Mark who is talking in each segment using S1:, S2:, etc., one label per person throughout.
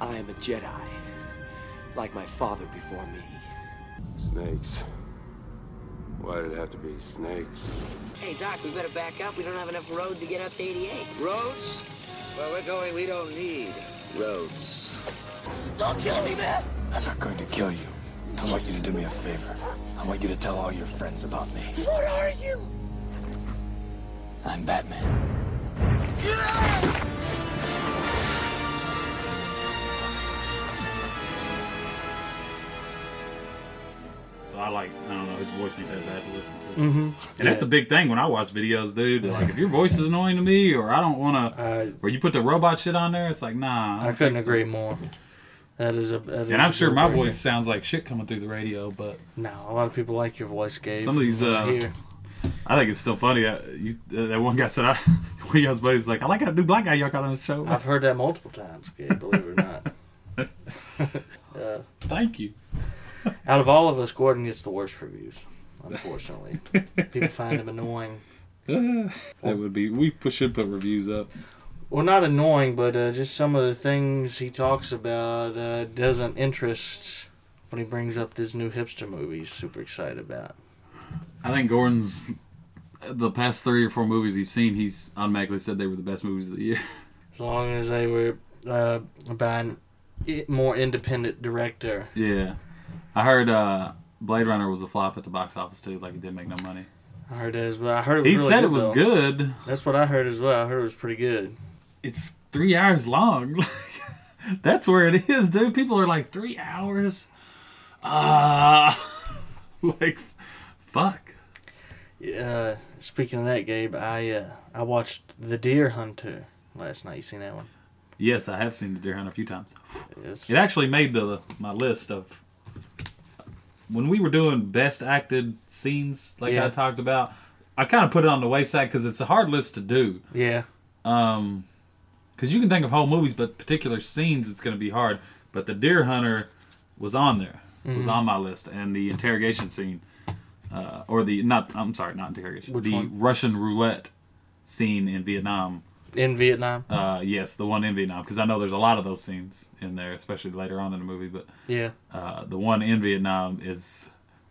S1: I am a Jedi, like my father before me.
S2: Snakes. Why did it have to be snakes?
S3: Hey, Doc, we better back up. We don't have enough road to get up to 88. Roads? Well, we're going, we don't need roads.
S4: Don't kill me, man!
S5: I'm not going to kill you. I want you to do me a favor. I want you to tell all your friends about me.
S4: What are you?
S5: I'm Batman.
S6: So I like, I don't know, his voice ain't that bad to listen to. Mm-hmm. And that's a big thing when I watch videos, dude. They're like, if your voice is annoying to me, or I don't want to,
S7: I,
S6: or you put the robot shit on there, it's like, nah.
S7: I
S6: don't
S7: couldn't
S6: think so.
S7: agree more. That is a. that is
S6: And I'm
S7: a
S6: sure my
S7: deal-breaker.
S6: voice sounds like shit coming through the radio, but
S7: No, a lot of people like your voice, Gabe.
S6: Some of these,
S7: Right
S6: uh,
S7: here.
S6: I think it's still funny. That, you, uh, that one guy said, I, one of y'all's buddies was like, I like how new black guy y'all got on the show.
S7: I've heard that multiple times, Gabe. Believe it or not. uh,
S6: Thank you.
S7: out of all of us, Gordon gets the worst reviews. Unfortunately, people find him annoying.
S6: that would be, we pu- should put reviews up.
S7: Well, not annoying, but uh, just some of the things he talks about uh, doesn't interest when he brings up this new hipster movie he's super excited about.
S6: I think Gordon's, the past three or four movies he's seen, he's automatically said they were the best movies of the year.
S7: As long as they were uh, by an i- more independent director.
S6: Yeah, I heard uh, Blade Runner was a flop at the box office too. Like it didn't make no money.
S7: I heard it as well. I heard it was
S6: He
S7: really
S6: said it was
S7: though.
S6: good.
S7: That's what I heard as well. I heard it was pretty good.
S6: It's three hours long. Like, That's where it is, dude. People are like three hours. Uh like fuck.
S7: Uh, speaking of that, Gabe, I uh, I watched The Deer Hunter last night. You seen that one?
S6: Yes, I have seen the Deer Hunter a few times.
S7: It's,
S6: It actually made the my list of when we were doing best acted scenes, like
S7: Yeah.
S6: I talked about. I kind of put it on the wayside because it's a hard list to do.
S7: yeah.
S6: um because you can think of whole movies but particular scenes it's going to be hard but the deer hunter was on there
S7: Mm-hmm.
S6: was on my list and the interrogation scene uh, or the not i'm sorry not interrogation
S7: Which
S6: the
S7: one?
S6: russian roulette scene in vietnam
S7: In Vietnam.
S6: uh, yes the one in vietnam because i know there's a lot of those scenes in there especially later on in the movie but
S7: Yeah.
S6: uh, the one in Vietnam is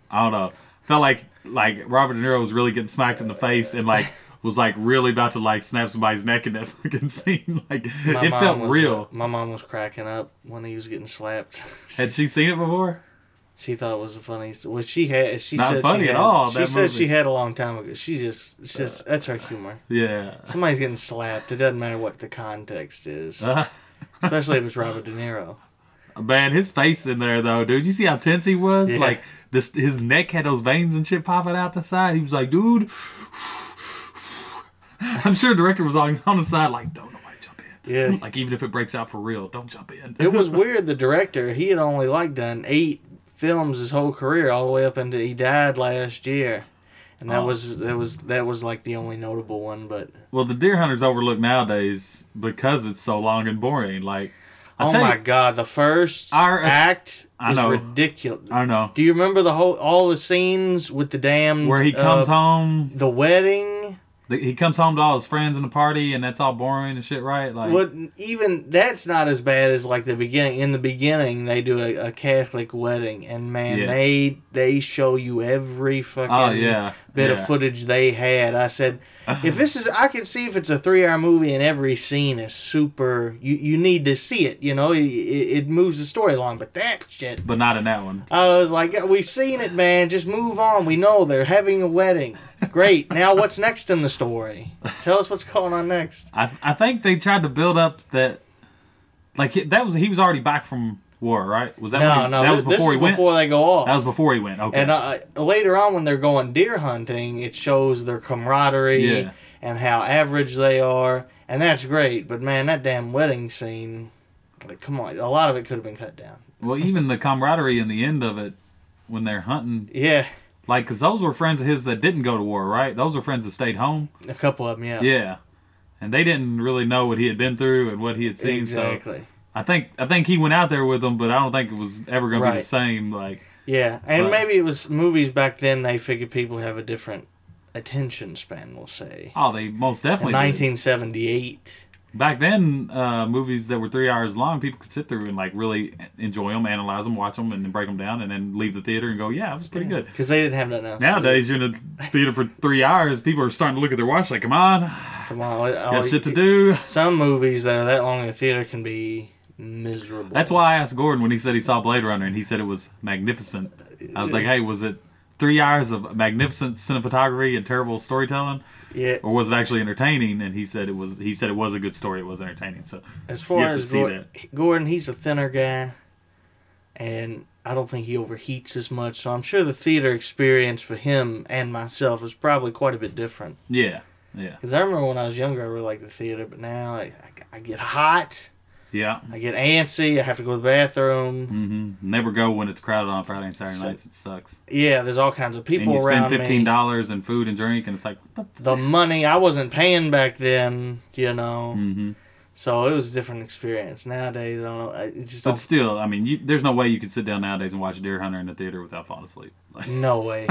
S6: I don't know. Felt like like Robert De Niro was really getting smacked in the face and like was like really about to like snap somebody's neck in that fucking scene. Like it
S7: mom
S6: felt
S7: was, uh,
S6: real.
S7: My mom was cracking up when he was getting slapped.
S6: Had she seen it before?
S7: she thought it was the funniest. Well, she had. She
S6: not
S7: said
S6: funny
S7: she
S6: at
S7: had-
S6: all,
S7: She
S6: that
S7: said
S6: movie.
S7: she had a long time ago. She just, it's just that's her humor.
S6: Yeah.
S7: Somebody's getting slapped. It doesn't matter what the context is,
S6: Uh,
S7: especially if it's Robert De Niro.
S6: man, his face in there though, dude. You see how tense he was?
S7: Yeah.
S6: Like this, his neck had those veins and shit popping out the side. He was like, dude. I'm sure director was on on the side like, don't nobody jump in.
S7: Yeah.
S6: Like even if it breaks out for real, don't jump in.
S7: it was weird. The director, he had only like done eight films his whole career, all the way up until he died last year, and that
S6: Oh.
S7: was that was that was like the only notable one. But
S6: Well, the deer hunter's overlooked nowadays because it's so long and boring. Like, I
S7: oh
S6: tell
S7: my
S6: you,
S7: god, the first
S6: Our-
S7: act
S6: I
S7: is
S6: know.
S7: ridiculous.
S6: I don't know
S7: Do you remember the whole all the scenes with the damn
S6: where he
S7: Uh,
S6: comes home.
S7: the wedding?
S6: The, he comes home to all his friends in the party, and that's all boring and shit, right? Like,
S7: What even that's not as bad as like the beginning. In the beginning, they do a, a Catholic wedding, and man,
S6: Yes.
S7: they they show you every fucking
S6: Oh yeah,
S7: bit
S6: yeah.
S7: of footage they had. I said, if this is, I can see if it's a three-hour movie and every scene is super. You you need to see it. You know, it, it it moves the story along. But that shit,
S6: but not in that one.
S7: I was like, "Yeah, we've seen it, man. Just move on. We know they're having a wedding. Great. Now what's next in the story? Tell us what's going on next.
S6: I I think they tried to build up that, like he- that was he was already back from war, right? Was that when
S7: No,
S6: he-
S7: no,
S6: that was
S7: this,
S6: before
S7: this
S6: he
S7: is
S6: went.
S7: before they go off.
S6: that was before he went. Okay,
S7: And uh, later on, when they're going deer hunting, it shows their camaraderie
S6: Yeah.
S7: and how average they are, and that's great. But man, that damn wedding scene, like, come on, a lot of it could have been cut down.
S6: well, even the camaraderie in the end of it when they're hunting,
S7: Yeah,
S6: like because those were friends of his that didn't go to war, right? Those were friends that stayed home.
S7: a couple of them, yeah,
S6: Yeah. And they didn't really know what he had been through and what he had seen. So
S7: exactly.
S6: I think I think he went out there with them, but I don't think it was ever going to be the
S7: Right.
S6: same. Like
S7: Yeah, and
S6: Right.
S7: maybe it was movies back then. They figured people have a different attention span. We'll say
S6: oh, they most
S7: in
S6: definitely did.
S7: 1978.
S6: Back then, uh, movies that were three hours long, people could sit through and like really enjoy them, analyze them, watch them, and then break them down, and then leave the theater and go, "Yeah, it was pretty good."
S7: because they didn't have nothing else. to do.
S6: Nowadays, you're in the theater for three hours. People are starting to look at their watch, like, "Come on,
S7: come on, all
S6: got
S7: you-
S6: shit to do."
S7: Some movies that are that long in the theater can be miserable.
S6: That's why I asked Gordon when he said he saw Blade Runner and he said it was magnificent. I was like, "Hey, was it three hours of magnificent cinematography and terrible storytelling,
S7: yeah.
S6: or was it actually entertaining?" And he said it was. He said it was a good story. It was entertaining. So
S7: As far
S6: have to
S7: as
S6: see
S7: Gordon, Gordon, he's a thinner guy, and I don't think he overheats as much. So I'm sure the theater experience for him and myself is probably quite a bit different.
S6: yeah, yeah,
S7: Because I remember when I was younger, I really liked the theater, but now I, I, I get hot,
S6: yeah.
S7: I get antsy, I have to go to the bathroom.
S6: hmm Never go when it's crowded on Friday and Saturday
S7: So-
S6: nights. It sucks.
S7: Yeah, there's all kinds of
S6: And
S7: people
S6: you
S7: around
S6: spend fifteen
S7: me.
S6: dollars in food and drink, and it's like, what the? F-?
S7: The money I wasn't paying back then, you know.
S6: hmm
S7: So it was a different experience. Nowadays, I don't know. I it just
S6: But
S7: don't.
S6: still, I mean, you, there's no way you could sit down nowadays and watch Deer Hunter in the theater without falling asleep. Like,
S7: no way,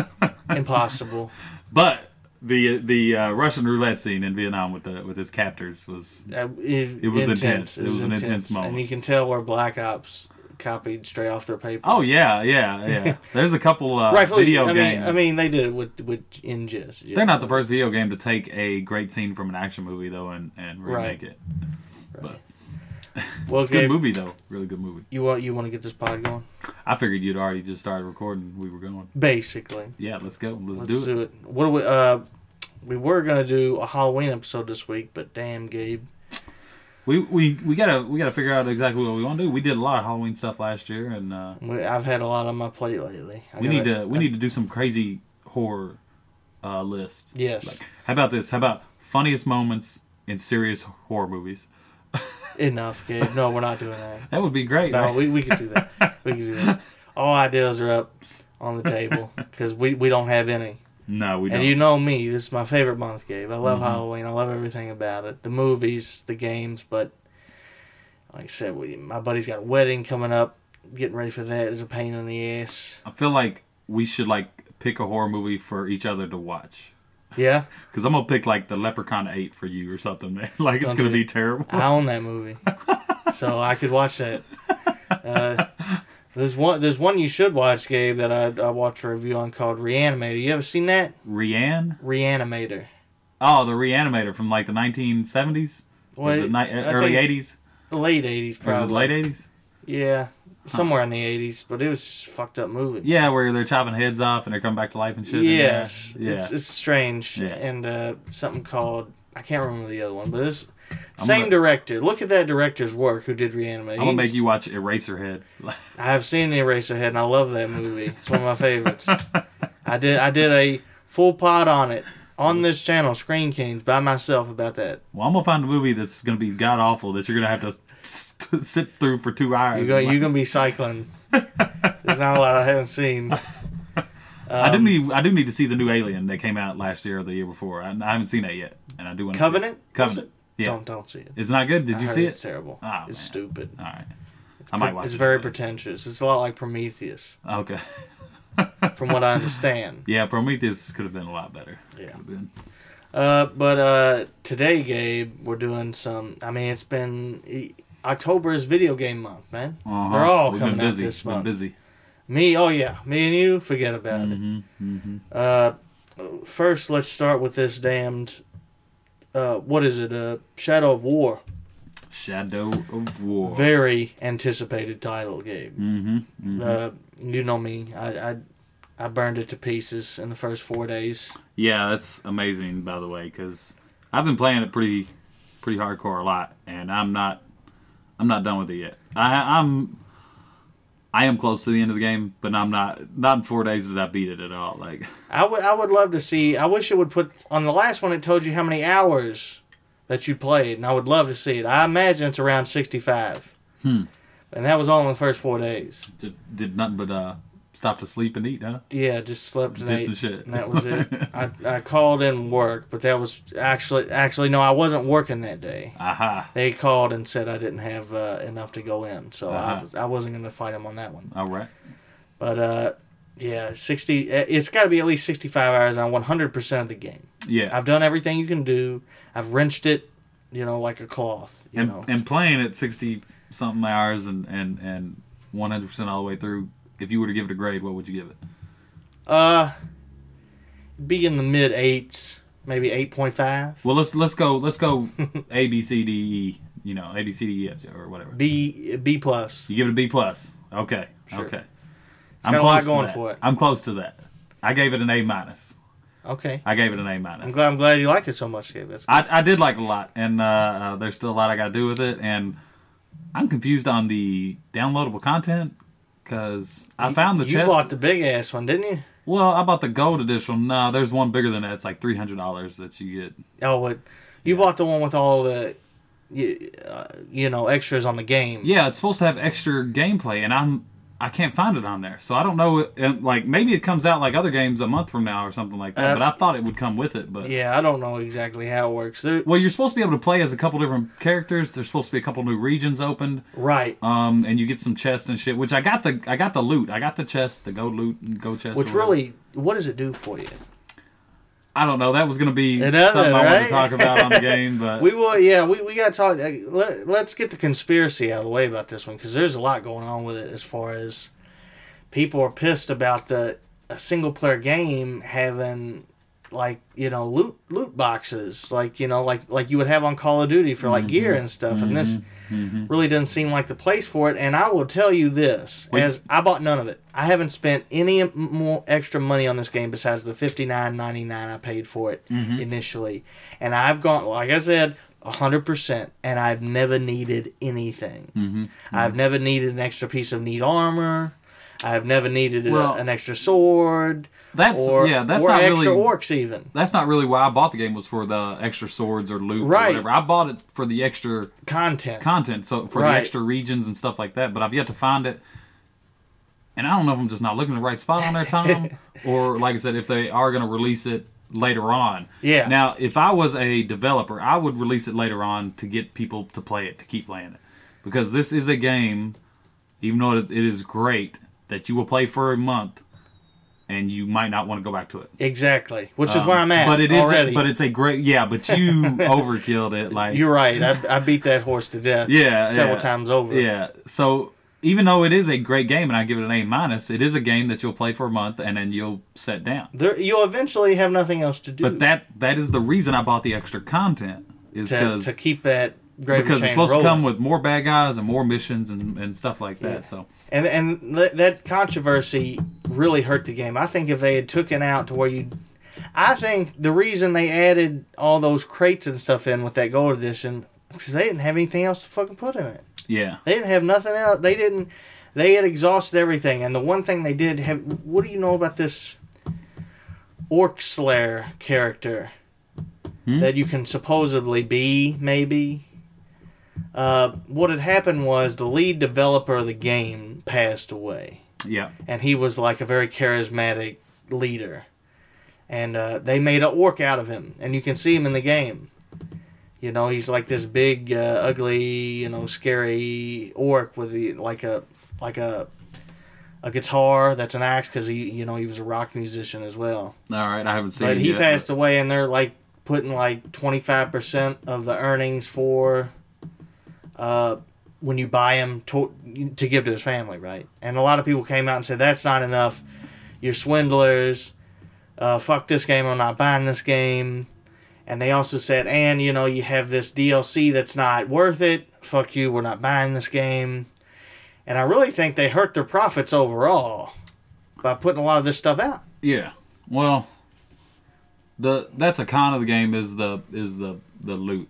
S7: impossible.
S6: but the the uh, Russian roulette scene in Vietnam with the with his captors was
S7: Uh,
S6: It was intense. It was an intense moment.
S7: and you can tell where Black Ops copied straight off their paper.
S6: Oh yeah, yeah, yeah. There's a couple uh,
S7: rightfully.
S6: video
S7: I mean,
S6: games.
S7: I mean, they did it with with ingest. yeah.
S6: they're not the first video game to take a great scene from an action movie though and, and remake
S7: Right.
S6: it.
S7: Right.
S6: But
S7: Well,
S6: good
S7: Gabe,
S6: movie though, really good movie.
S7: You want you want to get this pod going?
S6: I figured you'd already just started recording. We were going.
S7: Basically,
S6: Yeah, let's go. Let's,
S7: let's
S6: do it.
S7: do it. What do we? Uh, we were gonna do a Halloween episode this week, but damn, Gabe,
S6: We, we we gotta we gotta figure out exactly what we want to do. We did a lot of Halloween stuff last year, and uh,
S7: we, I've had a lot on my plate lately. I
S6: we need
S7: gotta-
S6: to we need to do some crazy horror uh, list.
S7: Yes,
S6: How about this? How about funniest moments in serious horror movies?
S7: enough, Gabe. No, we're not doing that.
S6: That would be great.
S7: No,
S6: right?
S7: we, we could do that. We could do that. All ideas are up on the table because we, we don't have any.
S6: no, we don't. Mm-hmm.
S7: And you know me, this is my favorite month, Gabe. I love Halloween. I love everything about it the movies, the games, but like I said, we, my buddy's got a wedding coming up. Getting ready for that is a pain in the ass.
S6: I feel like we should like pick a horror movie for each other to watch.
S7: Yeah,
S6: Cause I'm gonna pick like the Leprechaun Eight for you or something, man. Like it's
S7: Don't
S6: gonna
S7: do
S6: be
S7: it.
S6: terrible.
S7: I own that movie, so I could watch that. Uh, there's one. There's one you should watch, Gabe. That I, I watched a review on called Reanimator. You ever seen that?
S6: Rianne?
S7: Reanimator.
S6: Oh, the Reanimator from like the 1970s. Was
S7: Wait,
S6: it ni-
S7: I
S6: early
S7: think it's
S6: 80s?
S7: Late eighties,
S6: Or is it
S7: probably.
S6: late 80s?
S7: Yeah, somewhere in the eighties, but it was just a fucked up movie.
S6: Yeah, where they're chopping heads off and they're coming back to life and shit.
S7: yes,
S6: Yeah.
S7: It's, it's strange,
S6: Yeah.
S7: and uh, something called I can't remember the other one, but this
S6: I'm
S7: same
S6: gonna-
S7: director. Look at that director's work. Who did reanimate?
S6: I'm gonna make you watch Eraserhead.
S7: I've seen Eraserhead, and I love that movie. It's one of my favorites. I did. I did a full pod on it on
S6: Mm.
S7: this channel, Screen Kings, by myself about that.
S6: well, I'm gonna find a movie that's gonna be god awful that you're gonna have to st- sit through for two
S7: You're
S6: hours.
S7: gonna, you're gonna be cycling. There's not a lot I haven't seen. Um,
S6: I do need I do need to see the new Alien that came out last year or the year before. I, I haven't seen that yet, and I do want to
S7: Covenant?
S6: See it. Covenant. Yeah,
S7: Don't don't see it.
S6: it's not good. Did
S7: I
S6: you
S7: heard
S6: see
S7: It's
S6: it?
S7: terrible.
S6: Ah,
S7: it's
S6: man.
S7: stupid.
S6: All right, I might watch.
S7: It's
S6: it
S7: very
S6: anyways.
S7: pretentious. It's a lot like Prometheus,
S6: Okay.
S7: from what I understand.
S6: Yeah, Prometheus could have been a lot better.
S7: Yeah.
S6: Could have been.
S7: Uh, but uh, today, Gabe, we're doing some. I mean, it's been e- October is video game month, man.
S6: Uh-huh.
S7: They're all
S6: We've
S7: coming
S6: been busy.
S7: out this
S6: We've
S7: month.
S6: Been busy.
S7: Me, oh yeah, me and you, forget about
S6: Mm-hmm.
S7: it. Uh, first, let's start with this damned. Uh, what is it? Uh, Shadow of War.
S6: Shadow of War.
S7: Very anticipated title, Gabe.
S6: mm-hmm.
S7: Uh, you know me. I, I I burned it to pieces in the first four days.
S6: Yeah, that's amazing. By the way, because I've been playing it pretty, pretty hardcore a lot, and I'm not, I'm not done with it yet. I, I'm, I am close to the end of the game, but I'm not. Not in four days did I beat it at all. Like,
S7: I would I would love to see. I wish it would put on the last one. It told you how many hours that you played, and I would love to see it. I imagine it's around sixty five. Hmm. And that was all in the first four days.
S6: did, did nothing but uh, stop to sleep and eat, huh?
S7: Yeah, just slept and
S6: Piss
S7: ate,
S6: and shit.
S7: and that was it. I, I called in work, but that was actually actually no, I wasn't working that day.
S6: Aha!
S7: They called and said I didn't have uh, enough to go in, so I
S6: Uh-huh.
S7: was, I wasn't going to fight them on that one.
S6: All right.
S7: But uh, yeah, sixty. eh, It's got to be at least sixty five hours on one hundred percent of the game.
S6: Yeah.
S7: I've done everything you can do. I've wrenched it, you know, like a cloth. You
S6: and,
S7: know,
S6: and playing at 60 something hours and, and, and 100% all the way through, if you were to give it a grade, what would you give it?
S7: uh, be in the mid eights, maybe eight point five.
S6: Well, let's let's go let's go A B C D E, you know, A B C D E F G, or whatever.
S7: B B plus.
S6: You give it a B plus. Okay.
S7: Sure.
S6: Okay.
S7: got a lot
S6: to
S7: going
S6: that.
S7: for it.
S6: I'm close to that. I gave it an A minus.
S7: Okay,
S6: I gave it an A
S7: I'm
S6: minus.
S7: glad. I'm glad you liked it so much, Gabe. That's
S6: I, I did like it a lot, and uh, uh, there's still a lot I got to do with it, and I'm confused on the downloadable content because I found the
S7: you
S6: chest.
S7: bought the big ass one, didn't you?
S6: well, I bought the gold edition. No, there's one bigger than that. It's like three hundred dollars that you get.
S7: Oh, what? You bought the one with all the, you, uh, you know, extras on the game.
S6: Yeah, it's supposed to have extra gameplay, and I'm I can't find it on there, so I don't know. And like maybe it comes out like other games a month from now or something like that.
S7: Uh,
S6: but I thought it would come with it. But
S7: Yeah, I don't know exactly how it works. There,
S6: well, you're supposed to be able to play as a couple different characters. There's supposed to be a couple new regions opened.
S7: right.
S6: um, and you get some chests and shit. Which I got the I got the loot. I got the chest, the gold loot, and gold chest.
S7: Which
S6: or whatever.
S7: really, what does it do for you?
S6: I don't know. That was gonna be
S7: It
S6: something
S7: doesn't,
S6: I wanted
S7: right?
S6: to talk about on the game, but
S7: We will, yeah, we, we got to talk. uh, Let, let's get the conspiracy out of the way about this one because there's a lot going on with it as far as people are pissed about the a single player game having like you know loot loot boxes like you know like like you would have on Call of Duty for like gear and stuff, and this really doesn't seem like the place for it. And I will tell you this:
S6: Wait.
S7: as I bought none of it, I haven't spent any m- more extra money on this game besides the fifty nine ninety nine I paid for it
S6: Mm-hmm.
S7: initially. And I've gone, like I said, hundred percent, and I've never needed anything.
S6: Mm-hmm.
S7: I've never needed an extra piece of neat armor. I've never needed a-
S6: Well,
S7: an extra sword.
S6: that's
S7: or,
S6: yeah. That's
S7: or
S6: not
S7: extra
S6: really
S7: orcs even
S6: that's not really why I bought the game. Was for the extra swords or loot
S7: Right.
S6: or whatever. I bought it for the extra
S7: content.
S6: content, so for
S7: Right.
S6: the extra regions and stuff like that. But I've yet to find it. And I don't know if I'm just not looking in the right spot on their time, or like I said, if they are going to release it later on.
S7: Yeah.
S6: Now, if I was a developer, I would release it later on to get people to play it, to keep playing it, because this is a game, even though it it is great, that you will play for a month, and you might not want to go back to it.
S7: exactly, which is where I'm at.
S6: Um, But it is,
S7: already.
S6: but it's a great, yeah. But you overkilled it, like
S7: You're right. I, I beat that horse to death.
S6: yeah,
S7: several
S6: yeah.
S7: times over.
S6: Yeah. So even though it is a great game, and I give it an A minus, it is a game that you'll play for a month and then you'll set down.
S7: There, you'll eventually have nothing else to do.
S6: But that that is the reason I bought the extra content is
S7: to,
S6: because
S7: to keep that gravy
S6: because
S7: train
S6: it's supposed
S7: rolling.
S6: to come with more bad guys and more missions and, and stuff like that. So
S7: and and that, that controversy really hurt the game. I think if they had taken out to where you, I think the reason they added all those crates and stuff in with that gold edition because they didn't have anything else to fucking put in it.
S6: yeah.
S7: They didn't have nothing else. They didn't. They had exhausted everything, and the one thing they did have. What do you know about this orc slayer character that you can supposedly be? Maybe. Uh, what had happened was the lead developer of the game passed away
S6: Yeah.
S7: and he was like a very charismatic leader. And uh, they made an orc out of him, and you can see him in the game. You know, he's like this big, uh, ugly, you know, scary orc with the, like a like a a guitar that's an axe because he you know he was a rock musician as well.
S6: All right. I haven't seen
S7: But
S6: it
S7: he
S6: yet,
S7: passed away, and they're like putting like twenty five percent of the earnings for uh, when you buy him to, to give to his family, right? And a lot of people came out and said that's not enough. You're swindlers. Uh, fuck this game. I'm not buying this game. And they also said, and you know, you have this DLC that's not worth it. Fuck you. We're not buying this game. And I really think they hurt their profits overall by putting a lot of this stuff out.
S6: Yeah. Well, the that's a con of the game is the is the the loot,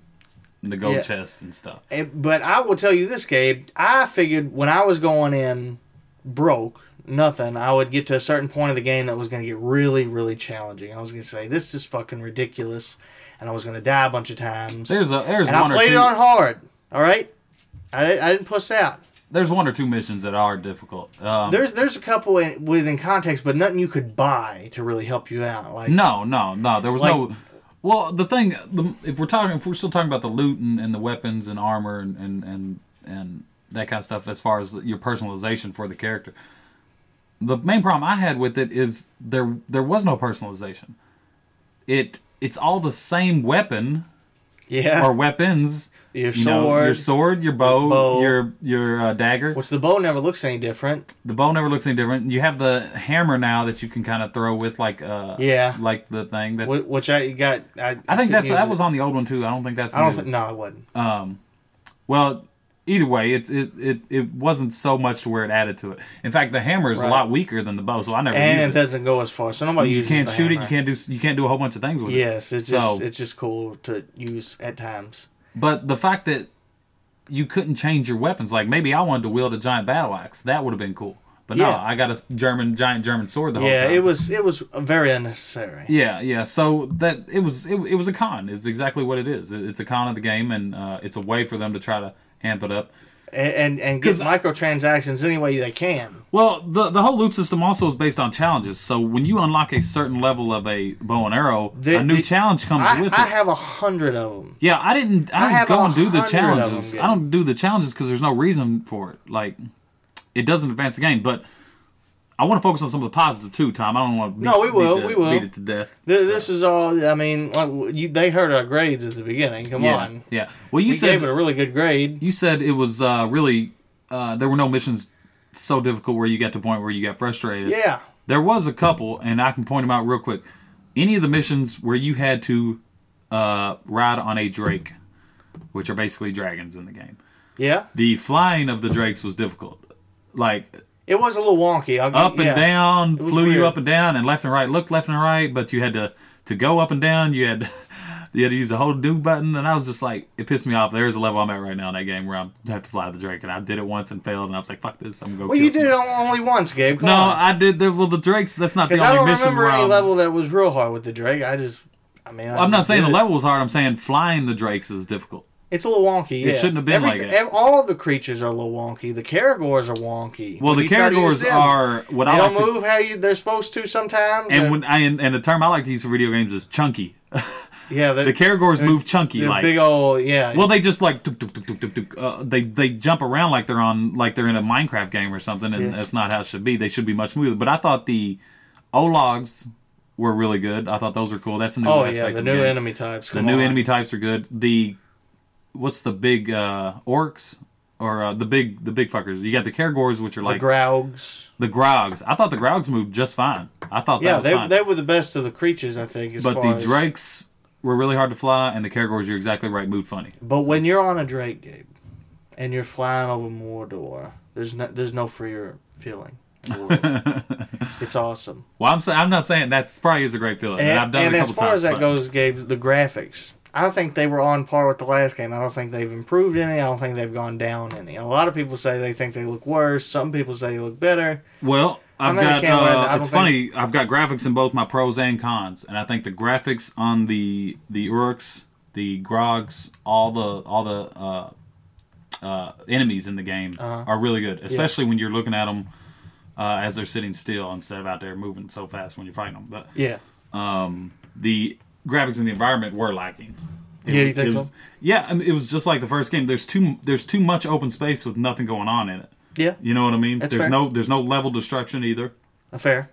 S6: the gold
S7: Yeah.
S6: chest and stuff.
S7: And- but I will tell you this, Gabe. I figured when I was going in broke, nothing, I would get to a certain point of the game that was going to get really, really challenging. I was going to say, this is fucking ridiculous. And I was going to die a bunch of times.
S6: There's a there's
S7: and I
S6: one or
S7: played
S6: two.
S7: it on hard. All right? I, I didn't puss out.
S6: there's one or two missions that are difficult. Um,
S7: There's there's a couple in, within context, but nothing you could buy to really help you out. Like
S6: No, no, no. There was
S7: Like-
S6: no. Well, the thing, the, if we're talking, if we're still talking about the loot and, and the weapons and armor and, and and and that kind of stuff, as far as your personalization for the character, the main problem I had with it is there there was no personalization. It it's all the same weapon
S7: Yeah.
S6: or weapons.
S7: Eh. Your
S6: You know, your
S7: sword.
S6: sword, your bow,
S7: Bow.
S6: your your uh, dagger.
S7: Which the bow never looks any different.
S6: The bow never looks any different. You have the hammer now that you can kind of throw with like uh
S7: Yeah.
S6: like the thing that's.
S7: Wh- Which I got. I,
S6: I think
S7: couldn't
S6: that's
S7: use
S6: that
S7: it.
S6: was on the old one too. I don't think that's.
S7: I don't
S6: new.
S7: think. No, it wasn't.
S6: Um, well, either way, it, it it it wasn't so much to where it added to it. In fact, the hammer is a
S7: Right.
S6: lot weaker than the bow, so I never
S7: and it
S6: used it.
S7: doesn't go as far, so nobody
S6: You
S7: uses
S6: can't
S7: the
S6: shoot it.
S7: hammer.
S6: You can't do s- you can't do a whole bunch of things with it.
S7: Yes, it's
S6: So-
S7: just it's just cool to use at times.
S6: But the fact that you couldn't change your weapons, like maybe I wanted to wield a giant battle axe, that would have been cool. But no,
S7: Yeah.
S6: I got a s- German giant German sword the whole
S7: Yeah,
S6: time.
S7: it was it was very unnecessary.
S6: Yeah, yeah. So that it was it, it was a con. It's exactly what it is. It- it's a con of the game, and uh, it's a way for them to try to amp it up.
S7: And and, and get
S6: 'Cause-
S7: microtransactions any way they can.
S6: Well, the the whole loot system also is based on challenges. So when you unlock a certain level of a bow and arrow,
S7: The-
S6: a new
S7: the-
S6: challenge comes
S7: I,
S6: with
S7: I
S6: it.
S7: have a hundred of them.
S6: yeah, I didn't. I,
S7: I have
S6: didn't go and do the
S7: 100 of them,
S6: challenges.
S7: dude.
S6: I don't do the challenges because there's no reason for it. Like, it doesn't advance the game. But I want to focus on some of the positive too, Tom. I don't want to
S7: No, we will, we will.
S6: beat it to death.
S7: Th- This is all. I mean, like, you, they heard our grades at the beginning. Come
S6: yeah,
S7: on,
S6: yeah. Well, you
S7: we
S6: said
S7: gave it a really good grade.
S6: You said it was uh, really uh, there were no missions so difficult where you got to the point where you got frustrated.
S7: Yeah,
S6: There was a couple, and I can point them out real quick. Any of the missions where you had to uh, ride on a drake, which are basically dragons in the game,
S7: yeah.
S6: the flying of the drakes was difficult. Like
S7: It was a little wonky. I'll,
S6: up
S7: yeah.
S6: and down,
S7: was
S6: flew
S7: weird.
S6: you up and down, and left and right, looked left and right, but you had to to go up and down. You had you had to use the whole do button, and I was just like, it pissed me off. There's a level I'm at right now in that game where I'm, I have to fly the Drake, and I did it once and failed, and I was like, fuck this, I'm gonna go.
S7: Well,
S6: kill
S7: you did it
S6: somebody.
S7: only once, Gabe. Come
S6: No,
S7: on.
S6: I did. The, well, the Drakes. That's not the
S7: Because I
S6: only
S7: don't
S6: mission.
S7: remember
S6: where
S7: any
S6: I'm,
S7: level that was real hard with the Drake. I just, I mean, I
S6: I'm not
S7: just
S6: saying
S7: did
S6: the
S7: it.
S6: level was hard. I'm saying flying the Drakes is difficult.
S7: It's a little wonky. Yeah.
S6: shouldn't have been like
S7: Everyth-
S6: that.
S7: ev- All the creatures are a little wonky. The Caragors are wonky.
S6: Well,
S7: When
S6: the
S7: you try to use
S6: Caragors
S7: them,
S6: are what
S7: They
S6: I
S7: don't
S6: like to.
S7: move how you they're supposed to sometimes.
S6: And when I and, and the term I like to use for video games is chunky.
S7: yeah,
S6: The Caragors move chunky
S7: they're
S6: like
S7: big old yeah.
S6: Well, they just like tuk, tuk, tuk, tuk, tuk, tuk, uh, they they jump around like they're on like they're in a Minecraft game or something, and
S7: Yeah.
S6: that's not how it should be. They should be much smoother. But I thought the Ologs were really good. I thought those were cool. That's a new
S7: oh
S6: aspect
S7: yeah,
S6: of the
S7: the new
S6: game.
S7: enemy types.
S6: The
S7: come
S6: new
S7: on.
S6: enemy types are good. The what's the big uh, orcs or uh, the big the big fuckers? You got the Caragors, which are
S7: the
S6: like the,
S7: Graugs.
S6: Grogs. I thought the Grogs moved just fine. I thought that
S7: Yeah,
S6: was
S7: they
S6: fine.
S7: they were the best of the creatures, I think. As
S6: but
S7: far
S6: the
S7: as-
S6: Drakes were really hard to fly, and the Caragors, you're exactly right, moved funny.
S7: But when you're on a Drake, Gabe, and you're flying over Mordor, there's no there's no freer feeling. in the world. it's awesome.
S6: Well, I'm saying I'm not saying that's probably is a great feeling.
S7: And,
S6: I've done
S7: and
S6: it a
S7: as
S6: couple
S7: far
S6: times.
S7: as that
S6: but-
S7: goes, Gabe, the graphics, I think they were on par with the last game. I don't think they've improved any. I don't think they've gone down any. A lot of people say they think they look worse. Some people say they look better.
S6: well, I've
S7: I'm not a
S6: got.
S7: camera, I
S6: Uh,
S7: don't
S6: it's
S7: think-
S6: funny. I've got graphics in both my pros and cons, and I think the graphics on the the Uruks, the Grogs, all the all the uh, uh, enemies in the game
S7: Uh-huh.
S6: are really good, especially when you're looking at them. Uh, as they're sitting still instead of out there moving so fast when you're fighting them, but
S7: Yeah,
S6: the graphics and the environment were lacking.
S7: yeah, you
S6: It
S7: think
S6: was-
S7: so?
S6: yeah, I mean, it was just like the first game. There's too there's too much open space with nothing going on in it.
S7: Yeah,
S6: You know what I mean?
S7: That's
S6: there's
S7: fair.
S6: no there's no level destruction either.
S7: Uh, fair.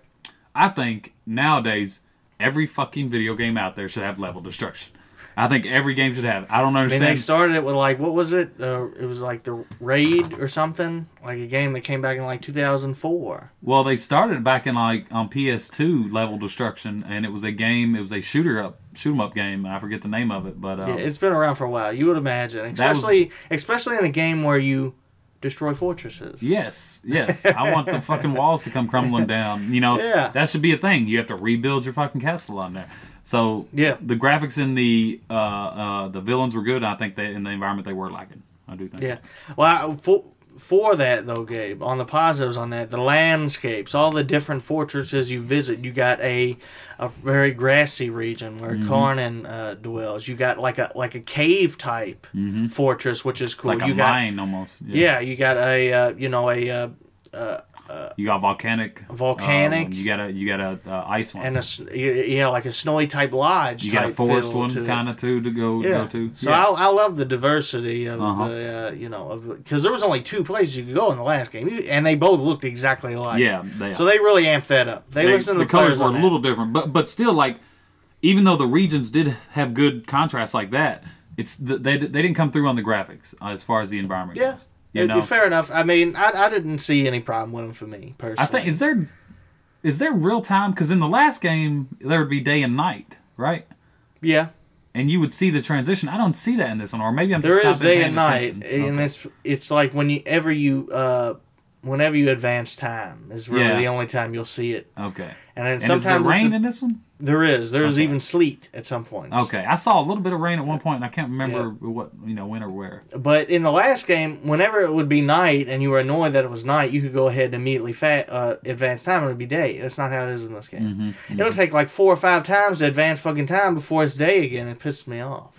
S6: I think nowadays every fucking video game out there should have level destruction. I think every game should have. it. I don't
S7: I mean, they
S6: understand.
S7: started it with like what was it? Uh, it was like the raid or something, like a game that came back in like 2004.
S6: well, they started back in like on PS2 level destruction, and it was a game. It was a shooter up shoot 'em up game. I forget the name of it, but um,
S7: Yeah, it's been around for a while. You would imagine,
S6: That was-
S7: especially especially in a game where you destroy fortresses.
S6: Yes, yes. I want the fucking walls to come crumbling down. You know,
S7: Yeah.
S6: that should be a thing. You have to rebuild your fucking castle on there. So
S7: Yeah.
S6: the graphics in the uh, uh, the villains were good. I think they in the environment they were lacking. I do think.
S7: Yeah.
S6: that.
S7: Well, I- for for that though, Gabe, on the positives on that, the landscapes, all the different fortresses you visit, you got a a very grassy region where
S6: Mm-hmm.
S7: Conan uh, dwells. You got like a like a cave type fortress, which is
S6: Mm-hmm. it's
S7: cool.
S6: like
S7: you
S6: a
S7: got
S6: mine almost.
S7: yeah, you got a uh, you know a uh, uh,
S6: You got volcanic. uh,
S7: Volcanic.
S6: you got a you got a uh, ice one.
S7: and a s- y- yeah like a snowy type lodge.
S6: you got a
S7: type
S6: forest
S7: feel
S6: one
S7: to it.
S6: kind of too to go
S7: Yeah.
S6: go to.
S7: So
S6: yeah.
S7: I, I love the diversity of
S6: Uh-huh.
S7: the uh, you know of because there was only two places you could go in the last game, You- and they both looked exactly alike.
S6: yeah. They,
S7: So they really amped that up. They,
S6: They-
S7: listened to the,
S6: colors
S7: players
S6: were
S7: on
S6: a
S7: that.
S6: little different, but but still, like even though the regions did have good contrast like that, it's the, they they didn't come through on the graphics uh, as far as the environment
S7: Yeah.
S6: goes. You
S7: It-
S6: know,
S7: Fair enough. I mean, I, I didn't see any problem with them for me personally.
S6: I think is there is there real time because in the last game there would be day and night, right?
S7: yeah,
S6: And you would see the transition. I don't see that in this one, or maybe I'm
S7: there
S6: just
S7: is
S6: not been
S7: day
S6: paying
S7: and night,
S6: attention.
S7: and
S6: Okay.
S7: it's it's like when you ever you uh, whenever you advance time is really
S6: Yeah.
S7: the only time you'll see it.
S6: okay.
S7: And then
S6: And is there
S7: sometimes it's
S6: rain
S7: a-
S6: in this one?
S7: there is there's
S6: Okay.
S7: even sleet at some point.
S6: Okay, I saw a little bit of rain at one point, and I can't remember what you know when or where.
S7: But in the last game, whenever it would be night and you were annoyed that it was night, you could go ahead and immediately fa- uh, advance time and it'd be day. That's not how it is in this game.
S6: Mm-hmm.
S7: It'll take like four or five times to advance fucking time before it's day again. It pisses me off.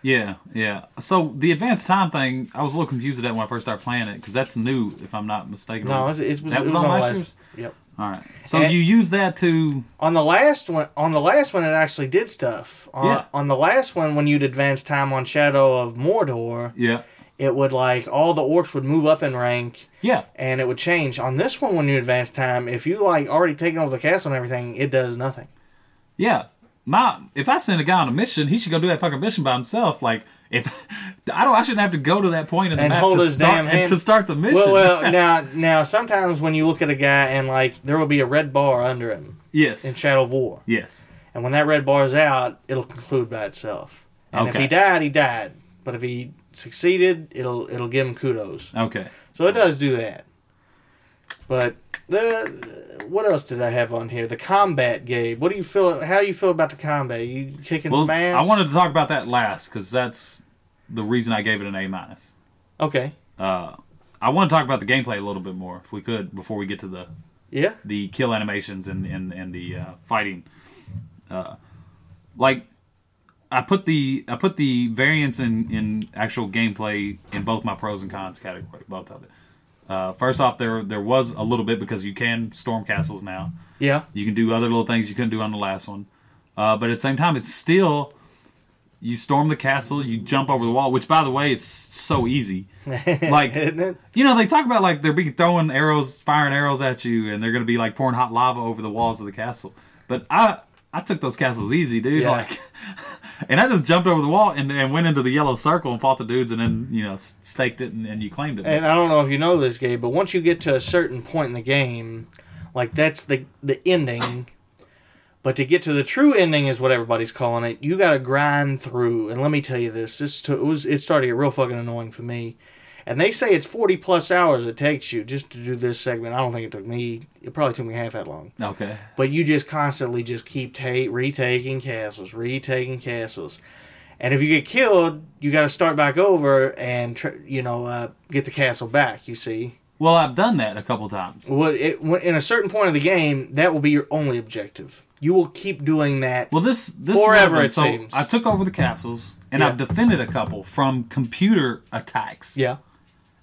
S6: Yeah, yeah. So the advanced time thing, I was a little confused at that when I first started playing it because that's new, if I'm not mistaken.
S7: No, it,
S6: Was it-
S7: it was,
S6: that
S7: it
S6: was on last
S7: last-
S6: year's?
S7: Yep.
S6: All right. So
S7: And-
S6: you use that to
S7: On the last one, on the last one, it actually did stuff. On,
S6: Yeah.
S7: on the last one, when you'd advance time on Shadow of Mordor,
S6: yeah,
S7: it would like all the orcs would move up in rank.
S6: yeah.
S7: and it would change. On this one, when you advance time, if you like already taken over the castle and everything, it does nothing.
S6: Yeah. My if I send a guy on a mission, he should go do that fucking mission by himself. Like if I don't I shouldn't have to go to that point in the
S7: And
S6: map
S7: hold
S6: to
S7: his
S6: start
S7: damn
S6: and
S7: hand.
S6: to start the mission.
S7: Well, well, now, now sometimes when you look at a guy and like there will be a red bar under him in
S6: yes.
S7: Shadow of War,
S6: Yes.
S7: and when that red bar is out, it'll conclude by itself. And if
S6: Okay.
S7: he died, he died. But if he succeeded, it'll it'll give him kudos.
S6: Okay.
S7: So it does do that. But the what else did I have on here? The combat, Gabe. What do you feel? How do you feel about the combat? You kicking
S6: Well,
S7: some ass?
S6: I wanted to talk about that last because that's the reason I gave it an A minus.
S7: Okay.
S6: I want to talk about the gameplay a little bit more, if we could, before we get to the
S7: Yeah.
S6: the kill animations and and, and the uh, fighting. Uh, like I put the I put the variance in in actual gameplay in both my pros and cons category, both of it. Uh, first off, there there was a little bit because you can storm castles now.
S7: Yeah.
S6: You can do other little things you couldn't do on the last one. Uh, but at the same time, it's still you storm the castle, you jump over the wall, which by the way, it's so easy. Like
S7: Isn't it?
S6: you know, they talk about like they're be throwing arrows, firing arrows at you, and they're gonna be like pouring hot lava over the walls of the castle. But I I took those castles easy, dude.
S7: Yeah.
S6: Like, and I just jumped over the wall and, and went into the yellow circle and fought the dudes, and then you know s- staked it and, and you claimed it.
S7: And I don't know if you know this, Gabe, but once you get to a certain point in the game, like that's the the ending. But to get to the true ending is what everybody's calling it. You got to grind through, and let me tell you this: this to, it was it started to get real fucking annoying for me. And they say it's forty plus hours it takes you just to do this segment. I don't think it took me. It probably took me half that long.
S6: okay.
S7: But you just constantly just keep ta- retaking castles, retaking castles, and if you get killed, you got to start back over and tr- you know uh, get the castle back. You see,
S6: Well, I've done that a couple times.
S7: what it when, in a certain point of the game, that will be your only objective. You will keep doing that.
S6: Well, this this
S7: Forever,
S6: level,
S7: it
S6: so
S7: seems.
S6: I took over the castles and
S7: Yeah.
S6: I've defended a couple from computer attacks.
S7: yeah,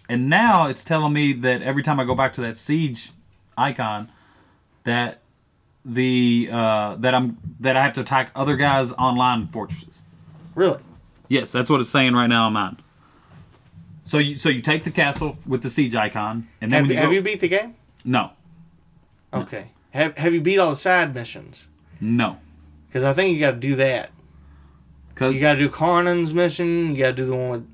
S6: And now it's telling me that every time I go back to that siege icon, that the uh, that I'm that I have to attack other guys' online fortresses.
S7: really.
S6: Yes, that's what it's saying right now on mine. So you so you take the castle with the siege icon, and then
S7: Have,
S6: when you
S7: have
S6: go,
S7: you beat the game?
S6: no
S7: Okay. Have Have you beat all the side missions?
S6: no
S7: Because I think you got to do that.
S6: because
S7: You got to do Karnan's mission. You got to do the one with.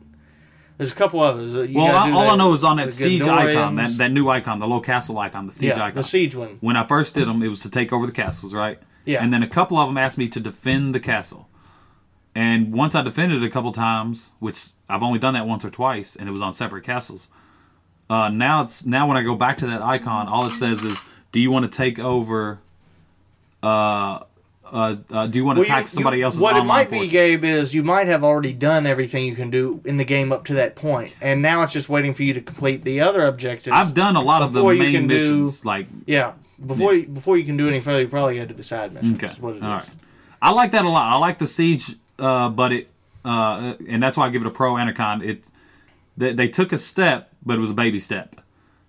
S7: There's a couple others. that You
S6: well
S7: gotta
S6: I,
S7: do
S6: all I
S7: that-
S6: know is on that
S7: the
S6: siege icon
S7: Gondorians.
S6: that, that new icon the little castle icon the siege
S7: yeah,
S6: icon
S7: the siege one.
S6: when I first did them, it was to take over the castles, right?
S7: Yeah.
S6: And then a couple of them asked me to defend the castle. And once I defended it a couple times, which I've only done that once or twice, and it was on separate castles. Uh, now it's now when I go back to that icon, all it says is, "Do you want to take over? Uh, uh, uh, do you want to
S7: Well, you-
S6: attack
S7: you-
S6: somebody else's
S7: What it
S6: online
S7: might be,
S6: fortress?
S7: Gabe, is you might have already done everything you can do in the game up to that point, and now it's just waiting for you to complete the other objectives.
S6: I've done a lot of the
S7: Before you
S6: main
S7: can do-
S6: missions, like
S7: yeah. Before you before you can do any further, you probably got to do the side missions.
S6: Okay.
S7: is What it is.
S6: All right. I like that a lot. I like the siege, uh, but it, uh, and that's why I give it a pro and a con. It, they, they took a step, but it was a baby step.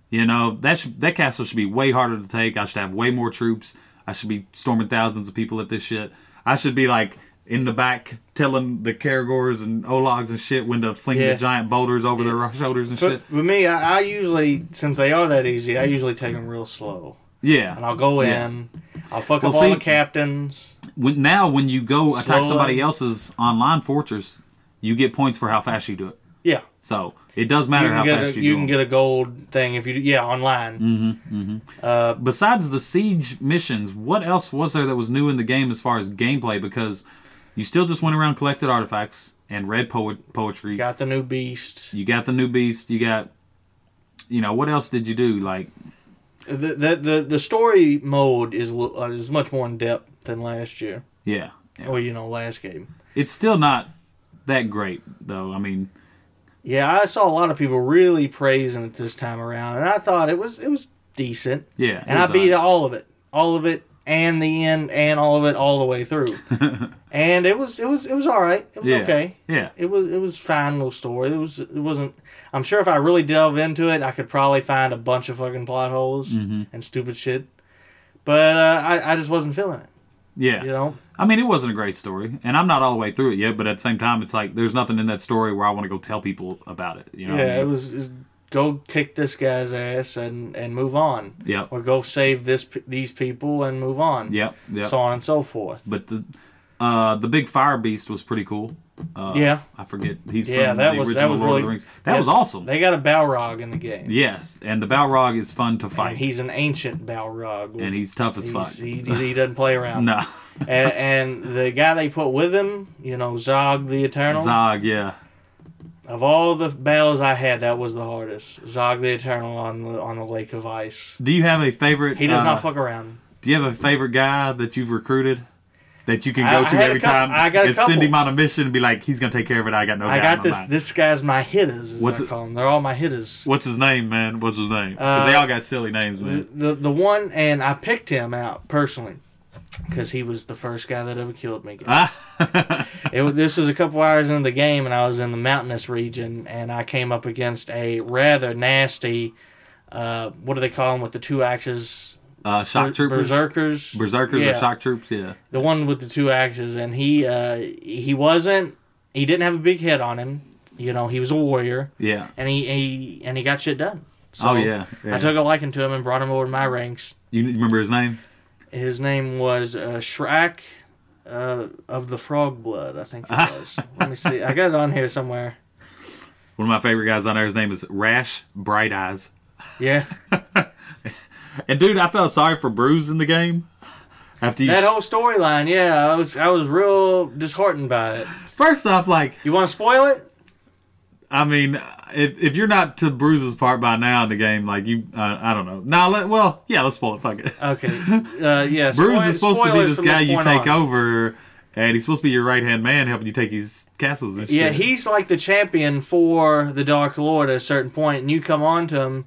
S6: You know that should, that castle should be way harder to take. I should have way more troops. I should be storming thousands of people at this shit. I should be like in the back telling the Caragors and Olags and shit when to fling
S7: Yeah.
S6: the giant boulders over their shoulders and
S7: For,
S6: shit.
S7: for me, I, I usually since they are that easy, I usually take them real slow,
S6: Yeah,
S7: and I'll go
S6: Yeah.
S7: in. I'll fuck
S6: Well,
S7: up all
S6: see-
S7: the captains.
S6: when now when you go attack
S7: Slow
S6: somebody
S7: and-
S6: else's online fortress You get points for how fast you do it.
S7: Yeah.
S6: So it does matter
S7: you
S6: how
S7: can, get
S6: fast
S7: a,
S6: you,
S7: you
S6: do them.
S7: can
S6: Mm.
S7: get a gold thing if you do, yeah online.
S6: Besides the siege missions, what else was there that was new in the game as far as gameplay? Because you still just went around collected artifacts and read poet poetry.
S7: Got the new beast.
S6: you got the new beast. You got, you know, what else did you do? Like,
S7: The the the, the story mode is l- uh, is much more in depth than last year
S6: yeah, yeah.
S7: or you know last game.
S6: it's still not that great though. I mean,
S7: Yeah, I saw a lot of people really praising it this time around, and I thought it was it was decent.
S6: Yeah, it
S7: and I
S6: was
S7: beat
S6: alright.
S7: all of it, all of it, and the end, and all of it, all the way through. and it was it was it was all right. It was
S6: yeah,
S7: okay.
S6: yeah,
S7: It was it was fine little story. It was it wasn't. I'm sure if I really delve into it, I could probably find a bunch of fucking plot holes
S6: Mm-hmm.
S7: and stupid shit. But uh, I I just wasn't feeling it.
S6: yeah.
S7: You know.
S6: I mean, it wasn't a great story, and I'm not all the way through it yet. But at the same time, it's like there's nothing in that story where I want to go tell people about it. You know? what I
S7: Yeah,
S6: mean?
S7: it was, is go kick this guy's ass and and move on.
S6: Yep.
S7: Or go save this p- these people and move on.
S6: Yep, yep.
S7: So on and so forth.
S6: But the uh, the big fire beast was pretty cool. Uh,
S7: yeah.
S6: I forget. He's
S7: Yeah,
S6: from
S7: that
S6: the
S7: was
S6: original
S7: that was
S6: Lord
S7: really
S6: of the Rings. That
S7: yeah,
S6: was awesome.
S7: They got a Balrog in the game.
S6: yes, and the Balrog is fun to fight.
S7: And he's an ancient Balrog. with-
S6: And he's tough as
S7: he's-
S6: fuck.
S7: He, he doesn't play around.
S6: no,
S7: And, and the guy they put with him, you know, Zog the Eternal.
S6: Zog. Yeah,
S7: Of all the battles I had, that was the hardest. Zog the Eternal on the on the Lake of Ice.
S6: Do you have a favorite?
S7: He does
S6: uh,
S7: not fuck around.
S6: Do you have a favorite guy that you've recruited that you can
S7: I-
S6: go
S7: I
S6: to
S7: had a
S6: every
S7: couple-
S6: time
S7: I got a
S6: and send him
S7: couple.
S6: on a mission and be like, he's gonna take care of it. I got no.
S7: I
S6: guy
S7: got
S6: in
S7: this.
S6: my mind."
S7: This guy's my hitters. As
S6: What's
S7: I
S6: it-
S7: call them. They're all my hitters.
S6: What's his name, man? What's his name? Because they
S7: Uh,
S6: all got silly names, man.
S7: The the one, and I picked him out personally because he was the first guy that ever killed me.
S6: Ah,
S7: It, was- this was a couple hours into the game, and I was in the mountainous region, and I came up against a rather nasty. Uh, what do they call them with the two axes?
S6: uh, shock troopers,
S7: Berserkers.
S6: berserkers, or
S7: Yeah.
S6: shock troops. Yeah,
S7: the one with the two axes, and he uh, he wasn't he didn't have a big head on him. You know, he was a warrior,
S6: yeah.
S7: and he, he and he got shit done. So
S6: oh yeah, yeah.
S7: I took a liking to him and brought him over to my ranks.
S6: you remember his name?
S7: His name was uh, Shrak uh, of the Frog Blood, I think it was. Let me see. I got it on here somewhere.
S6: One of my favorite guys on there. His name is Rash Bright Eyes.
S7: Yeah.
S6: And dude, I felt sorry for Bruise in the game. After you,
S7: That whole storyline, yeah, I was I was real disheartened by it.
S6: first off, like
S7: You want to spoil it?
S6: I mean, if if you're not to Bruise's part by now in the game, like you, uh, I don't know. Now, let well, yeah, let's spoil it. Fuck it.
S7: Okay. Uh, yeah.
S6: Bruise
S7: spoil-
S6: is supposed to be
S7: spoilers
S6: this
S7: from
S6: guy you
S7: point
S6: take
S7: on.
S6: over, and he's supposed to be your right hand man, helping you take these castles and shit.
S7: Yeah, he's like the champion for the Dark Lord at a certain point, and you come on to him,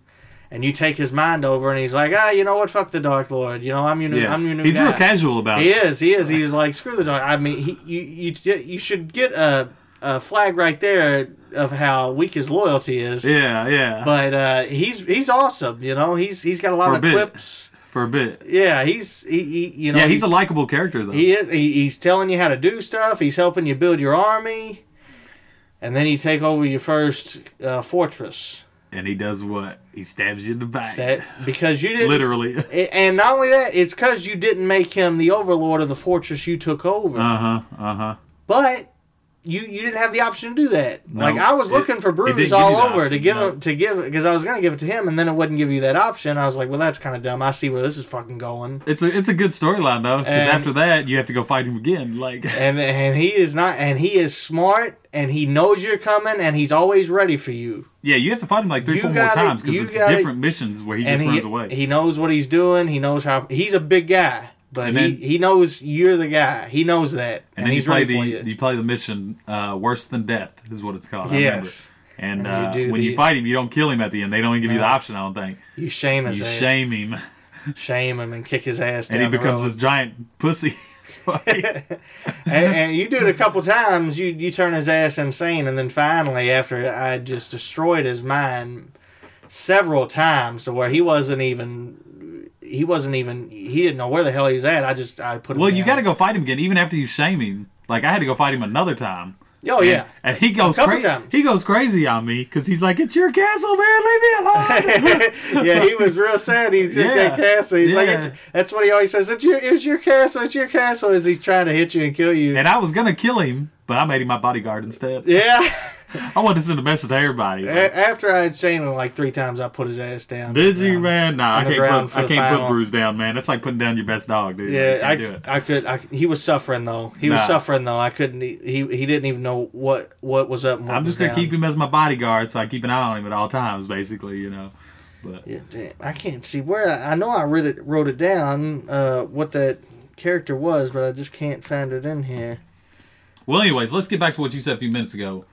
S7: and you take his mind over, and he's like, ah, you know what? Fuck the Dark Lord. You know, I'm your new.
S6: yeah.
S7: I'm your new.
S6: he's
S7: guy.
S6: real casual about
S7: He
S6: it.
S7: is. He is. He's like screw the dog. I mean, he, you you j- you should get a a flag right there of how weak his loyalty is.
S6: Yeah, yeah,
S7: But uh, he's he's awesome. You know, he's he's got a lot
S6: For a
S7: of
S6: bit.
S7: quips.
S6: for a bit.
S7: Yeah, he's he, he you know
S6: yeah, he's, a likable character though.
S7: He is. He, he's telling you how to do stuff. He's helping you build your army, and then you take over your first uh, fortress
S6: and he does what? He stabs you in the back,
S7: that because you didn't
S6: literally. uh
S7: A- And not only that, it's because you didn't make him the overlord of the fortress you took over.
S6: huh, uh huh.
S7: But you you didn't have the option to do that.
S6: No.
S7: like I was
S6: It-
S7: looking for
S6: it didn't
S7: Bruce
S6: give
S7: all
S6: you the
S7: over to
S6: option,
S7: give
S6: no.
S7: him to give because I was gonna give it to him, and then it wouldn't give you that option. I was like, well, that's kind of dumb. I see where this is fucking going.
S6: It's a it's a good storyline though, because
S7: And-
S6: after that you have to go fight him again. Like,
S7: And and he is not, and he is smart, and he knows you're coming, and he's always ready for you.
S6: yeah, you have to fight him like 3
S7: You
S6: four more
S7: gotta-
S6: times because
S7: you
S6: it's
S7: gotta-
S6: different missions where he
S7: and
S6: just
S7: he
S6: runs away.
S7: he knows what he's doing. He knows how he's a big guy, but
S6: And then-
S7: he, he knows you're the guy. He knows that,
S6: and then you
S7: he's
S6: play
S7: ready
S6: the
S7: for
S6: you.
S7: you.
S6: play the mission uh, worse than death is what it's called. I remember.
S7: Yes.
S6: And,
S7: And
S6: uh,
S7: you do
S6: when you
S7: the-
S6: fight him, you don't kill him at the end. They don't even give you the
S7: No.
S6: option. I don't think
S7: You shame his
S6: you
S7: ass.
S6: shame him,
S7: shame him and kick his ass.
S6: and he
S7: down the
S6: becomes
S7: road.
S6: this giant pussy. Like,
S7: and, and you do it a couple times, you you turn his ass insane, and then finally, after I just destroyed his mind several times to where he wasn't even he wasn't even he didn't know where the hell he was at. I just I put him
S6: well, you
S7: down.
S6: got to go fight him again, even after you shame him. Like I had to go fight him another time.
S7: Oh yeah.
S6: And he goes
S7: couple
S6: crazy.
S7: times.
S6: He goes crazy on me because he's like, "It's your castle, man. Leave me alone."
S7: yeah, he was real sad. He's just
S6: Yeah.
S7: that castle. He's like,
S6: Yeah.
S7: it's, that's what he always says. It's your, it's your castle. It's your castle. As he's trying to hit you and kill you.
S6: and I was gonna kill him, but I made him my bodyguard instead.
S7: Yeah.
S6: I wanted to send a message to everybody.
S7: A-
S6: like,
S7: After I had seen him like three times, I put his ass down.
S6: Did you, man? Nah, I
S7: on the
S6: can't.
S7: ground for
S6: Put, I
S7: the
S6: can't put
S7: final.
S6: Bruce down, man. That's like putting down your best dog, dude. Yeah, you
S7: Yeah, I,
S6: can't do it.
S7: I could. I, he was suffering though. He
S6: Nah.
S7: was suffering though. I couldn't. e, He he didn't even know what what was up. and what
S6: I'm
S7: was
S6: just gonna
S7: down.
S6: keep him as my bodyguard, so I keep an eye on him at all times, basically. You know, but
S7: Yeah, damn, I can't see where I, I know I read it, wrote it down. Uh, what that character was, but I just can't find it in here.
S6: well, anyways, let's get back to what you said a few minutes ago.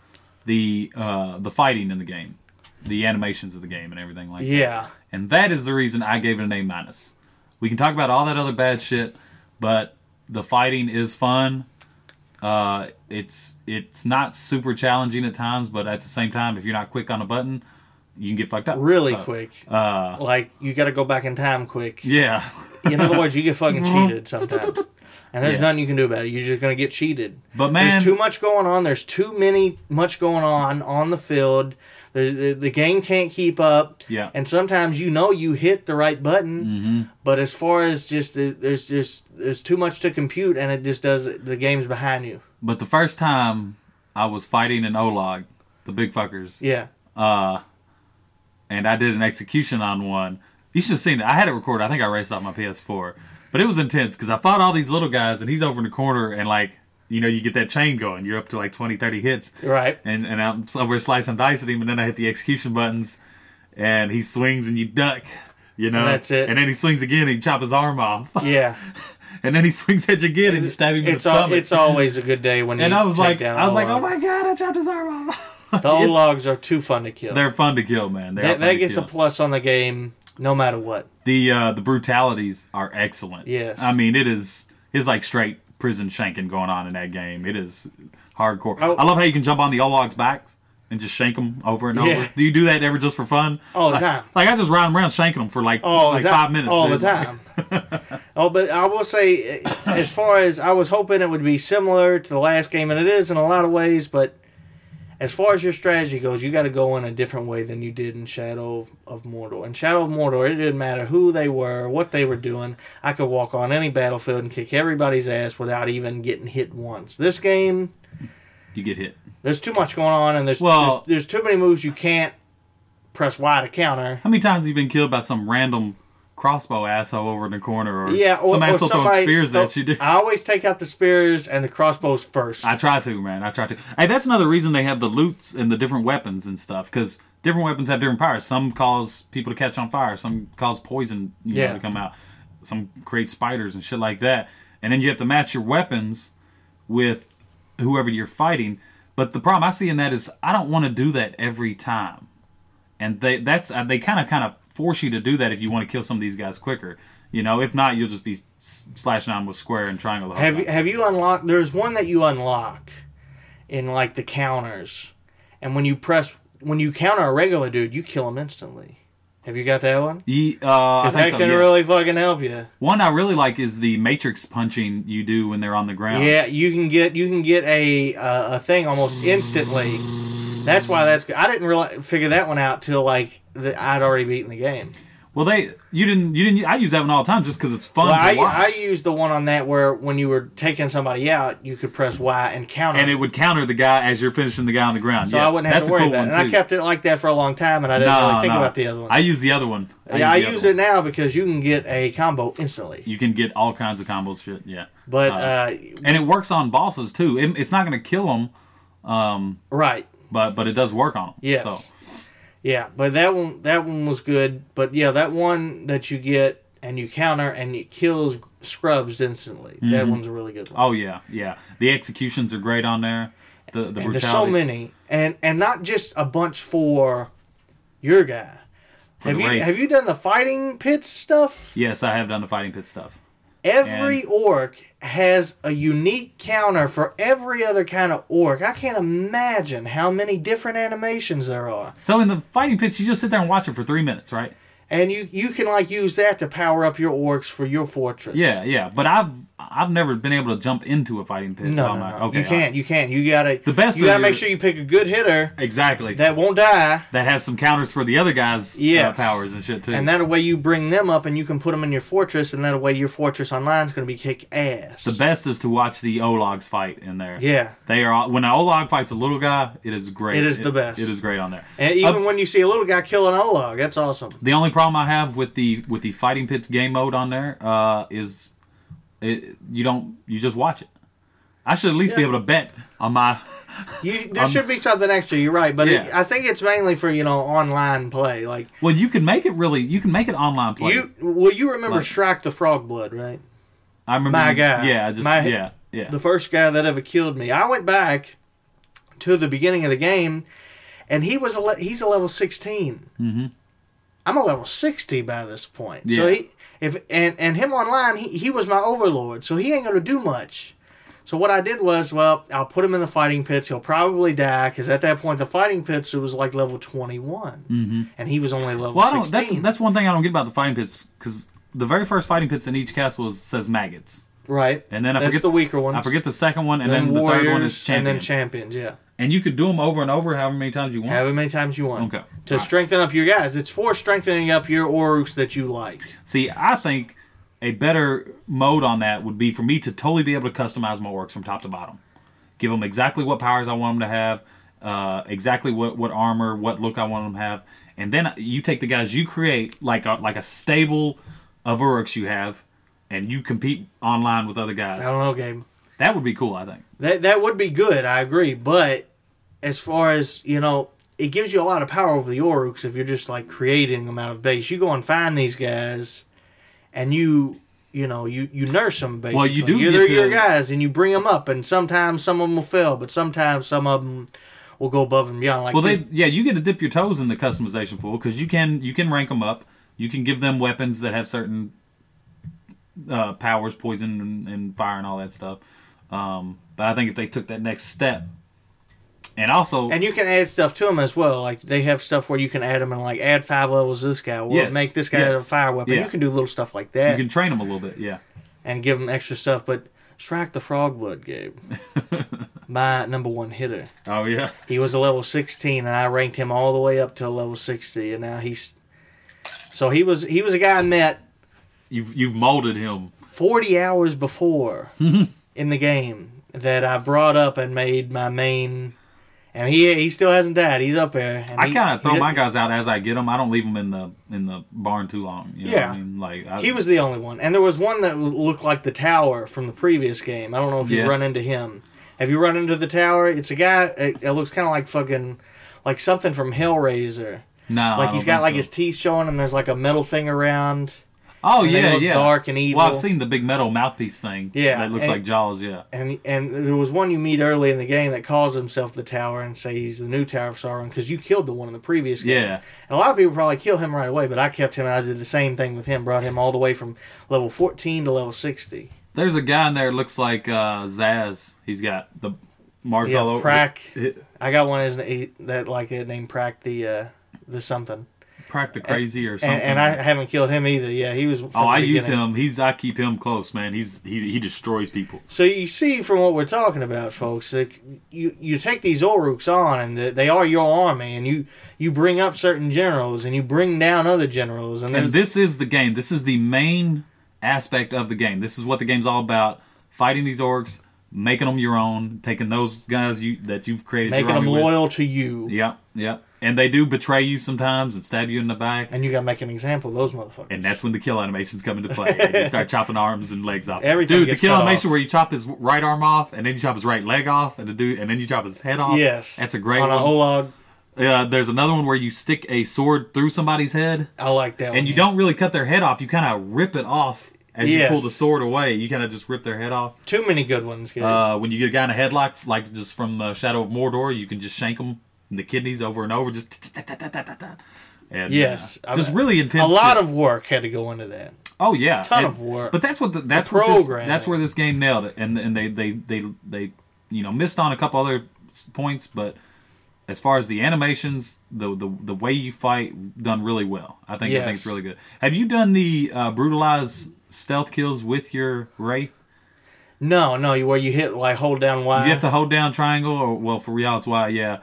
S6: The uh, the fighting in the game, the animations of the game, and everything like that.
S7: Yeah,
S6: And that is the reason I gave it an A minus. We can talk about all that other bad shit, but the fighting is fun. Uh, it's it's not super challenging at times, but at the same time, if you're not quick on a button, you can get fucked up
S7: really
S6: So,
S7: quick.
S6: Uh,
S7: Like you got to go back in time quick.
S6: yeah,
S7: In other words, you get fucking cheated sometimes, and there's
S6: Yeah.
S7: nothing you can do about it. You're just gonna get cheated.
S6: but man,
S7: There's too much going on. There's too many much going on on the field. The, the, the game can't keep up.
S6: Yeah. Mm-hmm.
S7: And sometimes you know you hit the right button, but as far as just the- there's just there's too much to compute, and it just does the game's behind you.
S6: but the first time I was fighting an Olog, the big fuckers,
S7: Yeah.
S6: and I did an execution on one. You should have seen it. I had it recorded. I think I raced off my PS4, but it was intense because I fought all these little guys, and he's over in the corner, and like you know, you get that chain going. You're up to like 20, 30 hits,
S7: Right.
S6: and and I'm over slicing dice at him, and then I hit the execution buttons, and he swings, and you duck. You know,
S7: And that's it.
S6: And then he swings again, and you chop his arm off,
S7: Yeah.
S6: and then he swings at you again, and you stab him in the
S7: It's al-
S6: stomach.
S7: it's always a good day when
S6: and
S7: you
S6: I was
S7: take
S6: like,
S7: down
S6: I was
S7: a
S6: like,
S7: log.
S6: oh my god, I chopped his arm off.
S7: The old logs are too fun to kill.
S6: They're fun to kill, man. They are
S7: That,
S6: fun
S7: that
S6: to
S7: gets
S6: kill.
S7: a plus on the game no matter what.
S6: the uh, the brutalities are excellent.
S7: Yes.
S6: I mean it is it's like straight prison shanking going on in that game. It is hardcore.
S7: Oh.
S6: I love how you can jump on the Olog's backs and just shank them over and
S7: Yeah.
S6: over. Do you do that ever just for fun?
S7: All the
S6: like,
S7: time.
S6: Like I just ride 'em around shanking them for like
S7: all
S6: like
S7: the time.
S6: five minutes
S7: all
S6: dude.
S7: the time. oh, but I will say, eh, as far as I was hoping, it would be similar to the last game, and it is in a lot of ways. But as far as your strategy goes, you got to go in a different way than you did in Shadow of- of Mordor. In Shadow of Mordor, it didn't matter who they were, what they were doing. I could walk on any battlefield and kick everybody's ass without even getting hit once. This game,
S6: You get hit.
S7: there's too much going on, and there's
S6: Well-
S7: there's, there's too many moves you can't press Y to counter.
S6: How many times have you been killed by some random crossbow asshole over in the corner or
S7: Yeah, or,
S6: some
S7: or
S6: asshole throwing
S7: somebody-
S6: spears
S7: so
S6: at you? dude?
S7: I always take out the spears and the crossbows first.
S6: I try to, man. I try to. Hey, that's another reason they have the loots and the different weapons and stuff because different weapons have different powers. Some cause people to catch on fire. Some cause poison you know,
S7: Yeah.
S6: to come out. Some create spiders and shit like that. And then you have to match your weapons with whoever you're fighting. But the problem I see in that is I don't want to do that every time. And they that's uh, they kind of kind of force you to do that if you want to kill some of these guys quicker. You know, if not, you'll just be s- slashing on with square and triangle. The whole
S7: have
S6: time.
S7: you, have you unlocked? There's one that you unlock in like the counters, and when you press when you counter a regular dude, you kill him instantly. Have you got that one?
S6: Ye- uh, I
S7: 'Cause
S6: think
S7: that
S6: so,
S7: can
S6: yes.
S7: really fucking help you.
S6: One I really like is the matrix punching you do when they're on the ground.
S7: Yeah, you can get you can get a uh, a thing almost instantly. That's why that's good. I didn't really figure that one out till like the, I'd already beaten the game.
S6: Well, they you didn't you didn't I use that one all the time just because it's fun
S7: Well,
S6: to
S7: I, I
S6: watch.
S7: used the one on that where when you were taking somebody out, you could press Y and counter.
S6: and it would counter the guy as you're finishing the guy on the ground.
S7: so
S6: yes,
S7: I wouldn't have
S6: that's
S7: to worry
S6: a cool
S7: about it.
S6: one
S7: And
S6: too.
S7: I kept it like that for a long time, and I didn't
S6: No,
S7: really think
S6: no.
S7: about the other one.
S6: I use the other one.
S7: yeah, I
S6: the other
S7: use
S6: one.
S7: it now because you can get a combo instantly.
S6: You can get all kinds of combos, shit. Yeah,
S7: But
S6: Uh,
S7: uh,
S6: and it works on bosses too. It, it's not going to kill them,
S7: right,
S6: but but it does work on them.
S7: yes,
S6: So
S7: yeah. But that one, that one was good. But yeah, that one that you get and you counter and it kills scrubs instantly. That one's a really good one.
S6: oh yeah, yeah. The executions are great on there. The the
S7: And
S6: brutalities.
S7: there's so many, and and not just a bunch for your guy.
S6: for
S7: have
S6: the
S7: you
S6: Wraith.
S7: have you done the fighting pits stuff?
S6: Yes, I have done the fighting pit stuff.
S7: Every
S6: And-
S7: orc has a unique counter for every other kind of orc. I can't imagine how many different animations there are.
S6: So in the fighting pits, you just sit there and watch it for three minutes, right?
S7: and you you can like use that to power up your orcs for your fortress.
S6: Yeah, yeah, but I've I've never been able to jump into a fighting pit.
S7: No,
S6: by
S7: no,
S6: my-
S7: no. you
S6: all right.
S7: can't. You can't. You gotta.
S6: The best
S7: You
S6: of
S7: gotta
S6: your-
S7: make sure you pick a good hitter
S6: Exactly. That,
S7: that won't die,
S6: has some counters for the other guys'
S7: Yes.
S6: uh, powers and shit too.
S7: and that way you bring them up, and you can put them in your fortress, and that way your fortress online is gonna be kick ass.
S6: the best is to watch the Ologs fight in there.
S7: Yeah.
S6: They are all- when an Olog fights a little guy, it is great.
S7: It is the best.
S6: It is great on there.
S7: And even
S6: Uh,
S7: when you see a little guy kill an Olog, that's awesome.
S6: the only problem I have with the with the fighting pits game mode on there uh, is it, you don't you just watch it. I should at least be
S7: Yeah.
S6: able to bet on my
S7: You, there should be something extra. You're right, but it,
S6: Yeah.
S7: I think it's mainly for you know online play. Like
S6: well. You can make it really. You can make it online play.
S7: you, well, you remember
S6: Like-
S7: Shrike the Frog Blood, right?
S6: I remember.
S7: my
S6: you-
S7: guy.
S6: Yeah. I Just
S7: My-
S6: yeah. Yeah.
S7: the first guy that ever killed me. I went back to the beginning of the game, and he was a le- he's a level 16 Mm-hmm. I'm a level sixty by this point. So
S6: Yeah.
S7: he if and and him online he he was my overlord, so he ain't gonna do much. So what I did was, well, I'll put him in the fighting pits. He'll probably die because at that point the fighting pits it was like level twenty mm-hmm. and he was only level
S6: Well, I don't, that's
S7: sixteen.
S6: that's one thing I don't get about the fighting pits because the very first fighting pits in each castle is, says maggots,
S7: right.
S6: and then I
S7: that's
S6: forget
S7: the weaker one.
S6: I forget the second one, and
S7: And
S6: then,
S7: then,
S6: the
S7: warriors,
S6: third one is
S7: and
S6: champions.
S7: then
S6: And,
S7: champions. Yeah.
S6: you could do them over and over, however many times you want.
S7: However many times you want.
S6: Okay.
S7: To strengthen up your guys. It's for strengthening up your orgs that you like.
S6: See, I think a better mode on that would be for me to totally be able to customize my orcs from top to bottom, give them exactly what powers I want them to have, uh, exactly what what armor, what look I want them to have, and then you take the guys you create like a, like a stable of orcs you have, and you compete online with other guys.
S7: I don't know, Gabe.
S6: That would be cool, I think.
S7: That that would be good, I agree. But as far as, you know, it gives you a lot of power over the orgs if you're just like creating them out of base. You go and find these guys and you you know, you, you nurse them basically.
S6: Well, you do
S7: You're
S6: get
S7: they're
S6: to-
S7: your guys, and you bring them up, and sometimes some of them will fail, but sometimes some of them will go above and beyond. Like
S6: Well,
S7: this
S6: they yeah, you get to dip your toes in the customization pool because you can you can rank them up. You can give them weapons that have certain uh, powers, poison and, and fire and all that stuff. Um, but I think if they took that next step, and also
S7: And you can add stuff to them as well. Like they have stuff where you can add them and like add five levels to this guy, or
S6: Yes,
S7: make this guy a
S6: yes,
S7: fire weapon.
S6: yeah.
S7: You can do little stuff like that
S6: you can train them a little bit. Yeah,
S7: and give them extra stuff. But Shrek the Frog Blood, Gabe, my number one hitter.
S6: oh yeah,
S7: He was a level sixteen, and I ranked him all the way up to a level sixty, and now he's. So he was he was a guy I met
S6: you've you've molded him.
S7: forty hours before in the game that I brought up and made my main. And he he still hasn't died. He's up there. and
S6: I
S7: he-
S6: kind of throw
S7: he-
S6: my guys out as I get them. I don't leave them in the in the barn too long. You know
S7: Yeah.
S6: what I mean? like I,
S7: He was the only one, and there was one that looked like the tower from the previous game. I don't know if you
S6: Yeah.
S7: run into him. Have you run into the tower? It's a guy. It, it looks kind of like fucking, like something from Hellraiser.
S6: no, I
S7: Like he's
S6: don't
S7: got
S6: think
S7: like
S6: so.
S7: his teeth showing, and there's like a metal thing around,
S6: oh
S7: and they
S6: yeah
S7: look
S6: yeah
S7: dark and
S6: Well,
S7: evil.
S6: I've seen the big metal mouthpiece thing.
S7: Yeah,
S6: that looks
S7: and-
S6: like jaws. Yeah.
S7: and and there was one you meet early in the game that calls himself the Tower and say he's the new Tower of Sauron because you killed the one in the previous game.
S6: Yeah.
S7: And a lot of people probably kill him right away, but I kept him. and I did the same thing with him. Brought him all the way from level fourteen to level sixty.
S6: There's a guy in there that looks like uh, Zaz. He's got the marks
S7: Yeah,
S6: all over.
S7: Prack.
S6: It-
S7: I got one as an, that like it named Prack the uh, the something.
S6: Prack the crazy or something.
S7: And, and I haven't killed him either. Yeah, he was. from
S6: oh,
S7: the
S6: I use
S7: beginning.
S6: him. He's I keep him close, man. He's he he destroys people.
S7: So you see from what we're talking about, folks, like you you take these Oruks on, and the, they are your army, and you you bring up certain generals, and you bring down other generals, and,
S6: And
S7: there's-
S6: this is the game. This is the main aspect of the game. This is what the game's all about: fighting these orcs, making them your own, taking those guys you that you've created
S7: making
S6: your
S7: them
S6: army with.
S7: loyal to you,
S6: Yep, yep. And they do betray you sometimes and stab you in the back.
S7: and you got to make an example of those motherfuckers.
S6: And that's when the kill animations come into play. and you start chopping arms and legs off.
S7: Everything
S6: dude, the
S7: gets
S6: kill
S7: cut
S6: animation
S7: off.
S6: where you chop his right arm off, and then you chop his right leg off, and the dude, and then you chop his head off.
S7: yes,
S6: that's a great
S7: on
S6: one.
S7: an Olog.
S6: Uh, there's another one where you stick a sword through somebody's head,
S7: I like that one.
S6: and you don't really cut their head off. You kind of rip it off as you
S7: Yes.
S6: pull the sword away. You kind of just rip their head off.
S7: too many good ones. Gabe.
S6: Uh, when you get a guy in a headlock, like just from uh, Shadow of Mordor, you can just shank him in the kidneys over and over, just. t-t-t-t-t-t-t-t. And,
S7: Yes,
S6: uh,
S7: I-
S6: just really intense.
S7: a lot
S6: shit.
S7: of work had to go into that.
S6: Oh yeah,
S7: Ton
S6: And-
S7: of work.
S6: But that's what the, that's what this,
S7: programming.
S6: that's where this game nailed it, and and they they they they you know missed on a couple other s- points, but as far as the animations, the the, the way you fight, done really well. I think I think
S7: Yes.
S6: it's really good. Have you done the uh, brutalized stealth kills with your wraith?
S7: No, no, you where you hit like hold down Y.
S6: You have to hold down triangle, or well, for real, it's why, yeah.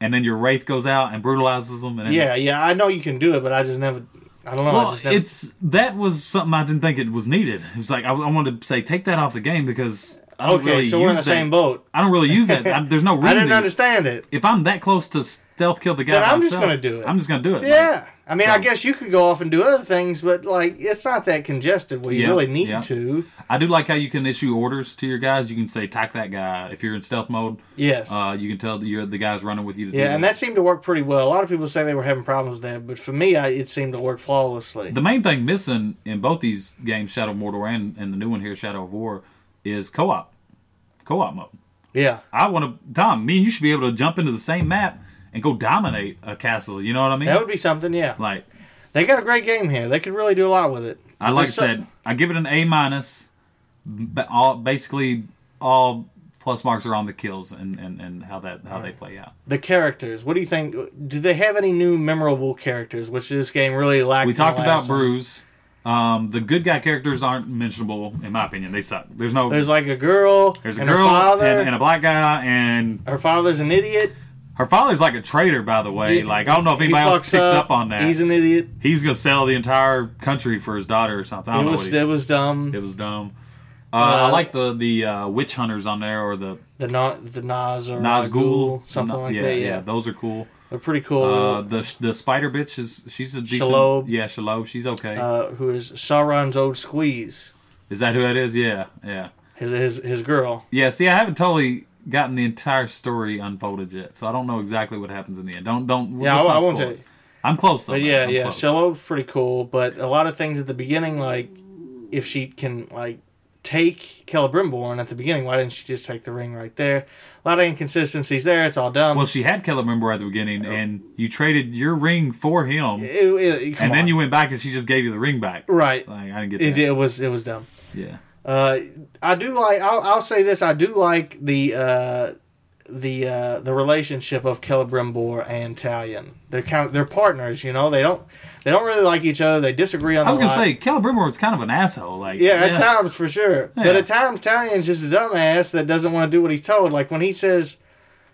S6: And then your wraith goes out and brutalizes them. And then-
S7: yeah, yeah, I know you can do it, but I just never. I don't know. Oh, I
S6: Well,
S7: just never,
S6: it's that was something I didn't think it was needed. It was like I, I wanted to say take that off the game because I don't
S7: okay.
S6: really
S7: so we're in
S6: use
S7: the
S6: that.
S7: same boat.
S6: I don't really use that. I, there's no reason.
S7: I
S6: to
S7: didn't
S6: use-
S7: understand it.
S6: If I'm that close to stealth kill the guy,
S7: Then I'm just
S6: myself,
S7: gonna do it.
S6: I'm just gonna do it.
S7: Yeah, I mean, I
S6: so-
S7: guess you could go off and do other things, but like it's not that congested where you
S6: Yeah,
S7: really need
S6: yeah.
S7: to.
S6: Like, I do like how you can issue orders to your guys. You can say attack that guy if you're in stealth mode.
S7: Yes.
S6: Uh, you can tell that you're the guy's running with you. To do
S7: yeah, and
S6: that.
S7: that seemed to work pretty well. A lot of people say they were having problems there, but for me, I, it seemed to work flawlessly.
S6: The main thing missing in both these games, Shadow of Mordor and, and the new one here, Shadow of War, is co-op, co-op mode.
S7: yeah,
S6: I want to, Tom. Me and you should be able to jump into the same map and go dominate a castle. You know what I mean?
S7: that would be something. Yeah,
S6: like
S7: they got a great game here. They could really do a lot with it.
S6: I like I
S7: There's so-
S6: said, I give it an A minus. But all basically all plus marks are on the kills and and, and how that how they play out.
S7: the characters. What do you think? Do they have any new memorable characters? Which this game really lacked.
S6: We
S7: in the
S6: talked
S7: last
S6: about
S7: one.
S6: Bruise. Um, the good guy characters aren't mentionable in my opinion. They suck. There's no there's,
S7: There's like a girl.
S6: a
S7: and her
S6: girl
S7: father.
S6: and, and a black guy and
S7: her father's an idiot.
S6: her father's like a traitor by the way.
S7: He-
S6: like I don't know if
S7: he
S6: anybody else
S7: fucks
S6: picked up, on that.
S7: He's an idiot.
S6: He's gonna sell the entire country for his daughter or something. I
S7: It
S6: don't know
S7: was
S6: what
S7: it
S6: he's,
S7: was dumb.
S6: it was dumb. Uh,
S7: Uh,
S6: I like the the uh, witch hunters on there or the
S7: the Na, the Nas or
S6: Nazgul,
S7: something
S6: Na-
S7: like
S6: yeah,
S7: that. Yeah,
S6: yeah, those are cool.
S7: they're pretty cool.
S6: Uh,
S7: Uh,
S6: the the spider bitch is she's a decent.
S7: Shalob. Uh,
S6: Yeah, Shalob. She's okay.
S7: who is Sauron's old squeeze?
S6: is that who that is? Yeah, yeah,
S7: His his his girl.
S6: yeah. See, I haven't totally gotten the entire story unfolded yet, so I don't know exactly what happens in the end. Don't don't.
S7: Yeah, I,
S6: let's not
S7: I
S6: spoil
S7: won't tell
S6: it.
S7: you.
S6: I'm close though.
S7: But
S6: man.
S7: yeah,
S6: I'm
S7: yeah,
S6: close.
S7: Shellow's pretty cool. But a lot of things at the beginning, like if she can like take Celebrimborn at the beginning, why didn't she just take the ring right there? A lot of inconsistencies there. It's all dumb.
S6: Well, she had Celebrimbor at the beginning, and you traded your ring for him,
S7: It- it- come
S6: and then
S7: on.
S6: you went back, and she just gave you the ring back.
S7: right.
S6: Like I didn't get that.
S7: It, it was it was dumb.
S6: Yeah.
S7: Uh, I do like. I'll, I'll say this. I do like the uh, the uh, the relationship of Celebrimbor and Talion. They're kind of they're partners. You know, they don't they don't really like each other. They disagree on.
S6: I was
S7: a
S6: gonna
S7: lot.
S6: say Celebrimbor was kind of an asshole. Like
S7: Yeah, at times for sure. But
S6: Yeah.
S7: at times Talion's just a dumbass that doesn't want to do what he's told. Like when he says,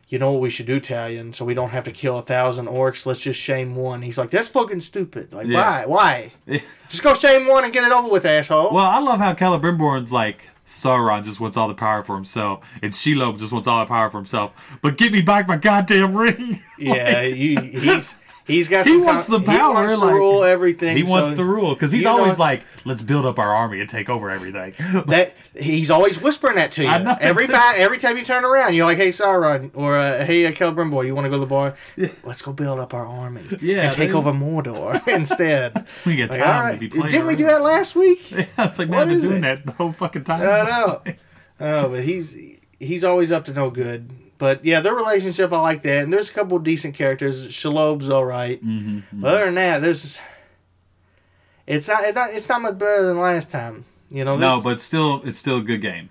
S7: "You know what we should do, Talion, so we don't have to kill a thousand orcs. Let's just shame one." He's like, "That's fucking stupid. Like
S6: Yeah.
S7: why? Why?
S6: Yeah.
S7: Just go shame one and get it over with, asshole."
S6: Well, I love how Celebrimborn's like Sauron just wants all the power for himself, and Shelob just wants all the power for himself. But get me back my goddamn ring.
S7: Yeah,
S6: Like,
S7: you, he's he's got.
S6: He
S7: some
S6: wants the
S7: He
S6: power,
S7: wants to
S6: like-
S7: rule everything.
S6: he wants
S7: so
S6: to rule because he's
S7: you know
S6: always
S7: what-
S6: like, "Let's build up our army and take over everything."
S7: That he's always whispering that to you.
S6: I know.
S7: every time, every time you turn around, you're like, "Hey, Sauron," or uh, "Hey, uh, Celebrimboy, you want to go to the bar? Let's go build up our army
S6: Yeah,
S7: and take
S6: they-
S7: over Mordor instead."
S6: we get
S7: Like,
S6: time
S7: all right,
S6: to be playing.
S7: didn't we do
S6: around.
S7: that last week?
S6: it's like man,
S7: What
S6: I've been
S7: is
S6: doing
S7: it? Uh,
S6: that the whole fucking time.
S7: I don't know. Oh, but he's he's always up to no good. But yeah, their relationship I like that, and there's a couple decent characters. Shalob's all right.
S6: Mm-hmm,
S7: But other than that, there's it's not, it's not it's not much better than last time. You know,
S6: No,
S7: there's-
S6: but still, it's still a good game.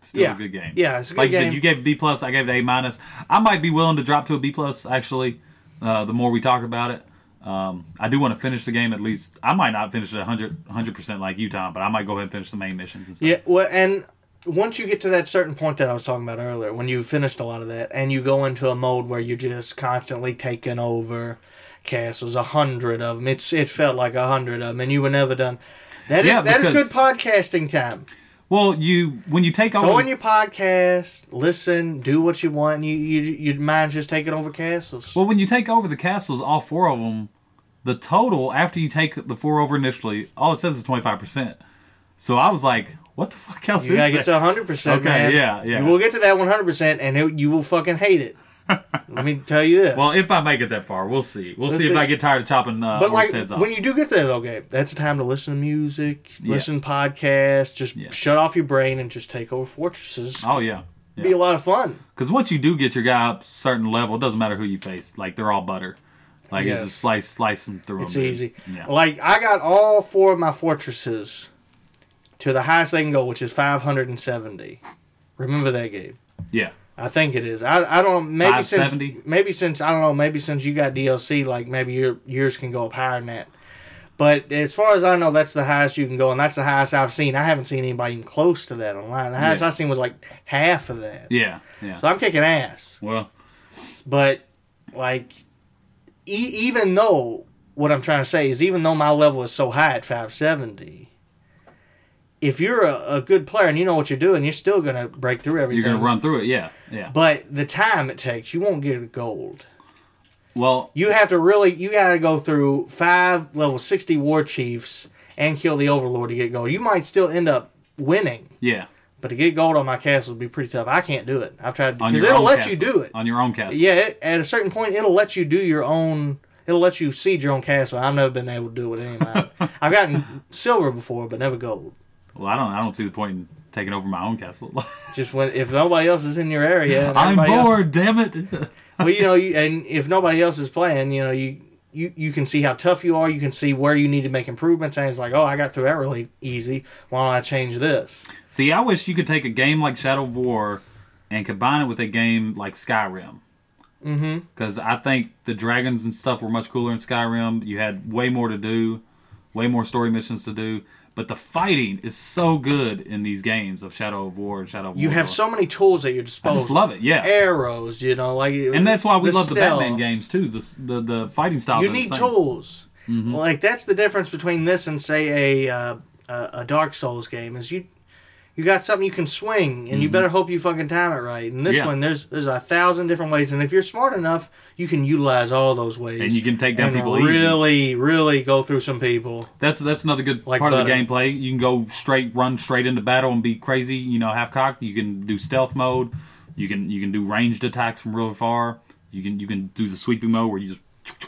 S6: Still
S7: Yeah.
S6: a good game.
S7: Yeah, it's a good
S6: like you
S7: game.
S6: said, you gave it B plus. I gave it A minus. I might be willing to drop to a B plus actually. Uh, the more we talk about it, um, I do want to finish the game at least. I might not finish it 100 percent like you, Tom, but I might go ahead and finish the main missions and stuff.
S7: yeah, well, and once you get to that certain point that I was talking about earlier, when you've finished a lot of that, and you go into a mode where you're just constantly taking over castles, a hundred of them. It's it felt like a hundred of them, and you were never done. That is
S6: Yeah,
S7: that is
S6: because-
S7: good podcasting time.
S6: Well, you when you take
S7: Go
S6: over,
S7: on your podcast, listen, do what you want. You you your mind's just taking over castles.
S6: well when you take over the castles, all four of them, the total after you take the four over initially, all it says is 25 percent. So I was like, what the fuck else
S7: you
S6: is
S7: gotta get
S6: that?
S7: to hundred percent.
S6: Okay, yeah, yeah.
S7: You will get to that one hundred percent, and it, you will fucking hate it. Let me tell you this.
S6: Well, if I make it that far, we'll see. We'll
S7: Let's
S6: see, if
S7: see.
S6: I get tired of chopping uh,
S7: but like
S6: orcs' heads off.
S7: when you do get there, though, Gabe, that's the time to listen to music, listen to podcasts, just
S6: Yeah.
S7: shut off your brain and just take over fortresses.
S6: oh yeah. yeah.
S7: It'd Be a lot of fun.
S6: Because once you do get your guy up a certain level, it doesn't matter who you face. Like they're all butter. Like
S7: Yes.
S6: it's just slice, slice them through.
S7: It's
S6: 'em, dude.
S7: easy.
S6: Oh,
S7: Oh.
S6: Yeah.
S7: Like I got all four of my fortresses to the highest they can go, which is five hundred and seventy. Remember that, Gabe.
S6: yeah.
S7: I think it is. I, I don't maybe since
S6: 570?
S7: maybe since I don't know maybe since you got DLC like maybe your yours can go up higher than that. But as far as I know, that's the highest you can go, and that's the highest I've seen. I haven't seen anybody even close to that online. The highest
S6: Yeah.
S7: I've seen was like half of that.
S6: Yeah, yeah.
S7: So I'm kicking ass.
S6: well,
S7: But like, e- even though what I'm trying to say is, even though my level is so high at 570, if you're a, a good player and you know what you're doing, you're still gonna break through everything.
S6: you're gonna run through it. Yeah, yeah.
S7: But the time it takes, you won't get a gold.
S6: well,
S7: You have to really, you gotta go through five level 60 war chiefs and kill the overlord to get gold. You might still end up winning.
S6: yeah.
S7: But to get gold on my castle would be pretty tough. I can't do it. I've tried
S6: On
S7: because
S6: your
S7: it'll
S6: own
S7: let
S6: castle.
S7: you do it.
S6: on your own castle.
S7: Yeah, it, at a certain point, it'll let you do your own. It'll let you seed your own castle. I've never been able to do it with anybody. I've gotten silver before, but never gold.
S6: Well, I don't. I don't see the point in taking over my own castle.
S7: Just when if nobody else is in your area, and
S6: I'm
S7: everybody else-
S6: bored. Damn it.
S7: well, you know, you, and if nobody else is playing, you know, you, you you can see how tough you are. You can see where you need to make improvements. And it's like, oh, I got through that really easy. Why don't I change this?
S6: see, I wish you could take a game like Shadow of War and combine it with a game like Skyrim.
S7: Mm-hmm.
S6: Because I think the dragons and stuff were much cooler in Skyrim. You had way more to do, way more story missions to do. But the fighting is so good in these games of Shadow of War and Shadow of
S7: You have
S6: Mordor.
S7: so many tools at your
S6: I
S7: disposal.
S6: just love it, yeah.
S7: Arrows, you know, like
S6: and that's why we love the Batman
S7: stealth.
S6: games too. The s- the, the fighting styles.
S7: You
S6: are the
S7: need
S6: same. Mm-hmm.
S7: tools. Like that's the difference between this and say a uh, a a Dark Souls game is you you got something you can swing and you better hope you fucking time it right. And this
S6: Mm-hmm. Yeah.
S7: one there's there's a thousand different ways and if you're smart enough you can utilize all those ways
S6: And you can take down
S7: and
S6: people easy.
S7: really really go through some people.
S6: That's that's another good
S7: Like
S6: part of the
S7: butter.
S6: gameplay. You can go straight, run straight into battle and be crazy. You know, half cocked. You can do stealth mode. You can you can do ranged attacks from real far. You can you can do the sweeping mode where you just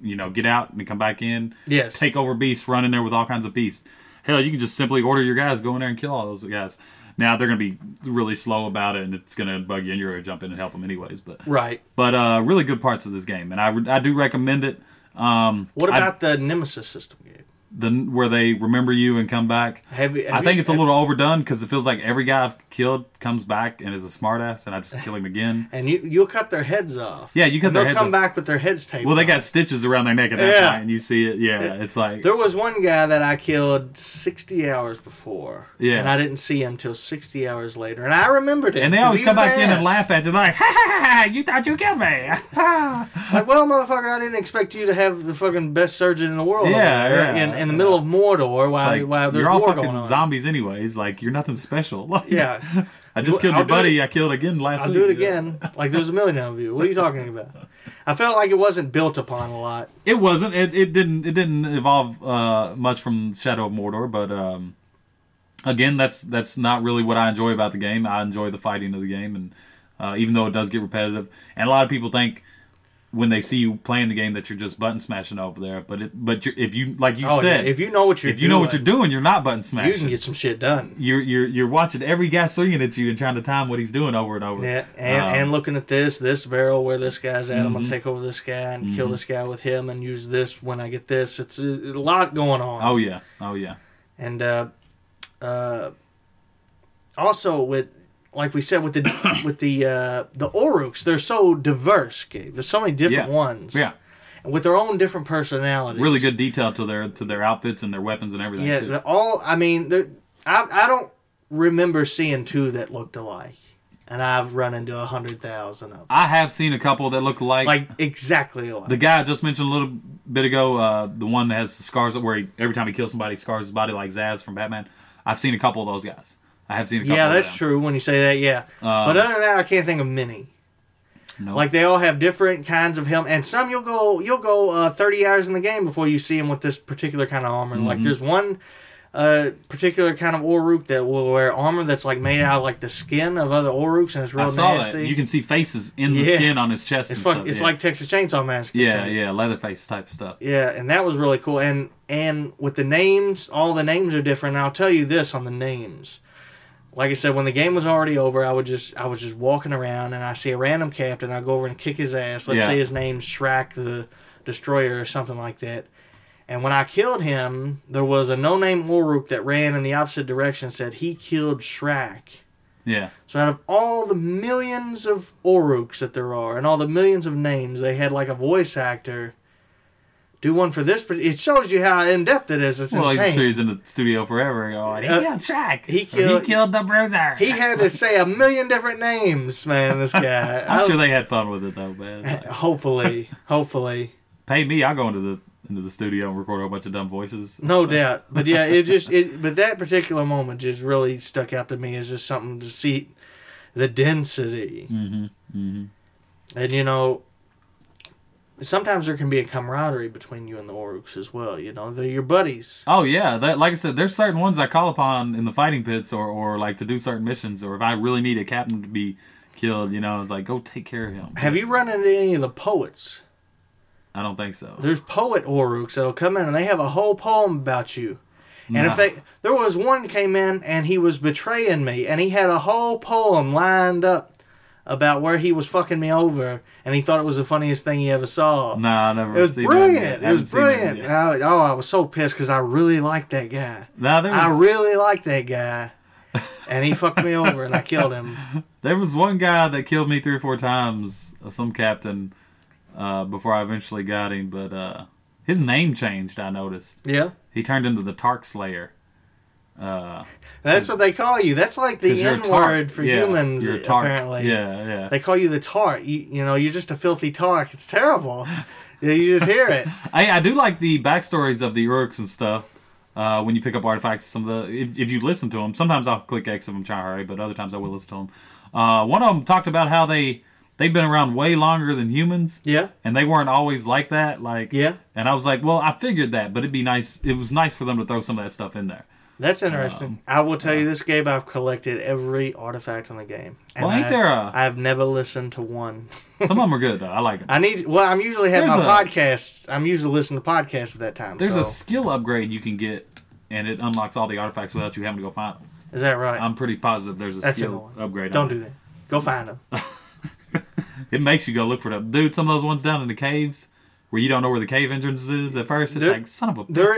S6: you know get out and come back in.
S7: Yes.
S6: Take over beasts. Run in there with all kinds of beasts. Hell, you can just simply order your guys go in there and kill all those guys. Now they're gonna be really slow about it, and it's gonna bug you, and you're gonna jump in and help them anyways. But
S7: Right.
S6: but uh, really good parts of this game, and I re- I do recommend it. Um,
S7: What
S6: I-
S7: about the Nemesis system game?
S6: the where they remember you and come back.
S7: Have you- have
S6: I think
S7: you-
S6: it's a little overdone because it feels like every guy I've killed comes back and is a smartass, and I just kill him again.
S7: And you you'll cut their heads off.
S6: Yeah, you cut
S7: And
S6: their
S7: they'll
S6: heads
S7: come
S6: off.
S7: back with their heads taped.
S6: Well, they
S7: off.
S6: got stitches around their neck at that
S7: Yeah.
S6: point, and you see it. Yeah, it's like
S7: There was one guy that I killed 60 hours before.
S6: Yeah.
S7: And I didn't see him till 60 hours later. And I remembered it.
S6: and they
S7: 'cause
S6: always
S7: he
S6: come
S7: was
S6: back in
S7: ass.
S6: and laugh at you, like, "Ha ha ha! ha, You thought you killed me? Ha, ha."
S7: Like, well, motherfucker, I didn't expect you to have the fucking best surgeon in the world.
S6: Yeah,
S7: over there
S6: yeah,
S7: in, in the
S6: yeah.
S7: middle of Mordor while,
S6: Like,
S7: while there's
S6: you're all
S7: war going
S6: fucking
S7: on.
S6: zombies, anyways. Like you're nothing special. Like,
S7: Yeah.
S6: I just
S7: Well,
S6: killed
S7: I'll
S6: your
S7: do
S6: buddy. I killed again last
S7: I'll
S6: week.
S7: do it
S6: you know?
S7: again. Like, there's a million of you. What are you talking about? I felt like it wasn't built upon a lot.
S6: It wasn't. It, it didn't. It didn't evolve uh, much from Shadow of Mordor, but um, again, that's that's not really what I enjoy about the game. I enjoy the fighting of the game, and uh, even though it does get repetitive, and a lot of people think when they see you playing the game that you're just button smashing over there, but it, but you're, if you like you
S7: Oh,
S6: said,
S7: yeah. If you know what you're
S6: if you know what you're
S7: doing,
S6: doing, you're not button
S7: you can
S6: smashing.
S7: get some shit done.
S6: You're you're you're watching every guy swinging at you and trying to time what he's doing over and over.
S7: Yeah, and,
S6: Um, Mm-hmm.
S7: and looking at this, this barrel where this guy's at, I'm gonna take over this guy and kill this guy with him, and use this when I get this. It's a, a lot going on.
S6: oh yeah, oh yeah,
S7: and uh, uh, also with, like we said, with the with the uh, the Oruks, they're so diverse. Gabe. There's so many different
S6: Yeah.
S7: ones.
S6: yeah.
S7: with their own different personalities.
S6: Really good detail to their to their outfits and their weapons and everything.
S7: Yeah,
S6: too.
S7: they're all. I mean, they're- I I don't remember seeing two that looked alike, and I've run into a hundred thousand of them.
S6: I have seen a couple that look like,
S7: Like exactly alike.
S6: the guy I just mentioned a little bit ago, uh, the one that has the scars where he, every time he kills somebody, he scars his body like Zaz from Batman. I've seen a couple of those guys. I have seen a couple
S7: Yeah,
S6: of
S7: that's
S6: them. Um,
S7: true when you say that, yeah. but other than that, I can't think of many.
S6: No.
S7: Like they all have different kinds of helmet, and some you'll go you'll go uh, thirty hours in the game before you see them with this particular kind of armor.
S6: Mm-hmm.
S7: Like there's one uh, particular kind of Oruk that will wear armor that's like made out of like the skin of other Oruks, and it's real
S6: I saw
S7: nasty.
S6: that. You can see faces in the
S7: Yeah.
S6: skin on his chest.
S7: it's
S6: and
S7: fuck,
S6: stuff.
S7: it's
S6: yeah.
S7: like Texas Chainsaw Massacre.
S6: yeah,
S7: type.
S6: yeah, Leatherface type stuff.
S7: yeah, and that was really cool. And and with the names, all the names are different. And I'll tell you this on the names. Like I said, when the game was already over, I would just I was just walking around and I see a random captain. I go over and kick his ass. Let's
S6: Yeah.
S7: say his name's Shrek the Destroyer or something like that. And when I killed him, there was a no name Oruk that ran in the opposite direction. and Said he killed Shrek.
S6: Yeah.
S7: So out of all the millions of Oruks that there are, and all the millions of names, they had like a voice actor do one for this. But it shows you how in depth it is. It's
S6: well, I'm sure
S7: insane.
S6: he's in the studio forever. Going, he
S7: Uh,
S6: killed Shaq.
S7: he
S6: Or,
S7: killed-
S6: He killed the Bruiser.
S7: He had to say a million different names, man. This guy.
S6: I'm
S7: I-
S6: sure they had fun with it though, man. Like,
S7: Hopefully, hopefully,
S6: pay me, I'll go into the into the studio and record a bunch of dumb voices.
S7: no doubt. But yeah, it just it. But that particular moment just really stuck out to me as just something to see the density.
S6: Mm-hmm. Mm-hmm.
S7: And you know, sometimes there can be a camaraderie between you and the Oruks as well. You know, they're your buddies.
S6: Oh yeah, that like I said, there's certain ones I call upon in the fighting pits or or like to do certain missions or if I really need a captain to be killed, you know, it's like go take care of him.
S7: Have you
S6: Yes.
S7: run into any of the poets?
S6: I don't think so.
S7: There's poet Oruks that'll come in and they have a whole poem about you. And
S6: No.
S7: if they, there was one that came in and he was betraying me, and he had a whole poem lined up about where he was fucking me over, and he thought it was the funniest thing he ever saw.
S6: No, I never.
S7: It was
S6: seen that yet.
S7: brilliant.
S6: I
S7: It
S6: haven't
S7: was
S6: seen that
S7: brilliant.
S6: yet.
S7: I, oh, I was so pissed because I really liked that guy.
S6: No, there was.
S7: I really like that guy. And he fucked me over and I killed him.
S6: There was one guy that killed me three or four times, uh, some captain, uh, before I eventually got him. But uh, his name changed. I noticed
S7: Yeah.
S6: he turned into the Tark Slayer.
S7: That's what they call you. That's like
S6: 'Cause
S7: the
S6: you're a
S7: N
S6: Tark.
S7: word for
S6: Yeah,
S7: humans,
S6: you're a Tark.
S7: apparently.
S6: Yeah, yeah.
S7: They call you the tark. You, you know, you're just a filthy tark. It's terrible. You- you just hear it.
S6: I, I do like the backstories of the Uruks and stuff. Uh, when you pick up artifacts, some of the if, if you listen to them, sometimes I'll click X if I'm trying to hurry, but other times I will listen to them. Uh, one of them talked about how they they've been around way longer than humans.
S7: Yeah.
S6: and they weren't always like that. Like
S7: Yeah.
S6: and I was like, well, I figured that, but it'd be nice. It was nice for them to throw some of that stuff in there.
S7: That's interesting.
S6: Um,
S7: I will tell you this game, I've collected every artifact in the game. And
S6: Well, ain't
S7: I,
S6: there a-
S7: I've never listened to one.
S6: Some of them are good though. I like them.
S7: I need, well, I'm usually have
S6: There's
S7: my
S6: a-
S7: podcasts. I'm usually listening to podcasts at that time.
S6: There's
S7: so.
S6: a skill upgrade you can get, and it unlocks all the artifacts without you having to go find them.
S7: Is that right?
S6: I'm pretty positive there's a
S7: That's
S6: skill
S7: annoying.
S6: upgrade.
S7: Don't
S6: on
S7: do
S6: it.
S7: that. Go find them.
S6: It makes you go look for them, dude. Some of those ones down in the caves where you don't know where the cave entrance is at first. It's
S7: There-
S6: like son of a bitch.
S7: there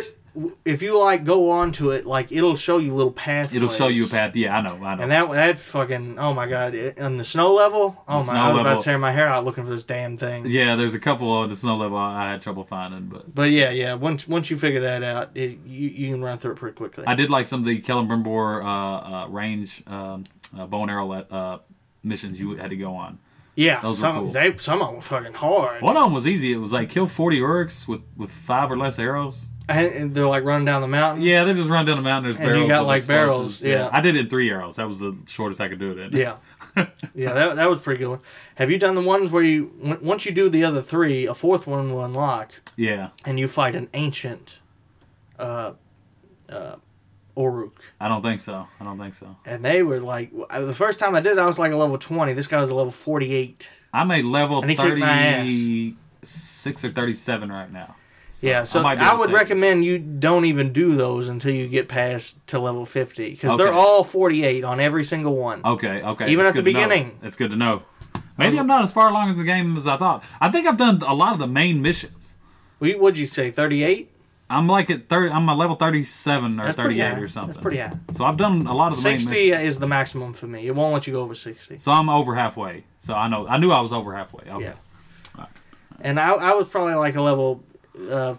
S7: if you like go on to it like it'll show you little paths
S6: It'll show you a path. Yeah, I know. I know.
S7: and that that fucking oh my god it, on the snow level oh my
S6: snow
S7: i was about
S6: level.
S7: to tear my hair out looking for this damn thing
S6: yeah, there's a couple on the snow level I I had trouble finding, but
S7: but yeah yeah once once you figure that out it, you, you can run through it pretty quickly
S6: I did like some of the Kellenbrimbor uh, uh, range um, uh, bow and arrow let, uh, missions you had to go on.
S7: yeah
S6: those were
S7: some
S6: cool.
S7: they some of them were fucking hard
S6: One of them was easy. It was like kill 40 orcs with, with five or less arrows.
S7: and, and they're like running down the mountain
S6: Yeah, they just run down the mountain. There's
S7: And you
S6: barrels.
S7: got,
S6: of
S7: like,
S6: explosives.
S7: barrels, yeah.
S6: I did it in three arrows. That was the shortest I could do it in.
S7: yeah yeah that, that was a pretty good one have you done the ones where you on- once you do the other three a fourth one will unlock
S6: Yeah.
S7: and you fight an ancient uh uh oruk
S6: I don't think so. I don't think so.
S7: and they were like I- the first time i did it, i was like a level 20 this guy was a level 48
S6: I am a level
S7: And he kicked my ass.
S6: 36 or 37 right now.
S7: yeah so
S6: might
S7: i,
S6: be able to
S7: would
S6: take it.
S7: recommend you don't even do those until you get past to level 50 because
S6: Okay.
S7: they're all 48 on every single one
S6: Okay, okay.
S7: Even
S6: It's
S7: at the
S6: good to know.
S7: beginning.
S6: It's good to know. Maybe I'm not as far along as the game as I thought. I think I've done a lot of the main missions.
S7: We what'd you say 38
S6: I'm like at 30. I'm a level 37 or
S7: That's pretty
S6: 38
S7: high.
S6: or something.
S7: That's pretty high.
S6: So I've done a lot of the main
S7: 60
S6: missions.
S7: is the maximum for me it won't let you go over 60
S6: So I'm over halfway. So I know. I knew I was over halfway. Okay.
S7: yeah and I, I was probably like a level uh,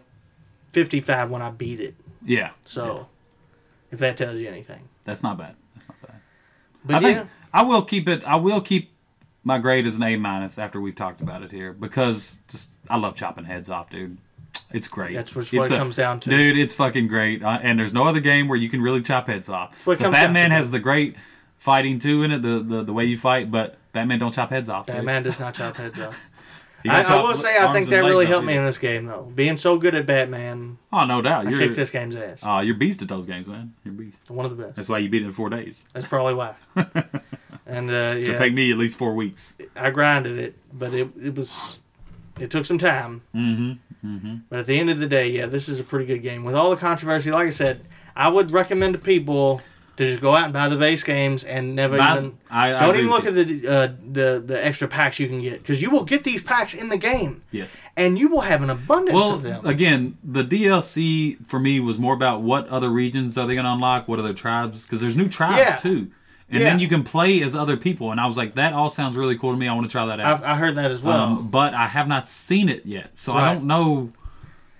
S7: 55 when i beat it
S6: Yeah.
S7: so if that tells you anything
S6: That's not bad. That's not bad.
S7: but
S6: I
S7: yeah
S6: think I will keep it. I will keep my grade as an A minus after we've talked about it here because just I love chopping heads off, dude. It's great.
S7: That's what-
S6: It's
S7: what it comes down to.
S6: dude. It's fucking great, uh, and there's no other game where you can really chop heads off.
S7: what it
S6: the
S7: comes down
S6: Batman
S7: to.
S6: has the great fighting too in it, the, the the way you fight, but Batman don't chop heads off. dude.
S7: that man does not chop heads off
S6: He
S7: I,
S6: don't
S7: I
S6: chop
S7: will say I
S6: arms
S7: think
S6: and
S7: that
S6: legs
S7: really
S6: off
S7: helped me
S6: either.
S7: in this game though. Being so good at Batman,
S6: Oh no doubt,
S7: I
S6: you're
S7: kicked this game's ass.
S6: uh, you're beast at those games, man. You're beast.
S7: One of the best.
S6: That's why you beat it in four days.
S7: That's probably why. and uh,
S6: It'll
S7: yeah,
S6: take me at least four weeks.
S7: I grinded it, but it it was it took some time. Mm-hmm. Mm-hmm. But at the end of the day, yeah, this is a pretty good game with all the controversy. Like I said, I would recommend to people to just go out and buy the base games and never
S6: Buy-
S7: even
S6: I- I
S7: don't
S6: agree
S7: even
S6: with
S7: look at the uh, the the extra packs you can get because you will get these packs in the game.
S6: Yes.
S7: And you will have an abundance
S6: well,
S7: of them.
S6: again, the DLC for me was more about what other regions are they going to unlock, what other tribes, because there's new tribes
S7: Yeah.
S6: too, and
S7: Yeah.
S6: then you can play as other people. And I was like, that all sounds really cool to me. I want to try that out.
S7: I, I heard that as well.
S6: um, but I have not seen it yet, so I
S7: uh, Right.
S6: don't know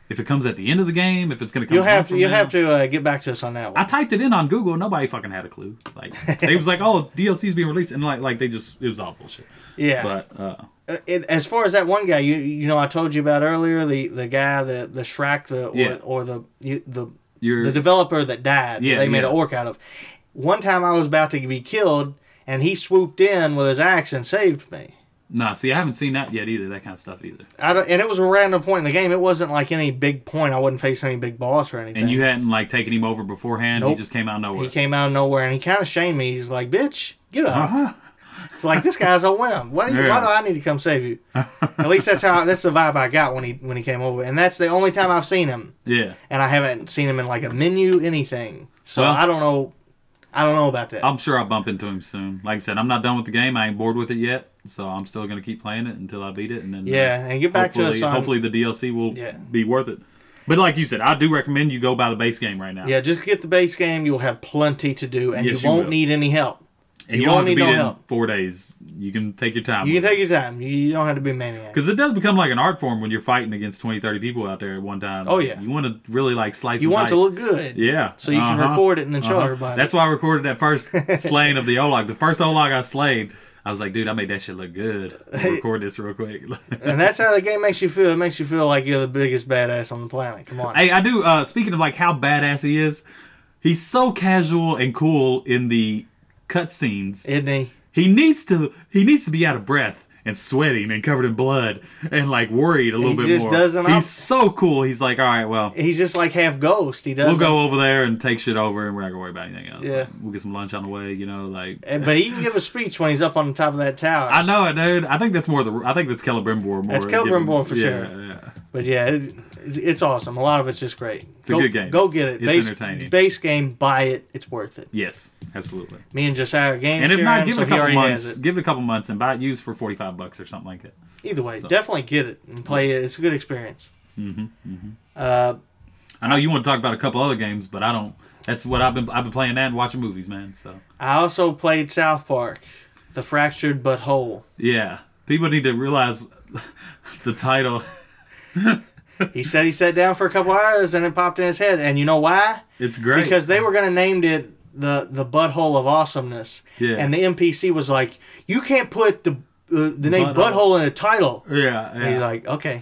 S6: if it comes at the end of the game, if it's going to come.
S7: you'll have
S6: out
S7: to
S6: from
S7: you'll
S6: now.
S7: have to uh, get back to us on that
S6: I
S7: one.
S6: typed it in on Google. Nobody fucking had a clue. Like they was like, "Oh, DLC's being released," and like, like they just it was all bullshit.
S7: yeah.
S6: But uh,
S7: Uh, it, as far as that one guy, you you know I told you about earlier, the the guy the the Shrek the or,
S6: Yeah.
S7: or the you, the
S6: Your-
S7: the developer that died.
S6: Yeah,
S7: Yeah, they made
S6: yeah.
S7: an orc out of. One time I was about to be killed, and he swooped in with his axe and saved me.
S6: nah, see, I haven't seen that yet either. That kind of stuff either.
S7: I don't, and it was a random point in the game. It wasn't like any big point. I wasn't facing any big boss or anything.
S6: And you hadn't like taken him over beforehand. He
S7: Nope.
S6: just came out of nowhere.
S7: He came out of nowhere and he kind of shamed me. He's like, "Bitch, get up!" It's like this guy's a whim. Why do, you,
S6: Uh-huh. Yeah.
S7: why do I need to come save you? At least that's how that's the vibe I got when he when he came over, and that's the only time I've seen him,
S6: yeah,
S7: and I haven't seen him in like a menu anything. So
S6: Well-
S7: I don't know. I don't know about that.
S6: I'm sure I'll bump into him soon. Like I said, I'm not done with the game. I ain't bored with it yet, so I'm still gonna keep playing it until I beat it. And then uh,
S7: Yeah, and get back to us
S6: hopefully,
S7: on-
S6: hopefully the DLC will
S7: Yeah.
S6: be worth it. But like you said, I do recommend you go buy the base game right now.
S7: yeah, just get the base game. You'll have plenty to do, and
S6: Yes, you
S7: you won't
S6: will.
S7: need any help.
S6: and you,
S7: you
S6: don't have
S7: won't
S6: to
S7: need
S6: beat
S7: no
S6: it in
S7: help.
S6: four days. You can take your time.
S7: You
S6: with
S7: can
S6: it.
S7: take your time. You- You don't have to be a maniac.
S6: Because it does become like an art form when you're fighting against 20, 30 people out there at one time.
S7: Oh, yeah.
S6: You want to really like slice
S7: You
S6: and
S7: want it to
S6: dice.
S7: look good.
S6: Yeah.
S7: So you can
S6: Uh-huh.
S7: record it and then show
S6: Uh-huh.
S7: everybody.
S6: That's why I recorded that first slaying of the Olog. The first Olog I slayed, I was like, dude, I made that shit look good. I'll record this real quick.
S7: and that's how the game makes you feel. It makes you feel like you're the biggest badass on the planet. Come on.
S6: hey, I do. Uh, speaking of like how badass he is, he's so casual and cool in the cutscenes.
S7: Isn't he?
S6: He needs to. He needs to be out of breath and sweating and covered in blood and like worried a little bit
S7: just
S6: more.
S7: doesn't-
S6: He's so cool. He's like, all right, well,
S7: He's just like half ghost. He
S6: we'll
S7: doesn't.
S6: go over there and take shit over, and we're not gonna worry about anything else.
S7: Yeah.
S6: Like, we'll get some lunch on the way. You know, like
S7: And- Eh, But he can give a speech when he's up on the top of that tower.
S6: I know it, dude. I think that's more the. I think that's Celebrimbor more.
S7: That's Celebrimbor for
S6: yeah,
S7: sure.
S6: Yeah.
S7: but yeah, it, it's, it's awesome. A lot of it's just great. It's
S6: a
S7: go,
S6: good game.
S7: Go get it.
S6: It's
S7: base,
S6: entertaining.
S7: Base game, buy it. It's worth it.
S6: Yes, absolutely.
S7: Me and Josiah are game
S6: And if
S7: sharing,
S6: not, give
S7: so
S6: it a
S7: he
S6: couple
S7: already
S6: months.
S7: has it.
S6: Give it a couple months and buy it used for forty five bucks or something like that.
S7: Either way,
S6: So.
S7: definitely get it and play it. It's a good experience. Mm-hmm,
S6: I know you want to talk about a couple other games, but I don't. That's what I've been. I've been playing that and watching movies, man. So
S7: Uh, I also played South Park, The Fractured But Whole.
S6: yeah, people need to realize the title.
S7: He said he sat down for a couple hours and it popped in his head. And you know why?
S6: It's great
S7: Because they were going to name it the the butthole of awesomeness.
S6: Yeah.
S7: And the NPC was like, "You can't put the uh, the, the name
S6: Butthole.
S7: butthole in a title."
S6: yeah, yeah.
S7: And he's like, "Okay,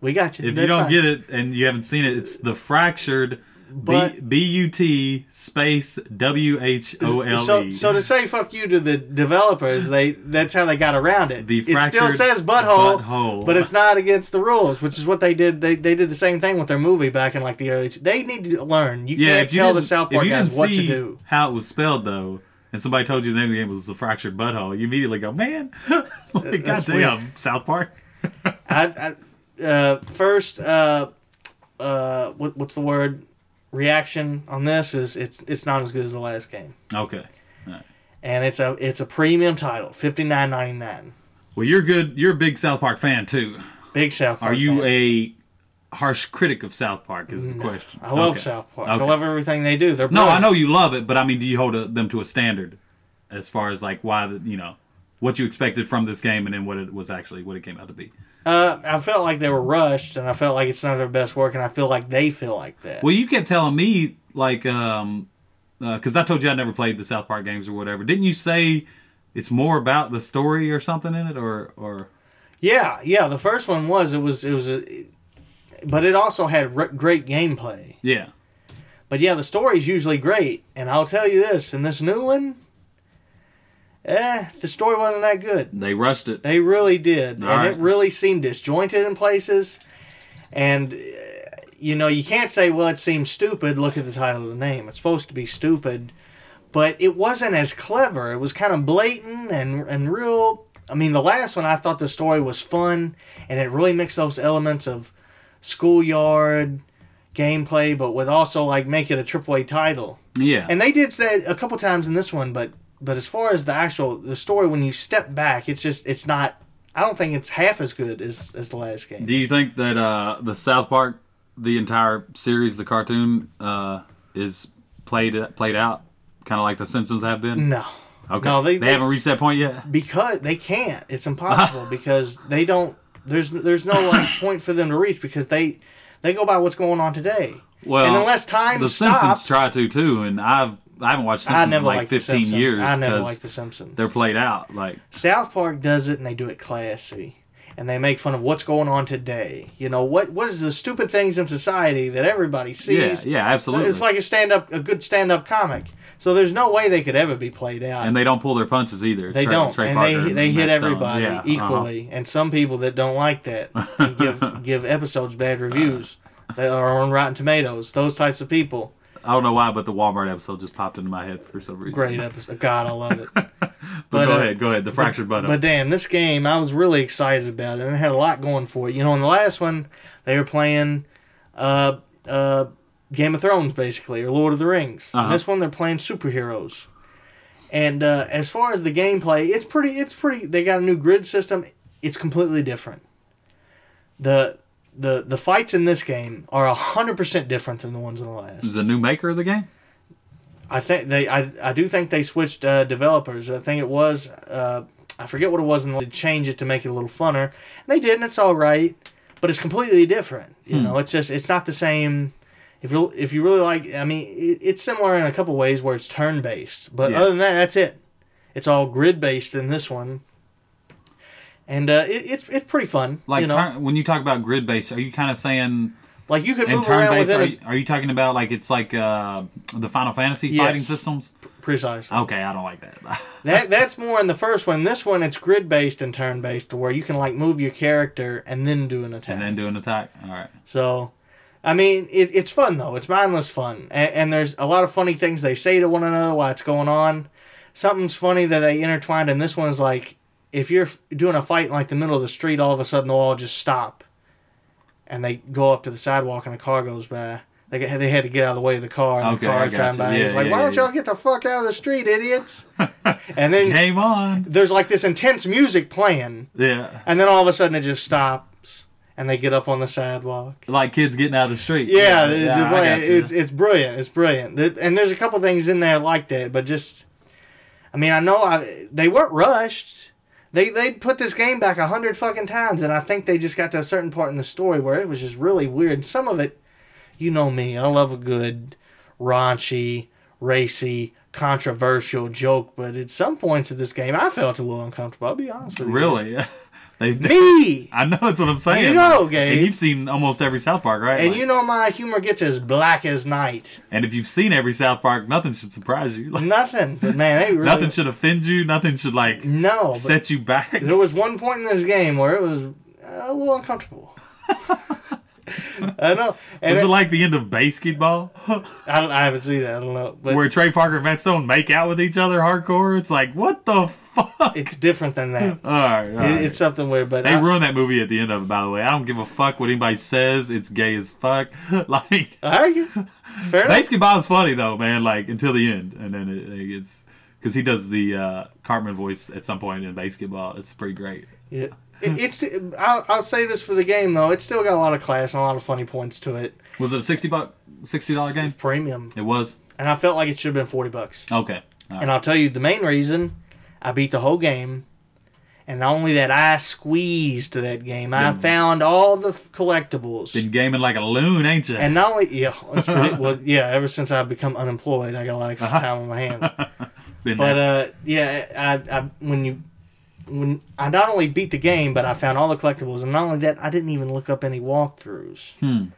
S7: we got you."
S6: If you don't get it and you haven't seen it, it's the fractured B
S7: But-
S6: B U T space W H O L
S7: so
S6: E.
S7: so to say fuck you to the developers, they that's how they got around it.
S6: The
S7: it still
S6: fractured
S7: says butthole,
S6: butthole.
S7: but it's not against the rules, which is what they did. They they did the same thing with their movie back in like the early. They need to learn. You
S6: Yeah,
S7: can't
S6: if you
S7: tell the
S6: didn't-
S7: South
S6: if
S7: Park
S6: you didn't
S7: guys what to
S6: see
S7: do.
S6: how it was spelled though, and somebody told you the name of the game was the fractured butthole, you immediately go, man, like,
S7: that's
S6: goddamn South Park.
S7: I, I uh, first uh, uh, what, what's the word reaction on this is it's it's not as good as the last game,
S6: Okay.
S7: and it's a it's a premium title, fifty nine ninety nine.
S6: Well, you're good. You're a big South Park fan too.
S7: Big South. Park
S6: Are you
S7: fan. Mm,
S6: a harsh critic of South Park? Is the question.
S7: I love
S6: Okay.
S7: South Park.
S6: Okay.
S7: I love everything they do. They're
S6: No, I
S7: brilliant.
S6: know you love it, but I mean, do you hold a, them to a standard as far as like why the, you know what you expected from this game and then what it was actually what it came out to be?
S7: Uh, I felt like they were rushed, and I felt like it's not their best work, and I feel like they feel like that.
S6: Well, you kept telling me like um because I told you I never played the South Park games or whatever. Didn't you say it's more about the story or something in it or or
S7: yeah, yeah. The first one was it was it was, a, but it also had r- great gameplay.
S6: yeah
S7: But yeah, the story's usually great, and I'll tell you this: in this new one, eh, the story wasn't that good.
S6: they rushed it.
S7: They really did,
S6: All
S7: and
S6: right.
S7: it really seemed disjointed in places. And uh, you know, you can't say, "Well, it seems stupid." Look at the title of the name; it's supposed to be stupid, but it wasn't as clever. It was kind of blatant and and real. I mean, the last one I thought the story was fun, and it really mixed those elements of schoolyard gameplay, but with also like make it a AAA title.
S6: Yeah,
S7: And they did say a couple times in this one, but but as far as the actual the story, when you step back, it's just it's not. I don't think it's half as good as as the last game.
S6: Do you think that uh, the South Park, the entire series, the cartoon, uh, is played played out kind of like the Simpsons have been?
S7: No,
S6: Okay.
S7: Mm. No,
S6: they,
S7: they- they-
S6: haven't reached that point yet.
S7: because they can't. It's impossible because they don't. There's there's no like point for them to reach because they they go by what's going on today.
S6: Well,
S7: and unless time
S6: the
S7: stops,
S6: Simpsons try to too, and I've I haven't watched
S7: I
S6: Simpsons in
S7: never
S6: like
S7: liked The
S6: 15
S7: Simpsons.
S6: years
S7: I never liked The
S6: because
S7: Simpsons.
S6: they're played out. Like
S7: South Park does it and they do it classy. And they make fun of what's going on today. You know, what what is the stupid things in society that everybody
S6: yeah,
S7: sees?
S6: yeah, absolutely.
S7: It's like a stand up a good stand up comic. So there's no way they could ever be played out.
S6: and they don't pull their punches either.
S7: They
S6: Trey-
S7: don't,
S6: Trey
S7: and
S6: Parker
S7: they they hit
S6: Matt Stone.
S7: everybody
S6: Yeah, uh-huh.
S7: equally. And some people that don't like that and give give episodes bad reviews. They are on Rotten Tomatoes. Those types of people.
S6: I don't know why, but the Walmart episode just popped into my head for some reason.
S7: Great episode. God, I love it.
S6: but,
S7: but,
S6: go
S7: uh,
S6: ahead, go ahead. The fractured buttock.
S7: But damn, this game I was really excited about it, and it had a lot going for it. You know, in the last one they were playing uh, uh, Game of Thrones basically, or Lord of the Rings. And
S6: Uh-huh.
S7: This one they're playing superheroes. And uh, as far as the gameplay, it's pretty. It's pretty. They got a new grid system. It's completely different. the the The fights in this game are hundred percent different than the ones in the last.
S6: Is the new maker of the game?
S7: I think they I, I do think they switched uh, developers. I think it was uh, I forget what it was, and they changed it to make it a little funner. And they did, and it's all right, but it's completely different.
S6: Hmm.
S7: You know, it's just it's not the same. If you if you really like, I mean, it, it's similar in a couple ways where it's turn based, but
S6: Yeah.
S7: other than that, that's it. It's all grid based in this one, and uh, it, it's it's pretty fun.
S6: Like
S7: you know,
S6: turn, when you talk about grid based, are you kind of saying
S7: like you can
S6: in
S7: move
S6: turn
S7: around
S6: based?
S7: within
S6: Are,
S7: a,
S6: you- are you talking about like it's like uh, the Final Fantasy
S7: Yes.
S6: fighting systems?
S7: precisely.
S6: Okay, I don't like that.
S7: That that's more in the first one. This one it's grid based and turn based, to where you can like move your character and then do an attack.
S6: and then do an attack. All right.
S7: so, I mean, it, it's fun though. It's mindless fun, and, and there's a lot of funny things they say to one another while it's going on. Something's funny that they intertwined, and this one's like if you're f- doing a fight in like the middle of the street, all of a sudden they'll all just stop, and they go up to the sidewalk, and a car goes by. They, got- they had to get out of the way of the car, and
S6: Okay,
S7: the
S6: I
S7: car
S6: got
S7: driving
S6: you.
S7: by.
S6: Yeah,
S7: It's like,
S6: yeah,
S7: why
S6: yeah,
S7: don't
S6: yeah.
S7: y'all get the fuck out of the street, idiots? and then
S6: Game on.
S7: there's like this intense music playing,
S6: Yeah.
S7: and then all of a sudden it just stops, and they get up on the sidewalk.
S6: Like kids getting out of the street.
S7: Yeah, it-
S6: yeah,
S7: it-
S6: I got you.
S7: it's it's brilliant. It's brilliant, Th- and there's a couple things in there like that, but just, I mean, I know I they weren't rushed. They they put this game back a hundred fucking times, and I think they just got to a certain part in the story where it was just really weird. Some of it, you know me, I love a good raunchy, racy, controversial joke, but at some points of this game, I felt a little uncomfortable. I'll be honest with you.
S6: really. they, they-
S7: Me.
S6: I know that's what I'm saying.
S7: You know,
S6: Like,
S7: Gabe.
S6: And you've seen almost every South Park, right?
S7: And
S6: Like,
S7: you know my humor gets as black as night.
S6: and if you've seen every South Park, nothing should surprise you. Like,
S7: Nothing. But man, they really
S6: Nothing should offend you. Nothing should like
S7: No, but
S6: set you back.
S7: there was one point in this game where it was a little uncomfortable. I know. And
S6: Is
S7: it,
S6: it like the end of basketball
S7: I, don't, I haven't seen that. I don't know. But
S6: where Trey Parker and Matt Stone make out with each other hardcore? It's like what the fuck. All right,
S7: it's different than that.
S6: all right.
S7: It, it's something weird, but
S6: they
S7: I,
S6: ruined that movie at the end of it. By the way, I don't give a fuck what anybody says. It's gay as fuck. like
S7: I argue. Fair enough.
S6: basketball is funny though, man. Like until the end, and then it, it gets because he does the uh, Cartman voice at some point in basketball. It's pretty great.
S7: Yeah. It, it's. I'll, I'll say this for the game though. It's still got a lot of class and a lot of funny points to it.
S6: Was it a sixty buck sixty dollar game?
S7: It's premium,
S6: It was
S7: and I felt like it should have been forty bucks.
S6: okay. Uh, All right.
S7: And I'll tell you the main reason I beat the whole game. And not only that, I squeezed that game. I found all the f- collectibles.
S6: Been gaming like a loon, ain't you?
S7: and not only, yeah, it's ridic- well, yeah. Ever since I've become unemployed, I got a lot of time on my hands.
S6: Been
S7: But
S6: there.
S7: uh, yeah, I, I when you when I not only beat the game, but I found all the collectibles, and not only that, I didn't even look up any walkthroughs.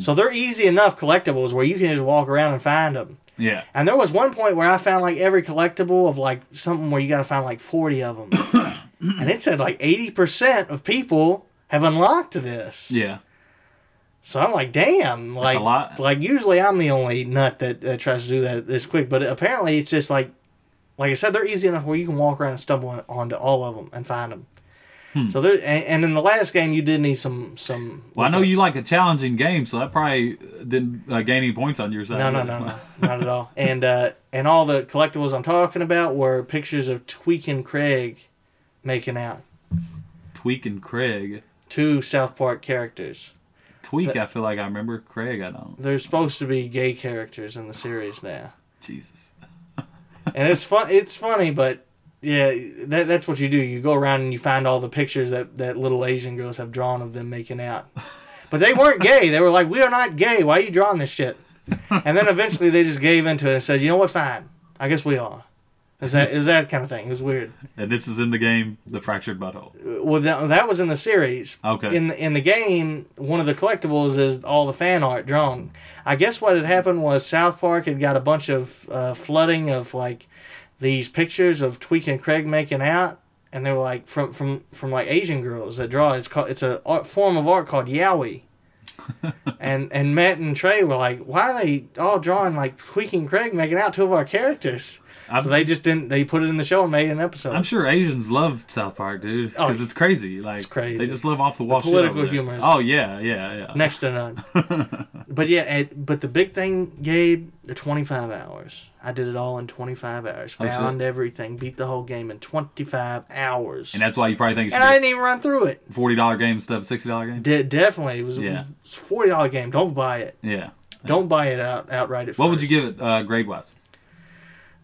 S7: So they're easy enough collectibles where you can just walk around and find them.
S6: yeah.
S7: And there was one point where I found like every collectible of like something where you got to find like 40 of them. and it said like 80% of people have unlocked this.
S6: Yeah.
S7: So I'm like, damn. Like,
S6: a lot.
S7: like usually I'm the only nut that, that tries to do that this quick. But apparently it's just like, like I said, they're easy enough where you can walk around and stumble on- onto all of them and find them. So there, and, and in the last game, you did need some some.
S6: Hmm. Well, I know you like a challenging game, so that probably didn't uh, gain any points on your side.
S7: No, no, no, no, not at all. And uh, and all the collectibles I'm talking about were pictures of Tweak and Craig making out
S6: Tweak and Craig.
S7: two South Park characters.
S6: Tweak, I feel like I remember. Craig, I don't.
S7: They're supposed to be gay characters in the series now.
S6: Jesus.
S7: and it's fun. It's funny, but yeah, that, that's what you do. You go around and you find all the pictures that that little Asian girls have drawn of them making out. But they weren't gay. They were like, "We are not gay. Why are you drawing this shit?" And then eventually they just gave into it and said, "You know what? Fine. I guess we are." Is that is that kind of thing? It was weird.
S6: And this is in the game, the fractured butthole.
S7: Well, that, that was in the series.
S6: Okay.
S7: In the, in the game, one of the collectibles is all the fan art drawn. I guess what had happened was South Park had got a bunch of uh, flooding of like these pictures of Tweak and Craig making out, and they were like from from from like Asian girls that draw. It's called it's a art, form of art called yaoi. and and Matt and Trey were like, why are they all drawing like Tweak and Craig making out two of our characters?
S6: I'm-
S7: so they just didn't. They put it in the show and made an episode.
S6: I'm sure Asians love South Park, dude,
S7: Oh,
S6: because it's crazy. Like
S7: crazy.
S6: they just love off the wall. shit
S7: political
S6: over there.
S7: humor is-
S6: Oh yeah, yeah, yeah.
S7: next to none. but yeah, it, but the big thing, Gabe, the 25 hours. I did it all in 25 hours.
S6: Oh, shit.
S7: Found everything, beat the whole game in 25 hours.
S6: And
S7: And,
S6: that's why you probably think it's
S7: I
S6: a
S7: didn't even run through it.
S6: forty dollar game instead of sixty dollar game.
S7: Did definitely it was
S6: Yeah.
S7: it's a forty dollar game. Don't buy it.
S6: Yeah.
S7: Don't buy it out outright. At
S6: What would
S7: first.
S6: you give it uh, grade wise?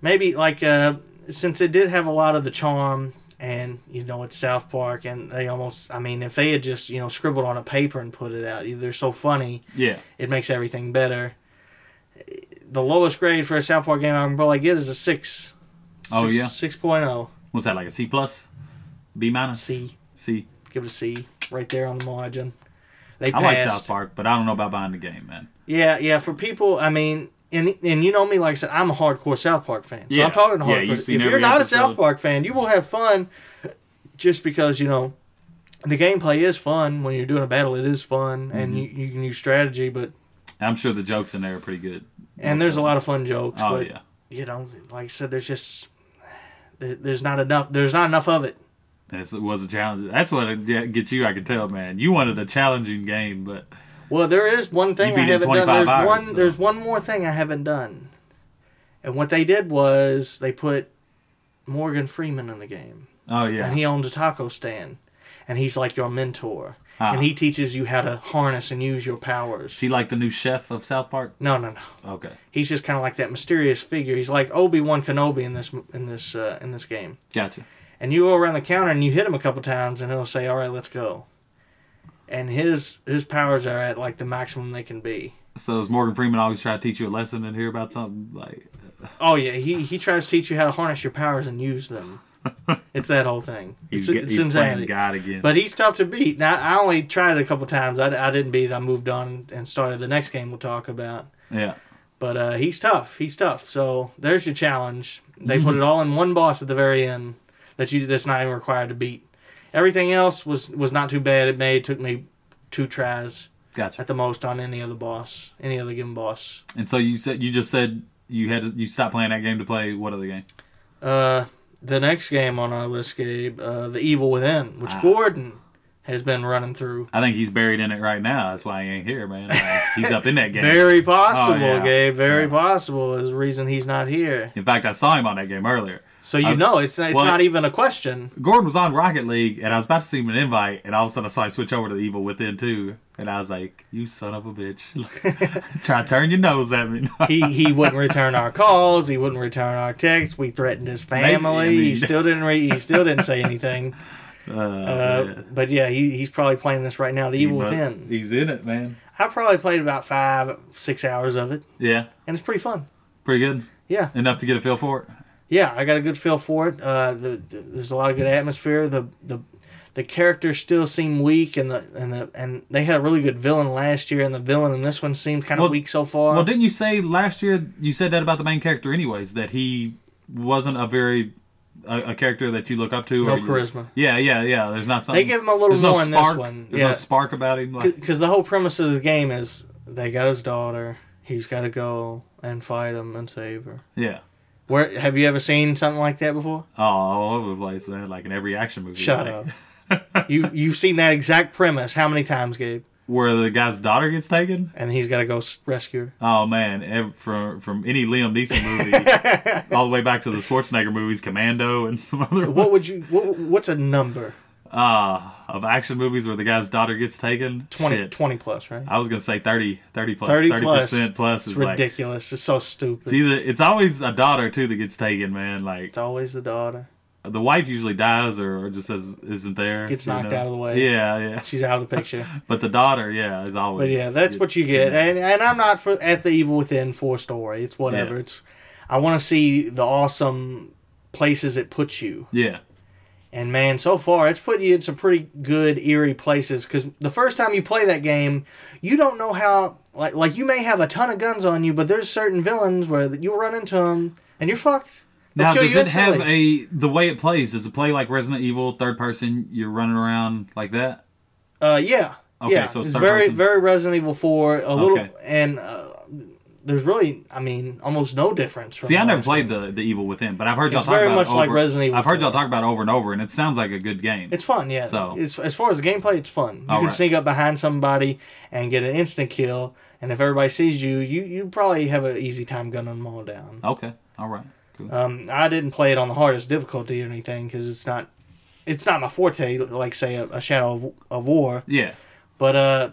S7: Maybe like uh, since it did have a lot of the charm, and you know it's South Park, and they almost. I mean, if they had just you know scribbled on a paper and put it out, they're so funny.
S6: Yeah.
S7: it makes everything better. The lowest grade for a South Park game I can probably get is a six.
S6: Oh,
S7: Six-
S6: yeah?
S7: 6.0.
S6: What's that like a C plus, B minus,
S7: C.
S6: C.
S7: Give it a C right there on the margin. They
S6: I
S7: passed.
S6: like South Park, but I don't know about buying the game, man.
S7: Yeah, yeah. For people, I mean, and and you know me, like I said, I'm a hardcore South Park fan. So
S6: Yeah.
S7: I'm talking to
S6: Yeah,
S7: hardcore.
S6: you've
S7: if
S6: seen
S7: you're
S6: every
S7: not a
S6: episode.
S7: South Park fan, you will have fun just because you know the gameplay is fun when you're doing a battle. It is fun,
S6: Mm-hmm.
S7: and you, you can use strategy, but
S6: And I'm sure the jokes in there are pretty good.
S7: and there's a lot of fun jokes.
S6: Oh
S7: but
S6: yeah.
S7: you know, like I said, there's just there- there's not enough. There's not enough of it.
S6: That's, it was a challenge. That's what it get- gets you. I could tell, man. You wanted a challenging game, but
S7: Well, there is one thing
S6: You
S7: I
S6: beat it in 25
S7: haven't done. There's
S6: hours,
S7: one.
S6: so.
S7: There's one more thing I haven't done. And what they did was they put Morgan Freeman in the game,
S6: oh yeah,
S7: and he owns a taco stand, and he's like your mentor,
S6: Ah.
S7: and he teaches you how to harness and use your powers.
S6: is he like the new chef of South Park?
S7: No, no, no.
S6: Okay,
S7: He's just kind of like that mysterious figure. He's like Obi Wan Kenobi in this in this uh, in this game.
S6: gotcha.
S7: and you go around the counter and you hit him a couple times and he'll say all right let's go and his his powers are at like the maximum they can be
S6: So is Morgan Freeman always trying to teach you a lesson and hear about something like?
S7: oh yeah he he tries to teach you how to harness your powers and use them it's that whole thing
S6: He's,
S7: it's,
S6: get-
S7: it's
S6: he's playing
S7: insanity
S6: God again.
S7: but he's tough to beat now i only tried it a couple times i, I didn't beat it i moved on and started the next game we'll talk about
S6: yeah,
S7: but uh, he's tough he's tough so there's your challenge they
S6: Mm-hmm.
S7: put it all in one boss at the very end that you that's not even required to beat everything else was was not too bad it may took me two tries
S6: gotcha.
S7: at the most on any other boss any other given boss
S6: And so you said you just said you had to, you stopped playing that game to play what other game?
S7: uh the next game on our list gabe uh the evil within which
S6: Ah.
S7: gordon has been running through
S6: I think he's buried in it right now. That's why he ain't here, man. Like, he's up in that game.
S7: very possible
S6: Oh, yeah.
S7: gabe very possible is the reason he's not here
S6: in fact, I saw him on that game earlier.
S7: so you
S6: I-
S7: know it's, it's
S6: Uh, well-
S7: not even a question
S6: Gordon was on Rocket League, and I was about to send him an invite, and all of a sudden I saw him switch over to the Evil Within too, and I was like, "You son of a bitch! Try to turn your nose at me."
S7: he he wouldn't return our calls. He wouldn't return our texts. We threatened his family.
S6: I mean-
S7: he still didn't re- he still didn't say anything.
S6: Uh,
S7: Uh,
S6: yeah.
S7: But yeah, he, he's probably playing this right now. The
S6: He
S7: Evil
S6: must-
S7: Within.
S6: He's in it, man.
S7: I probably played about five six hours of it,
S6: Yeah,
S7: and it's pretty fun.
S6: pretty good.
S7: Yeah,
S6: Enough to get a feel for it.
S7: yeah, I got a good feel for it. Uh, the, the, there's a lot of good atmosphere. The the the characters still seem weak, and the and the and they had a really good villain last year, and the villain in this one seemed kind of
S6: Well-
S7: weak so far.
S6: Well, didn't you say last year you said that about the main character, anyways, that he wasn't a very a, a character that you look up to?
S7: No
S6: you-
S7: charisma.
S6: yeah, yeah, yeah. There's not something.
S7: They give him a little
S6: there's
S7: more
S6: no
S7: in this
S6: spark.
S7: one.
S6: There's
S7: Yeah.
S6: no spark about him. Like,
S7: because the whole premise of the game is they got his daughter. He's got to go and fight him and save her.
S6: yeah.
S7: Where have you ever seen something like that before?
S6: Oh, all over the place, man. Like in every action movie.
S7: Shut
S6: like,
S7: up. you you've seen that exact premise how many times, Gabe?
S6: Where the guy's daughter gets taken.
S7: And he's got to go s- rescue her.
S6: Oh man, ev- from from any Liam Neeson movie, all the way back to the Schwarzenegger movies, Commando, and some other.
S7: What
S6: ones.
S7: would you? What, what's a number?
S6: uh, of action movies where the guy's daughter gets taken.
S7: 20,
S6: Shit.
S7: 20 plus, right?
S6: I was gonna say 30, 30 plus,
S7: 30
S6: 30
S7: plus.
S6: percent plus
S7: It's
S6: is like it's
S7: ridiculous. it's so stupid. It's,
S6: either it's always a daughter too that gets taken, man. Like
S7: always the daughter.
S6: the wife usually dies or, or just says isn't there,
S7: Gets
S6: you
S7: knocked out of the way.
S6: Yeah, yeah.
S7: She's out of the picture.
S6: But the daughter, yeah, is always.
S7: But yeah, that's what
S6: gets
S7: you get.
S6: kidnapped.
S7: And, and I'm not for at the Evil Within four story. It's whatever.
S6: Yeah.
S7: It's I want to see the awesome places it puts you.
S6: Yeah,
S7: And man, so far it's put you in some pretty good eerie places. Because the first time you play that game, you don't know how like like you may have a ton of guns on you, but there's certain villains where you'll run into them and you're fucked. They'll
S6: Now,
S7: kill
S6: does
S7: you
S6: it have
S7: instantly.
S6: a the way it plays? Does it play like Resident Evil, third person? You're running around like that.
S7: Uh, yeah.
S6: Okay,
S7: yeah.
S6: so it's
S7: it's
S6: third
S7: very
S6: person.
S7: very Resident Evil Four. A little
S6: Okay.
S7: and uh, there's really, I mean, almost no difference. From
S6: See, I
S7: the
S6: never
S7: last
S6: played
S7: one.
S6: the the Evil Within, but I've heard y'all
S7: It's
S6: talk
S7: very
S6: about
S7: much
S6: it
S7: like
S6: over-
S7: Resident Evil
S6: I've heard y'all
S7: 4.
S6: talk about it over and over, and it sounds like a good game.
S7: It's fun, yeah.
S6: So-
S7: it's, as far as the gameplay, it's fun. You
S6: All
S7: can
S6: right.
S7: sneak up behind somebody and get an instant kill, and if everybody sees you, you you probably have an easy time gunning them all down.
S6: okay, all right, cool.
S7: Um, I didn't play it on the hardest difficulty or anything because it's not it's not my forte, like say a, a Shadow of, of War.
S6: yeah,
S7: But uh,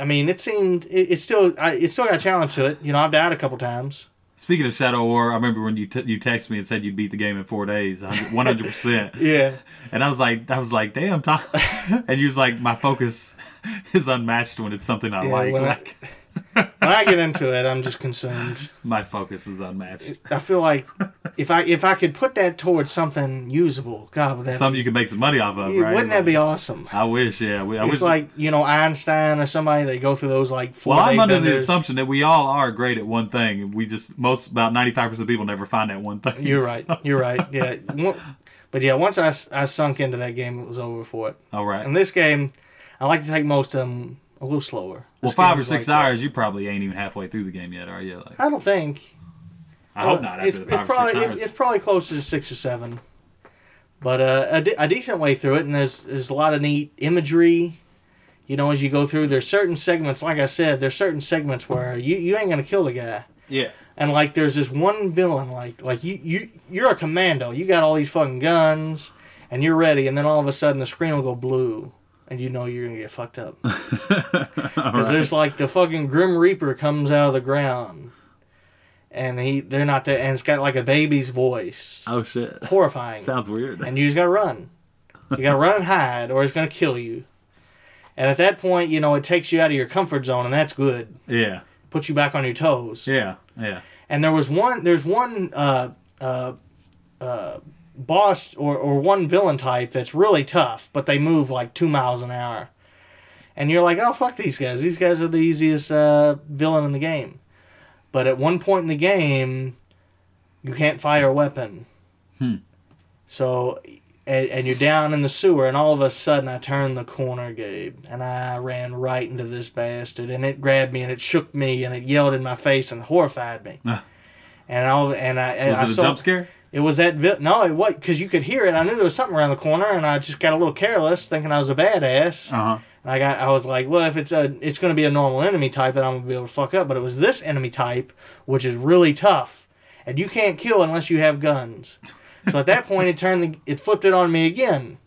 S7: I mean, it seemed it, it still I, it still got a challenge to it. You know, I've died a couple times.
S6: Speaking of Shadow War, I remember when you t- you texted me and said you'd beat the game in four days, one hundred percent.
S7: Yeah,
S6: And I was like, I was like, damn, Tom. And you was like, my focus is unmatched when it's something I
S7: Yeah,
S6: like.
S7: when I-
S6: Like
S7: when I get into it, I'm just consumed.
S6: my focus is unmatched.
S7: I feel like if I if I could put that towards something usable, God, would that
S6: Something you can make some money off of,
S7: be,
S6: right?
S7: wouldn't that be
S6: Like,
S7: awesome?
S6: I wish, yeah. We, I
S7: it's
S6: wish,
S7: like you know Einstein or somebody they go through those like four.
S6: well, I'm
S7: day
S6: under the
S7: benders.
S6: assumption that we all are great at one thing. We just most about 95 percent of people never find that one thing.
S7: You're
S6: so-
S7: right. You're right. Yeah. Wo- But yeah, once I, s- I sunk into that game, it was over for it.
S6: All right.
S7: And this game, I like to take most of them a little slower.
S6: well,
S7: This
S6: five
S7: game
S6: or
S7: is
S6: six
S7: like that.
S6: hours, you probably ain't even halfway through the game yet, are you? Like,
S7: I don't think.
S6: I hope not. After
S7: it's,
S6: the
S7: it's
S6: five or
S7: probably
S6: six
S7: it-
S6: hours.
S7: it's probably closer to six or seven, but uh, a, de- a decent way through it, and there's there's a lot of neat imagery. You know, as you go through, there's certain segments. Like I said, there's certain segments where you, you ain't gonna kill the guy,
S6: yeah.
S7: and like there's this one villain, like like you you you're a commando, you got all these fucking guns, and you're ready, and then all of a sudden the screen will go blue, and you know you're gonna get fucked up. Because there's like the fucking Grim Reaper comes out of the ground, and he they're not there, and it's got like a baby's voice,
S6: Oh shit.
S7: horrifying.
S6: Sounds weird.
S7: and you just gotta run. You gotta run and hide, or it's gonna kill you. And at that point, you know it takes you out of your comfort zone, and that's good.
S6: Yeah.
S7: Puts you back on your toes.
S6: Yeah. Yeah.
S7: And there was one, there's one uh, uh, uh, boss or or one villain type that's really tough, but they move like two miles an hour. And you're like, oh fuck these guys. These guys are the easiest uh, villain in the game. But at one point in the game, you can't fire a weapon.
S6: Hmm.
S7: So, and, and you're down in the sewer, and all of a sudden I turned the corner, Gabe, and I ran right into this bastard, and it grabbed me, and it shook me, and it yelled in my face, and horrified me. and all, and I and
S6: Was
S7: I
S6: it a
S7: saw-
S6: jump scare?
S7: It was that vi- no, it what because you could hear it. I knew there was something around the corner, and I just got a little careless, thinking I was a badass.
S6: Uh huh.
S7: I got I was like, well, if it's a it's going to be a normal enemy type that I'm going to be able to fuck up, but it was this enemy type which is really tough and you can't kill unless you have guns. So at that point it turned the, it flipped it on me again.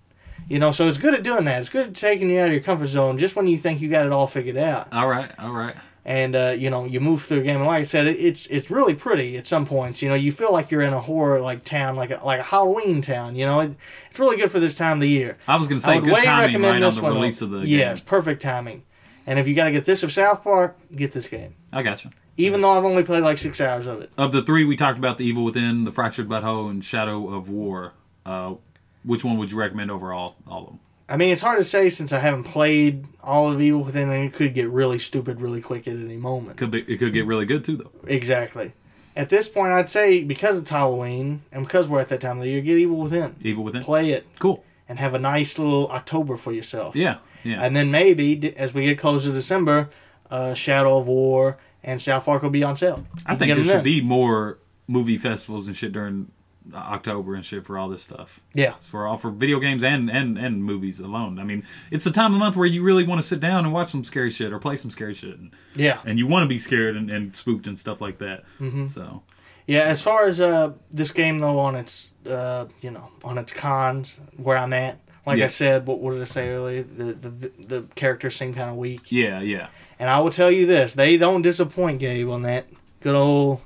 S7: You know, so it's good at doing that. It's good at taking you out of your comfort zone just when you think you got it all figured out.
S6: All right. All right.
S7: And uh, you know, you move through the game and like I said, it, it's it's really pretty at some points. You know, you feel like you're in a horror like town, like a, like a Halloween town, you know. It, it's really good for this time of the year.
S6: I was gonna
S7: I
S6: say
S7: would
S6: good
S7: way
S6: timing
S7: recommend
S6: right on
S7: this
S6: the
S7: one.
S6: release of the
S7: yes,
S6: game.
S7: perfect timing. And if you got to get this of South Park, get this game.
S6: I got you.
S7: Even though I've only played like six hours of it,
S6: Of the three we talked about, the Evil Within, the Fractured Butthole, and Shadow of War. Uh, which one would you recommend over all, all of them?
S7: I mean it's hard to say since I haven't played all of Evil Within, and it could get really stupid really quick at any moment.
S6: Could be, it could get really good too, though.
S7: Exactly. At this point, I'd say because it's Halloween and because we're at that time of the year, get Evil Within,
S6: Evil Within.
S7: play it,
S6: Cool.
S7: and have a nice little October for yourself.
S6: Yeah. Yeah.
S7: And then maybe d- as we get closer to December, uh, Shadow of War and South Park will be on sale.
S6: I
S7: You can get
S6: think there
S7: them
S6: should
S7: then.
S6: be more movie festivals and shit during uh, October and shit for all this stuff.
S7: Yeah.
S6: For all for video games and and and movies alone. I mean, it's the time of month where you really want to sit down and watch some scary shit or play some scary shit, and,
S7: Yeah.
S6: and you want to be scared and, and spooked and stuff like that.
S7: Mm-hmm.
S6: So
S7: Yeah, as far as uh, this game though, on its uh, you know on its cons, where I'm at, Like
S6: Yeah.
S7: I said, what, what did I say earlier? The the the characters seem kind of weak.
S6: Yeah, yeah.
S7: And I will tell you this: they don't disappoint, Gabe, on that good old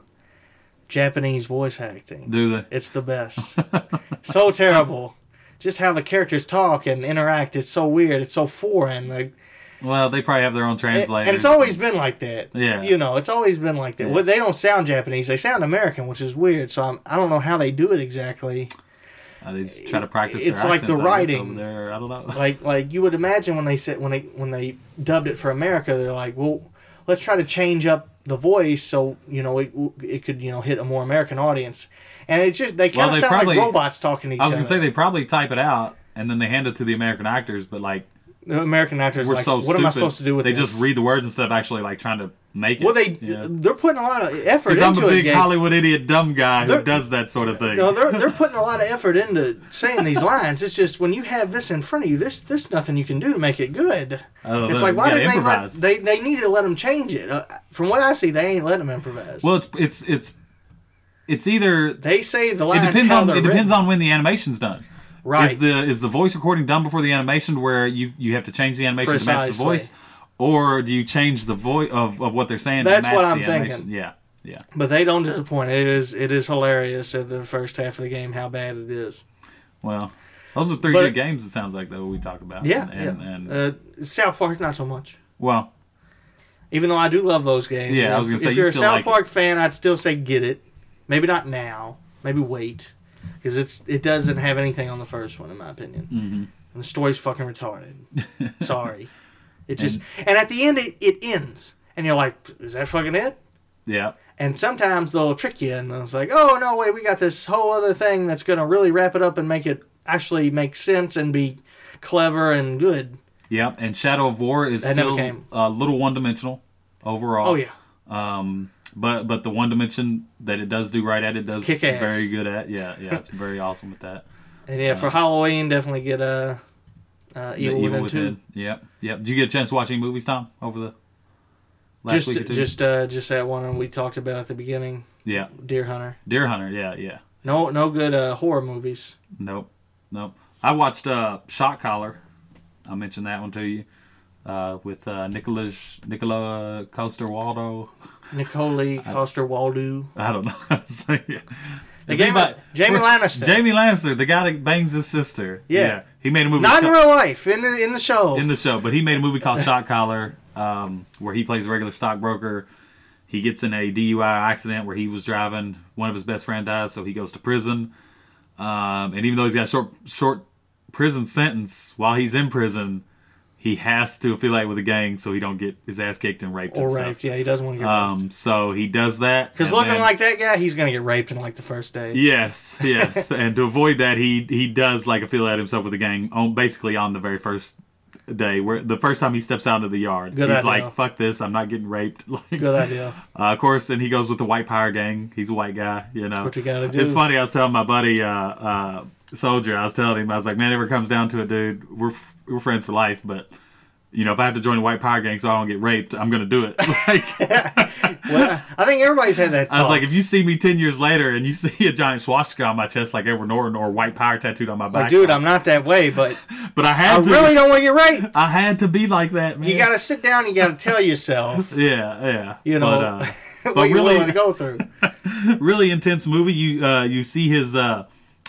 S7: Japanese voice acting.
S6: Do they?
S7: It's the best. so terrible. Just how the characters talk and interact. It's so weird. It's so foreign. Like,
S6: Well, they probably have their own
S7: and,
S6: translators.
S7: and it's always been like that.
S6: Yeah.
S7: You know, it's always been like that.
S6: Yeah.
S7: Well, they don't sound Japanese. They sound American, which is weird. So I'm, I don't know how they do it exactly.
S6: Uh, they just try to practice.
S7: it's
S6: their
S7: like the
S6: accents, I guess,
S7: writing.
S6: over there. I don't know.
S7: Like like you would imagine when they said when they when they dubbed it for America, they're like, well, let's try to change up the voice so you know it it could you know hit a more American audience. And it's just they kind
S6: Well,
S7: of
S6: they
S7: sound
S6: probably-
S7: like robots talking to each
S6: I was
S7: other.
S6: gonna say they probably type it out and then they hand it to the American actors, but like
S7: the American actors
S6: we're
S7: like,
S6: so
S7: what
S6: stupid.
S7: am I supposed to do with
S6: they
S7: this?
S6: just read the words instead of actually like trying to make it.
S7: Well, they
S6: you know?
S7: they're putting a lot of effort
S6: 'Cause
S7: into
S6: I'm a big
S7: it. Gabe.
S6: Hollywood idiot, dumb guy who
S7: They're-
S6: does that sort of thing.
S7: No, they're they're putting a lot of effort into saying these lines. It's just when you have this in front of you, there's there's nothing you can do to make it good.
S6: Oh,
S7: it's
S6: they-
S7: like why
S6: yeah,
S7: didn't
S6: improvise.
S7: they let they they need to let them change it? Uh, from what I see, they ain't letting them improvise.
S6: well, it's it's it's it's either
S7: they say the
S6: it
S7: lines.
S6: depends
S7: how
S6: on it
S7: they're
S6: depends
S7: written.
S6: on when the animtion's done.
S7: right.
S6: Is the is the voice recording done before the animation where you you have to change the animation to match the
S7: Precisely.
S6: voice, or do you change the voice of, of what they're saying to
S7: That's
S6: match
S7: what
S6: the
S7: I'm
S6: animation?
S7: thinking.
S6: Yeah, yeah.
S7: but they don't disappoint. It is it is hilarious at the first half of the game how bad it is.
S6: Well, those are three
S7: But-
S6: good games. It sounds like though we talked about.
S7: Yeah,
S6: and,
S7: yeah.
S6: and,
S7: uh, South Park not so much.
S6: well,
S7: Even though I do love those games.
S6: Yeah, I
S7: And
S6: was gonna
S7: if-
S6: say,
S7: if
S6: you
S7: you're
S6: still
S7: a South
S6: like it.
S7: Park fan, I'd still say get it. Maybe not now. Maybe wait, because it's it doesn't have anything on the first one, in my opinion. Mm-hmm. And the story's fucking retarded. Sorry, it just and, at the end it, it ends, and you're like, is that fucking it?
S6: yeah.
S7: And sometimes they'll trick you, and it's like, oh no, wait, we got this whole other thing that's gonna really wrap it up and make it actually make sense and be clever and good.
S6: Yep, and Shadow of War is
S7: That never
S6: still a
S7: came.
S6: little one dimensional overall.
S7: Oh yeah,
S6: Um, but but the one dimension that it does do right at it does
S7: kick-ass.
S6: very good at. Yeah, yeah, it's very awesome at that.
S7: and yeah, for Halloween, definitely get uh, uh,
S6: The
S7: Evil, Within two.
S6: Yep, yep. Did you get a chance to watch any movies, Tom, over the last
S7: just,
S6: week or two?
S7: Just uh, just that one we talked about at the beginning,
S6: yeah,
S7: Deer Hunter.
S6: Deer Hunter. Yeah, yeah.
S7: No no good uh, horror movies.
S6: Nope, nope. I watched uh, Shot Collar. I mentioned that one to you uh, with uh, Nicholas Nicola Coster Waldo.
S7: Nicole Coster Waldo.
S6: I don't know how to say it.
S7: The
S6: If
S7: game
S6: anybody-
S7: Jamie Lannister.
S6: Jamie Lannister, the guy that bangs his sister.
S7: Yeah.
S6: He made a movie
S7: Not in
S6: called-
S7: real life, in the in the show.
S6: in the show, but he made a movie called Shot Collar, um, where he plays a regular stockbroker. He gets in a DUI accident where he was driving. One of his best friend dies, so he goes to prison. Um, and even though he's got a short short prison sentence, while he's in prison, he has to affiliate with a gang so he don't get his ass kicked and raped
S7: or
S6: and
S7: raped, yeah, he doesn't want to get
S6: stuff.
S7: raped.
S6: Um, so he does that
S7: Because
S6: and
S7: looking
S6: then-
S7: like that guy, he's gonna get raped in like the first day.
S6: Yes, yes, and to avoid that, he he does like affiliate himself with the gang on basically on the very first day where the first time he steps out of the yard,
S7: Good
S6: he's
S7: idea.
S6: like, "Fuck this, I'm not getting raped." Like,
S7: Good idea.
S6: Uh, of course, and he goes with the white power gang. He's a white guy, you know.
S7: what you gotta do.
S6: It's funny. I was telling my buddy, uh, uh, soldier, I was telling him, I was like, "Man, it ever comes down to it, dude, we're f- we're friends for life, but." You know, if I have to join a white power gang so I don't get raped, I'm gonna do it. Like,
S7: Well, I think everybody's had that. Talk.
S6: I was like, if you see me ten years later and you see a giant swastika on my chest like Edward Norton or white power tattooed on my back,
S7: Like, dude, I'm not that way, but
S6: but I
S7: I
S6: had to,
S7: really don't want to get raped.
S6: I had to be like that, man.
S7: You gotta sit down. You gotta tell yourself,
S6: yeah, yeah.
S7: you know,
S6: but, uh,
S7: what
S6: but
S7: you're
S6: really-
S7: willing to go through.
S6: really intense movie. You uh, you see his uh,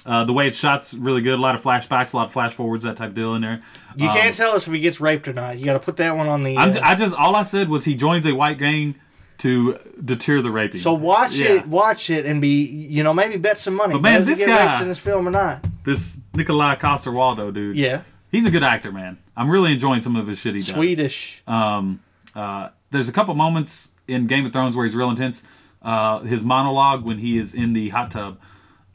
S6: uh, the way it's shot's really good. A lot of flashbacks, a lot of flash forwards, that type of deal in there.
S7: You
S6: Um,
S7: can't tell us if he gets raped or not. You got to put that one on the.
S6: I'm
S7: uh,
S6: ju- I just all I said was he joins a white gang to deter the raping.
S7: so watch
S6: Yeah.
S7: it, watch it, and be you know maybe bet some money.
S6: But man,
S7: Does he
S6: this
S7: get
S6: guy-
S7: raped in this film or not?
S6: this Nikolai Coster Waldo dude,
S7: Yeah,
S6: he's a good actor, man. I'm really enjoying some of his shit he does.
S7: Swedish.
S6: Um, uh, there's a couple moments in Game of Thrones where he's real intense. Uh, his monologue when he is in the hot tub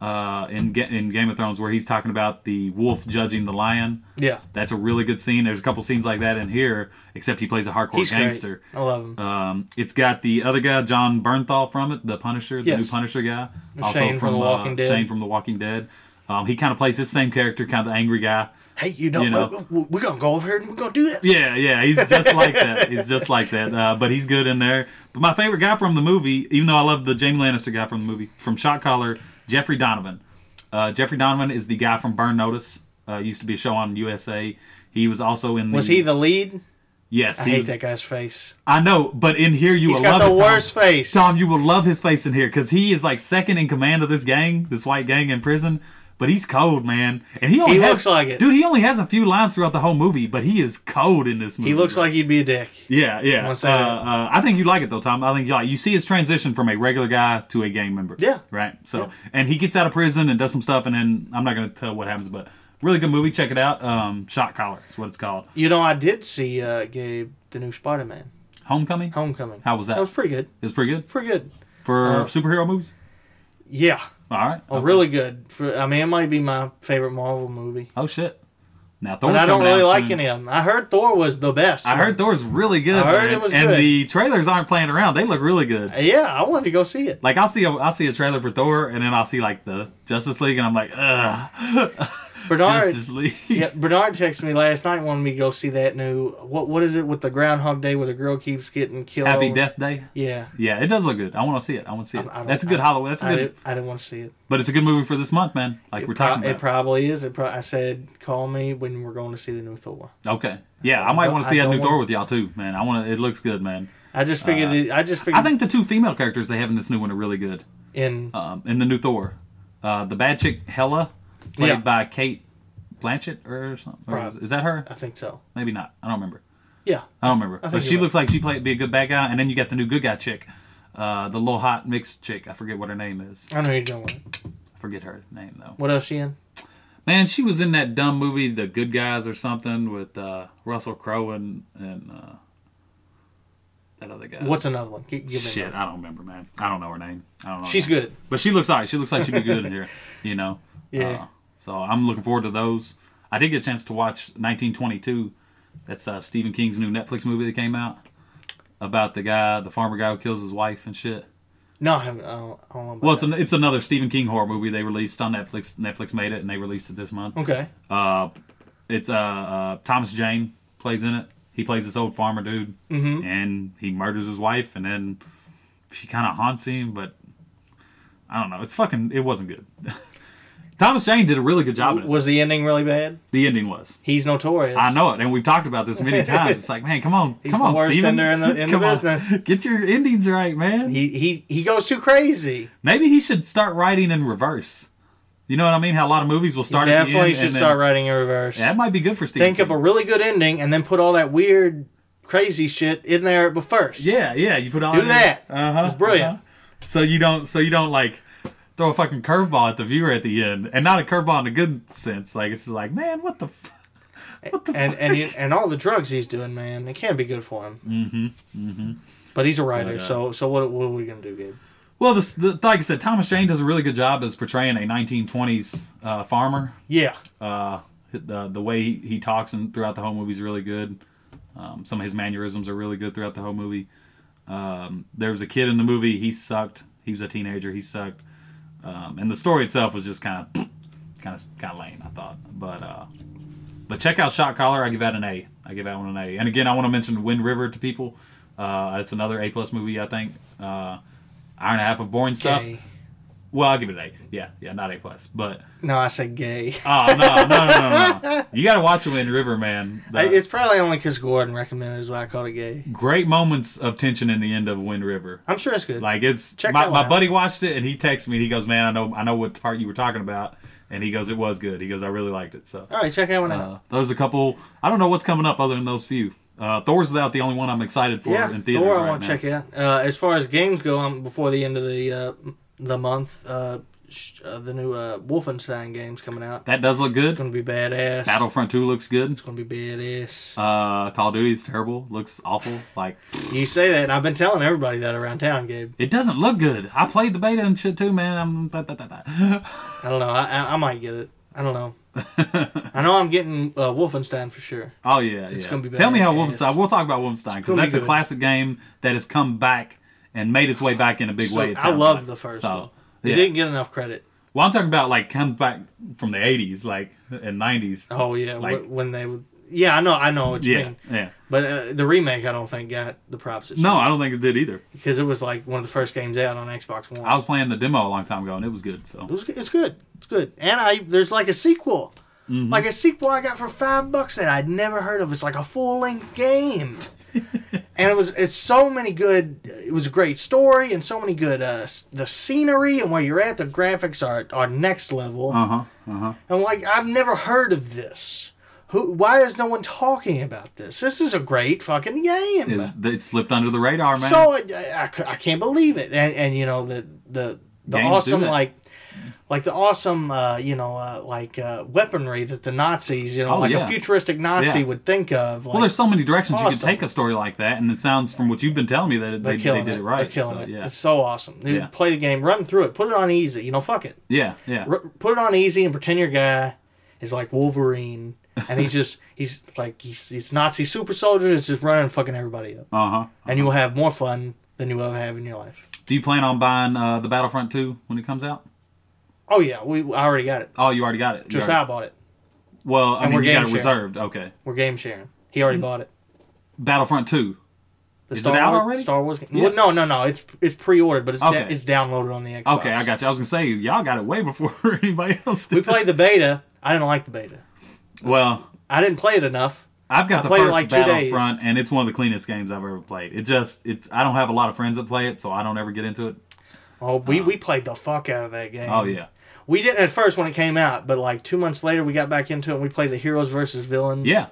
S6: uh, in Ga- in Game of Thrones, where he's talking about the wolf judging the lion.
S7: yeah,
S6: That's a really good scene. There's a couple scenes like that in here, except he plays a hardcore
S7: he's
S6: gangster.
S7: great. I love him.
S6: Um, it's got the other guy, John Bernthal, from it, the Punisher, the
S7: Yes.
S6: new Punisher guy,
S7: Shane from The Walking
S6: uh,
S7: Dead.
S6: Shane from The Walking Dead. Um, he kind of plays his same character, kind of the angry guy.
S7: hey, you know,
S6: you know.
S7: w- w- we're gonna go over here and we're gonna do that.
S6: Yeah, yeah, he's just like that. He's just like that. Uh, but he's good in there. But my favorite guy from the movie, even though I love the Jamie Lannister guy from the movie, from Shot Collar, Jeffrey Donovan. Uh, Jeffrey Donovan is the guy from Burn Notice. Uh, used to be a show on USA. He was also in. The,
S7: Was he the lead?
S6: Yes,
S7: I
S6: he
S7: hate
S6: was,
S7: that guy's face.
S6: I know, but in here you
S7: He's
S6: will
S7: got
S6: love
S7: the
S6: it, Tom.
S7: worst face.
S6: Tom, you will love his face in here because he is like second in command of this gang, this white gang in prison. But he's cold, man, and he only
S7: He
S6: has,
S7: looks like it.
S6: dude. He only has a few lines throughout the whole movie, but he is cold in this movie.
S7: He looks
S6: bro.
S7: like he'd be a dick.
S6: yeah, yeah. Uh,
S7: One second.
S6: uh, I think you like it though, Tom. I think you like you see his transition from a regular guy to a gang member.
S7: Yeah.
S6: right. So and he gets out of prison and does some stuff, and then I'm not going to tell what happens, but really good movie. Check it out. Um, Shot Collar is what it's called.
S7: You know, I did see uh, Gabe the new Spider-Man
S6: Homecoming.
S7: Homecoming.
S6: How was that?
S7: That was pretty good.
S6: It's pretty good
S7: Pretty good.
S6: for
S7: Uh,
S6: superhero movies.
S7: Yeah.
S6: All right.
S7: Oh, really good. For, I mean, it might be my favorite Marvel movie.
S6: Oh shit! Now Thor's
S7: But I don't
S6: coming
S7: really
S6: out
S7: like
S6: soon.
S7: any of them. I heard Thor was the best.
S6: I heard Thor's really good.
S7: I heard
S6: man.
S7: it was
S6: and
S7: good.
S6: the trailers aren't playing around. They look really good.
S7: Uh, Yeah, I wanted to go see it.
S6: Like I'll see a I'll see a trailer for Thor, and then I'll see like the Justice League, and I'm like, ugh,
S7: Bernard,
S6: Justice League.
S7: yeah, Bernard texted me last night, wanted me to go see that new what what is it with the Groundhog Day where the girl keeps getting killed?
S6: Happy
S7: over-
S6: Death Day.
S7: Yeah,
S6: Yeah, it does look good. I want to see it. I want to see it.
S7: I- I don't-
S6: That's a good
S7: I-
S6: Halloween. That's a
S7: I
S6: good,
S7: didn't, I didn't want to see it.
S6: but it's a good movie for this month, man. Like
S7: it
S6: we're
S7: pro-
S6: talking
S7: It
S6: about.
S7: probably is. It pro- I said, call me when we're going to see the new Thor.
S6: okay. Yeah, I might
S7: don't-
S6: want to see
S7: I
S6: that new
S7: don't
S6: Thor
S7: want-
S6: with y'all too, man. I want to. It looks good, man.
S7: I just figured. it, I just figured.
S6: Uh, I think the two female characters they have in this new one are really good.
S7: in
S6: um, in the new Thor. Uh, the bad chick Hella, played
S7: Yeah.
S6: by Kate Blanchett or something. Or is,
S7: Probably.
S6: is that her?
S7: I think so.
S6: Maybe not. I don't remember.
S7: Yeah,
S6: I don't remember. but
S7: think
S6: she
S7: you're right.
S6: looks like she played be a good bad guy, and then you got the new good guy chick, uh, the little hot mixed chick. I forget what her name is.
S7: I know you're going. with it.
S6: I forget her name though.
S7: What else she in?
S6: Man, she was in that dumb movie, The Good Guys or something, with uh, Russell Crowe and and uh, that other guy.
S7: What's another one? Gi- Give me
S6: Uh, Shit,
S7: another.
S6: I don't remember, man. I don't know her name. I don't know. her
S7: She's
S6: name.
S7: good.
S6: But she looks alright. She looks like she'd be good in here, you know. Uh,
S7: Yeah.
S6: Uh-huh. so I'm looking forward to those. I did get a chance to watch 1922. That's uh, Stephen King's new Netflix movie that came out about the guy, the farmer guy who kills his wife and shit.
S7: No, I haven't. I don't, I don't know about
S6: Well, it's an,
S7: that.
S6: it's another Stephen King horror movie they released on Netflix. Netflix made it and they released it this month.
S7: okay.
S6: Uh, it's uh, uh Thomas Jane plays in it. He plays this old farmer dude,
S7: Mm-hmm.
S6: and he murders his wife, and then she kind of haunts him. But I don't know. It's fucking. It wasn't good. Thomas Jane did a really good job. in it.
S7: Was the ending really bad?
S6: The ending was.
S7: He's notorious.
S6: I know it, and we've talked about this many times. It's like, man, come on,
S7: He's
S6: come
S7: the
S6: on,
S7: worst
S6: Steven.
S7: ender in the- in the
S6: Come on.
S7: business.
S6: Get your endings right, man.
S7: He he he goes too crazy.
S6: Maybe he should start writing in reverse. You know what I mean? How a lot of movies will start at the
S7: Definitely
S6: end.
S7: should
S6: and then-
S7: start writing in reverse.
S6: That might be good for Stephen.
S7: Think of
S6: King.
S7: a really good ending and then put all that weird, crazy shit in there. But first,
S6: Yeah, yeah. You put on
S7: do that.
S6: Uh-huh,
S7: It's brilliant.
S6: So you don't. So you don't like throw a fucking curveball at the viewer at the end, and not a curveball in a good sense. Like it's just like, man, what the. F-?
S7: And and you, and all the drugs he's doing, man, it can't be good for him. Mm-hmm. Mm-hmm. But he's a writer,
S6: But, uh,
S7: so so what what are we gonna do, Gabe?
S6: Well, this, the, like I said, Thomas Jane does a really good job as portraying a 1920s uh, farmer.
S7: Yeah,
S6: Uh, the the way he, he talks and throughout the whole movie is really good. Um, some of his mannerisms are really good throughout the whole movie. Um, there was a kid in the movie. He sucked. He was a teenager. He sucked. Um, and the story itself was just kind of kind of kind of lame. I thought, but uh, but check out Shot Collar. I give that an A. I give that one an A. And again, I want to mention Wind River to people. Uh, it's another A plus movie. I think. Uh, Hour and a half of boring stuff.
S7: gay.
S6: Well, I'll give it an A. Yeah, yeah, not A plus, but
S7: No, I said gay.
S6: Oh no, no, no, no, no! You gotta watch Wind River, man. The
S7: I- it's probably only because Gordon recommended is why I called it gay.
S6: great moments of tension in the end of Wind River.
S7: I'm sure it's good.
S6: Like it's
S7: Check
S6: my,
S7: that
S6: my
S7: one out.
S6: buddy watched it and he texted me. and He goes, "Man, I know, I know what part you were talking about." And he goes, "It was good." He goes, "I really liked it." So
S7: all right, check that one out.
S6: uh, those a couple. I don't know what's coming up other than those few. Uh, Thor's about the only one I'm excited for
S7: Yeah,
S6: in theaters
S7: Thor,
S6: right
S7: I want
S6: now.
S7: to check it out. Uh, as far as games go, um, before the end of the uh, the month, uh, sh- uh, the new uh, Wolfenstein game's coming out.
S6: That does look
S7: It's
S6: good.
S7: gonna be badass.
S6: Battlefront Two looks good.
S7: It's gonna be badass.
S6: Uh, Call of Duty is terrible. Looks awful. Like
S7: you say that, and I've been telling everybody that around town, Gabe.
S6: it doesn't look good. I played the beta and shit too, man. I'm. da, da, da, da.
S7: I don't know. I, I, I might get it. I don't know. I know I'm getting uh, Wolfenstein for sure.
S6: Oh yeah, yeah.
S7: gonna be
S6: Tell me how
S7: badass.
S6: Wolfenstein. We'll talk about Wolfenstein because
S7: gonna be
S6: that's a
S7: good.
S6: classic game that has come back and made its way back in a big
S7: So,
S6: way. It
S7: I
S6: sounds
S7: love
S6: like.
S7: the first
S6: So,
S7: one. They
S6: yeah.
S7: didn't get enough credit.
S6: Well, I'm talking about like come back from the '80s, like and '90s.
S7: Oh yeah, wh-
S6: Like-
S7: when they would. Yeah, I know. I know what you
S6: yeah,
S7: mean.
S6: yeah.
S7: But uh, the remake, I don't think got the props. It
S6: No, I don't think it did either.
S7: because it was like one of the first games out on Xbox One.
S6: I was playing the demo a long time ago and it was good.
S7: it
S6: So
S7: was, it's good. It's good. And I there's like a sequel. Like a sequel I got for five bucks that I'd never heard of. It's like a full length game. and it was it's so many good it was a great story and so many good uh s- the scenery and where you're at the graphics are are next level
S6: Uh huh. Uh huh.
S7: and like i've never heard of this who why is no one talking about this this is a great fucking game
S6: Is it slipped under the radar, man?
S7: so I, I, cou- I can't believe it, and, and you know the the the
S6: Games do
S7: awesome
S6: that.
S7: like like the awesome uh, you know uh, like uh, weaponry that the Nazis you know
S6: Oh,
S7: like
S6: yeah.
S7: a futuristic Nazi
S6: Yeah.
S7: would think of. Like,
S6: well, there's so many directions you
S7: Awesome.
S6: can take a story like that, and it sounds from what you've been telling me that it,
S7: they're
S6: they, they
S7: killing
S6: did
S7: it.
S6: it right.
S7: They're killing
S6: so,
S7: it.
S6: Yeah.
S7: It's so awesome. Dude,
S6: Yeah.
S7: play the game, run through it, put it on easy. You know, fuck it,
S6: yeah, yeah,
S7: R- put it on easy, and pretend your guy is like Wolverine, and he's just he's like he's, he's Nazi super soldier that's just running fucking everybody up,
S6: Uh huh.
S7: and you will have more fun than you will ever have in your life.
S6: Do you plan on buying uh, the Battlefront 2 when it comes out?
S7: Oh yeah, we I already got it.
S6: Oh, you already got it. You
S7: Just
S6: already-
S7: I bought it.
S6: Well, I
S7: And
S6: mean,
S7: we're
S6: you got it
S7: game sharing.
S6: reserved. Okay.
S7: We're game sharing. He already bought it.
S6: Battlefront 2.
S7: The
S6: Is it out
S7: Wars,
S6: already?
S7: Star Wars. Game.
S6: Yeah.
S7: Well, no, no, no. It's it's pre-ordered, but it's da-
S6: Okay.
S7: it's downloaded on the Xbox.
S6: Okay, I got you. I was gonna say y'all got it way before anybody else did.
S7: We played the beta. I didn't like the beta.
S6: well,
S7: I didn't play it enough.
S6: I've got
S7: I
S6: the
S7: played it
S6: first
S7: like two
S6: Battlefront, and it's one of the cleanest games I've ever played. It just it's I don't have a lot of friends that play it, so I don't ever get into it.
S7: Oh, we, we played the fuck out of that game.
S6: Oh yeah,
S7: We didn't at first when it came out, but like two months later, we got back into it. and We played the heroes versus villains.
S6: yeah,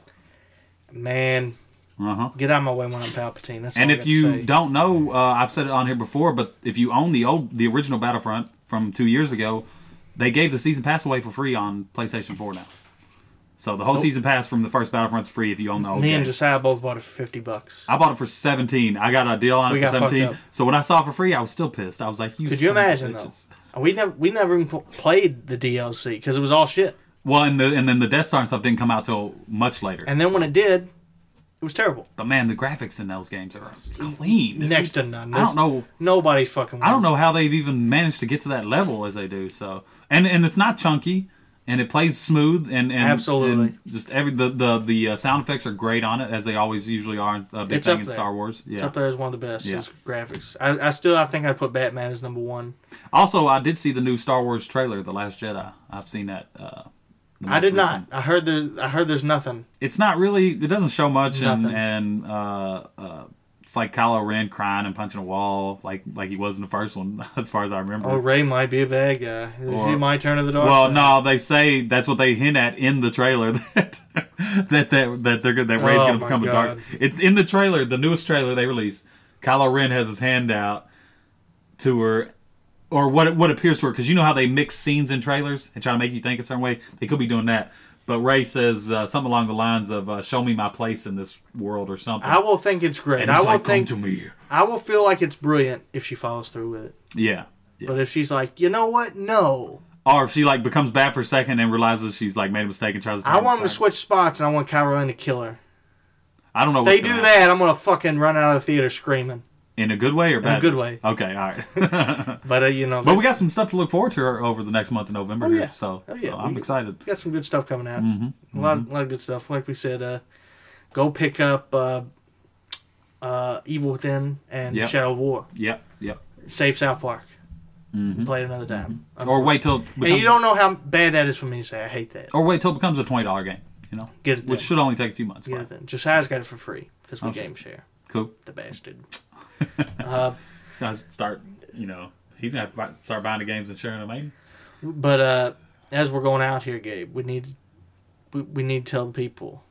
S7: Man,
S6: uh huh.
S7: get out of my way when I'm Palpatine. That's all
S6: And
S7: I
S6: if
S7: gotta
S6: you
S7: say.
S6: don't know, uh, I've said it on here before, but if you own the old the original Battlefront from two years ago, they gave the season pass away for free on PlayStation Four now. So the whole season pass from the first Battlefront's free if you own the old
S7: me
S6: game.
S7: and Josiah both bought it for fifty bucks.
S6: I bought it for seventeen. I got a deal on
S7: We
S6: it for
S7: got fucked
S6: seventeen.
S7: up.
S6: So when I saw it for free, I was still pissed. I was like, "You
S7: Could you
S6: sons of
S7: imagine though?
S6: bitches.
S7: We never we never even pl- played the DLC because it was all shit.
S6: Well, and the and then the Death Star and stuff didn't come out till much later.
S7: And then when it did, it was terrible.
S6: but man, the graphics in those games are clean. dude.
S7: Next to none.
S6: I don't know.
S7: Nobody's fucking.
S6: I don't know how they've even managed to get to that level as they do. So, and and it's not chunky, and it plays smooth, and, and
S7: Absolutely.
S6: and just every the the the uh, sound effects are great on it as they always usually are. A big
S7: It's up
S6: thing in
S7: there.
S6: Star Wars. Yeah.
S7: It's up there as one of the best.
S6: Yeah.
S7: His graphics. I, I still I think I put Batman as number one.
S6: Also, I did see the new Star Wars trailer, The Last Jedi. I've seen that. Uh, the
S7: I
S6: most
S7: did
S6: recent-
S7: not. I heard there's I heard there's nothing.
S6: it's not really it doesn't show much and
S7: Nothing.
S6: and uh, uh it's like Kylo Ren crying and punching a wall like like he was in the first one as far as I remember.
S7: Oh, Ray might be a bad guy. Is
S6: Or-
S7: he my turn of the dark?
S6: well,
S7: side?
S6: no, they say that's what they hint at in the trailer that that that, that they're gonna- that Ray's
S7: Oh,
S6: going to
S7: my
S6: become a
S7: God.
S6: dark. It's in the trailer, the newest trailer they released. Kylo Ren has his hand out to her, or what what appears to her, because you know how they mix scenes in trailers and try to make you think a certain way. They could be doing that, but Ray says uh, something along the lines of uh, "Show me my place in this world" or something.
S7: I will think it's great. I will think
S6: me.
S7: I will feel like it's brilliant if she follows through with it.
S6: Yeah. yeah.
S7: But if she's like, you know what? No,
S6: Or if she like becomes bad for a second and realizes she's like made a mistake and tries to.
S7: I want him to switch spots, and I want Kylo Ren to kill her.
S6: I don't know.
S7: If they
S6: what's
S7: do
S6: gonna happen.
S7: that, I'm gonna fucking run out of the theater screaming.
S6: in a good way or
S7: a
S6: bad.
S7: good way.
S6: Okay, all right.
S7: But uh, you know,
S6: but we got some stuff to look forward to over the next month in November.
S7: Oh,
S6: here,
S7: yeah.
S6: So,
S7: Oh, yeah,
S6: so I'm
S7: we-
S6: excited.
S7: got some good stuff coming out.
S6: Mm-hmm.
S7: A lot, a lot of good stuff. Like we said, uh, go pick up uh, uh, Evil Within and
S6: Yep.
S7: Shadow of War.
S6: Yep, yep.
S7: Save South Park. Play it another time.
S6: Mm-hmm. Or wait till it
S7: and
S6: becomes,
S7: you don't know how bad that is for me to say. I hate that.
S6: or wait till it becomes a twenty dollar game. You know,
S7: Get it
S6: which
S7: then.
S6: should only take a few months.
S7: Get it
S6: but-
S7: then. Josiah's got it for free because we
S6: Oh, shit.
S7: game share.
S6: Cool.
S7: The bastard. Uh,
S6: It's gonna start. You know, he's gonna have to buy, start buying the games and sharing them. Maybe.
S7: But uh, as we're going out here, Gabe, we need we, we need to tell the people.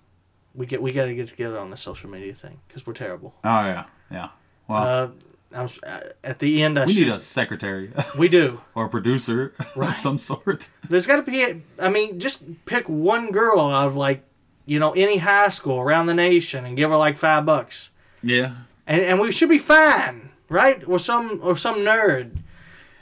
S7: We get we got to get together on the social media thing because we're terrible.
S6: Oh yeah, yeah. Well,
S7: Uh, I'm, s- I- at the end, I
S6: Oh. we
S7: should,
S6: need a secretary
S7: we do.
S6: or a producer
S7: Right.
S6: of some sort.
S7: There's got to be. a- I mean, just pick one girl out of like, you know, any high school around the nation and give her like five bucks,
S6: Yeah.
S7: and and we should be fine, right? Or some or some nerd.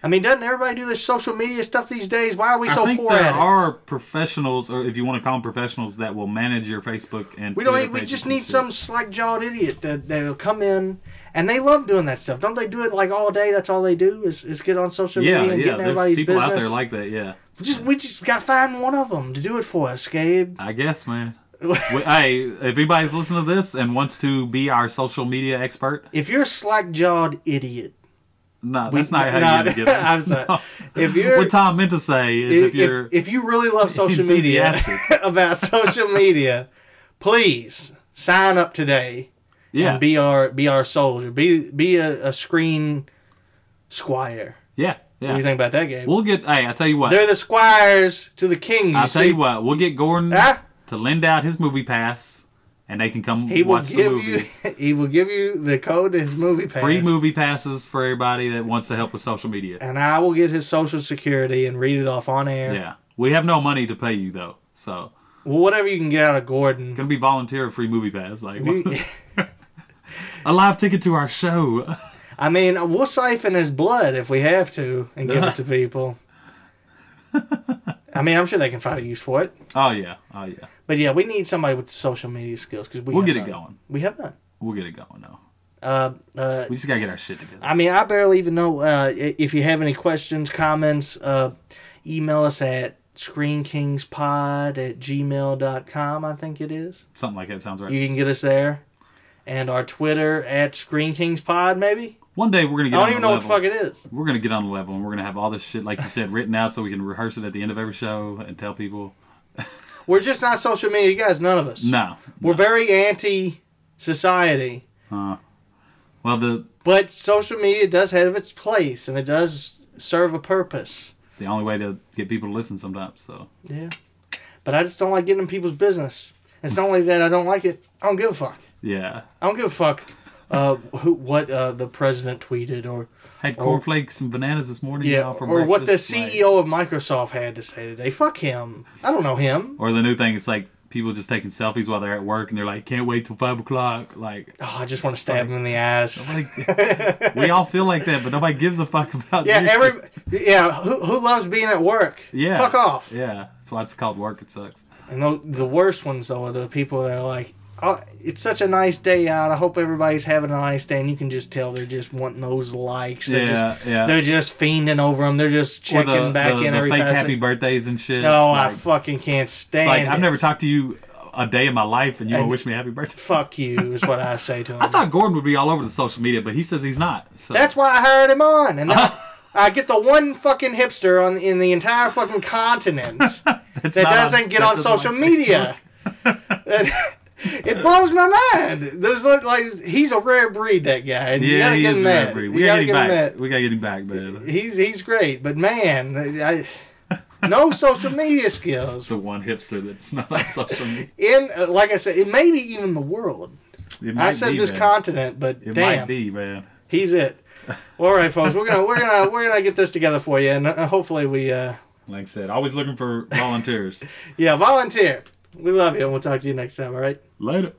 S7: I mean, doesn't everybody do this social media stuff these days? Why are we so
S6: I think
S7: poor
S6: there
S7: at it?
S6: are professionals, or if you want to call them professionals, that will manage your Facebook and
S7: We don't.
S6: Twitter
S7: Need, we
S6: pages
S7: just
S6: and
S7: need
S6: shit.
S7: some slack jawed idiot that that'll come in. And they love doing that stuff, don't they? Do it like all day. That's all they do is, is get on social
S6: Yeah,
S7: media and
S6: yeah.
S7: get in
S6: There's
S7: everybody's
S6: people
S7: business.
S6: out there like that. Yeah,
S7: just we just gotta find one of them to do it for us, Gabe.
S6: I guess, man. We- hey, if anybody's listening to this and wants to be our social media expert,
S7: If you're a slack jawed idiot,
S6: No,
S7: We-
S6: that's not how
S7: no,
S6: you get it.
S7: I'm sorry. If you're-
S6: what Tom meant to say is if,
S7: if,
S6: you're
S7: if, you really love social media
S6: enthusiastic.
S7: about social media, please sign up today
S6: yeah
S7: and be our be our soldier. Be be a, a screen squire.
S6: yeah
S7: What do you
S6: yeah.
S7: think about that, Gabe?
S6: We'll get. Hey, I tell you what.
S7: They're the squires to the king.
S6: I'll tell
S7: see.
S6: you what. We'll get Gordon
S7: Ah.
S6: to lend out his movie pass, and they can come
S7: He will
S6: watch the
S7: give you.
S6: movies.
S7: He will give you the code to his movie pass.
S6: Free movie passes for everybody that wants to help with social media.
S7: And I will get his social security and read it off on air.
S6: Yeah, we have no money to pay you though, so
S7: Well, whatever you can get out of Gordon.
S6: gonna be volunteer free movie pass, like
S7: We-
S6: a live ticket to our show.
S7: I mean, we'll siphon his blood if we have to and give it to people. I mean, I'm sure they can find a use for it.
S6: Oh yeah, oh yeah.
S7: But yeah, we need somebody with social media skills because we
S6: We'll
S7: have
S6: get it
S7: none.
S6: going.
S7: We have none.
S6: We'll get it going though.
S7: Uh, uh,
S6: We just gotta get our shit together.
S7: I mean, I barely even know uh, i- if you have any questions, comments, uh, email us at screenkingspod at gmail.com, I think it is.
S6: Something like that sounds right.
S7: You can get us there. And our Twitter at screenkingspod, maybe?
S6: One day we're gonna get.
S7: I
S6: on
S7: don't even
S6: the
S7: know
S6: level.
S7: what the fuck it is.
S6: We're gonna get on the level, and we're gonna have all this shit, like you said, written out, so we can rehearse it at the end of every show and tell people.
S7: We're just not social media guys, none of us.
S6: No.
S7: We're very anti society.
S6: Well, the
S7: But social media does have its place and it does serve a purpose.
S6: it's the only way to get people to listen sometimes. So
S7: Yeah. But I just don't like getting in people's business. It's not only that I don't like it, I don't give a fuck.
S6: yeah,
S7: I don't give a fuck uh, who, what uh, the president tweeted or
S6: had cornflakes and bananas this morning.
S7: Oh. yeah,
S6: y'all,
S7: or
S6: for
S7: what the E
S6: breakfast, like-
S7: CEO of Microsoft had to say today. Fuck him. I don't know him.
S6: or the new thing, it's like people just taking selfies while they're at work, and they're like, "Can't wait till five o'clock." Like,
S7: Oh, I just want to stab him in the eyes.
S6: like, we all feel like that, but nobody gives a fuck about.
S7: Yeah,
S6: you.
S7: every yeah, who, who loves being at work?
S6: Yeah.
S7: Fuck off.
S6: Yeah, that's why it's called work. It sucks.
S7: And the, the worst ones though are the people that are like, oh, "It's such a nice day out. I hope everybody's having a nice day." And you can just tell they're just wanting those likes. They're
S6: Yeah,
S7: just,
S6: yeah.
S7: They're just fiending over them. They're just checking
S6: or the,
S7: back
S6: the,
S7: in
S6: the
S7: every
S6: fake
S7: time.
S6: happy birthdays and shit.
S7: No, I
S6: like,
S7: fucking can't stand.
S6: it's like I've
S7: it.
S6: never talked to you a day in my life, and you want
S7: And-
S6: to wish me a happy birthday.
S7: Fuck you is what I say to him.
S6: I thought Gordon would be all over the social media, but he says he's not. So
S7: That's why I hired him on, and that, I get the one fucking hipster on in the entire fucking continent.
S6: That's
S7: that
S6: not
S7: doesn't get
S6: that
S7: on
S6: doesn't
S7: social
S6: like
S7: media. it blows my mind. There's like, like he's a rare breed. That guy. And
S6: Facebook.
S7: you
S6: Yeah,
S7: gotta
S6: he
S7: give
S6: is
S7: him
S6: very
S7: that.
S6: pretty.
S7: You
S6: We gotta
S7: gotta
S6: get him back.
S7: that.
S6: We gotta get him back, man.
S7: He's he's great, but man, I, no social media skills.
S6: The one hipster that's not on social media.
S7: In uh, like I said, it may be even the world.
S6: It might
S7: I said
S6: be,
S7: this
S6: man.
S7: continent, but
S6: It
S7: damn,
S6: might be, man.
S7: he's it. All right, folks, we're gonna we're gonna we're gonna get this together for you, and uh, hopefully we uh
S6: Like I said, always looking for volunteers.
S7: yeah volunteer. We love you, and we'll talk to you next time. All right.
S6: Later.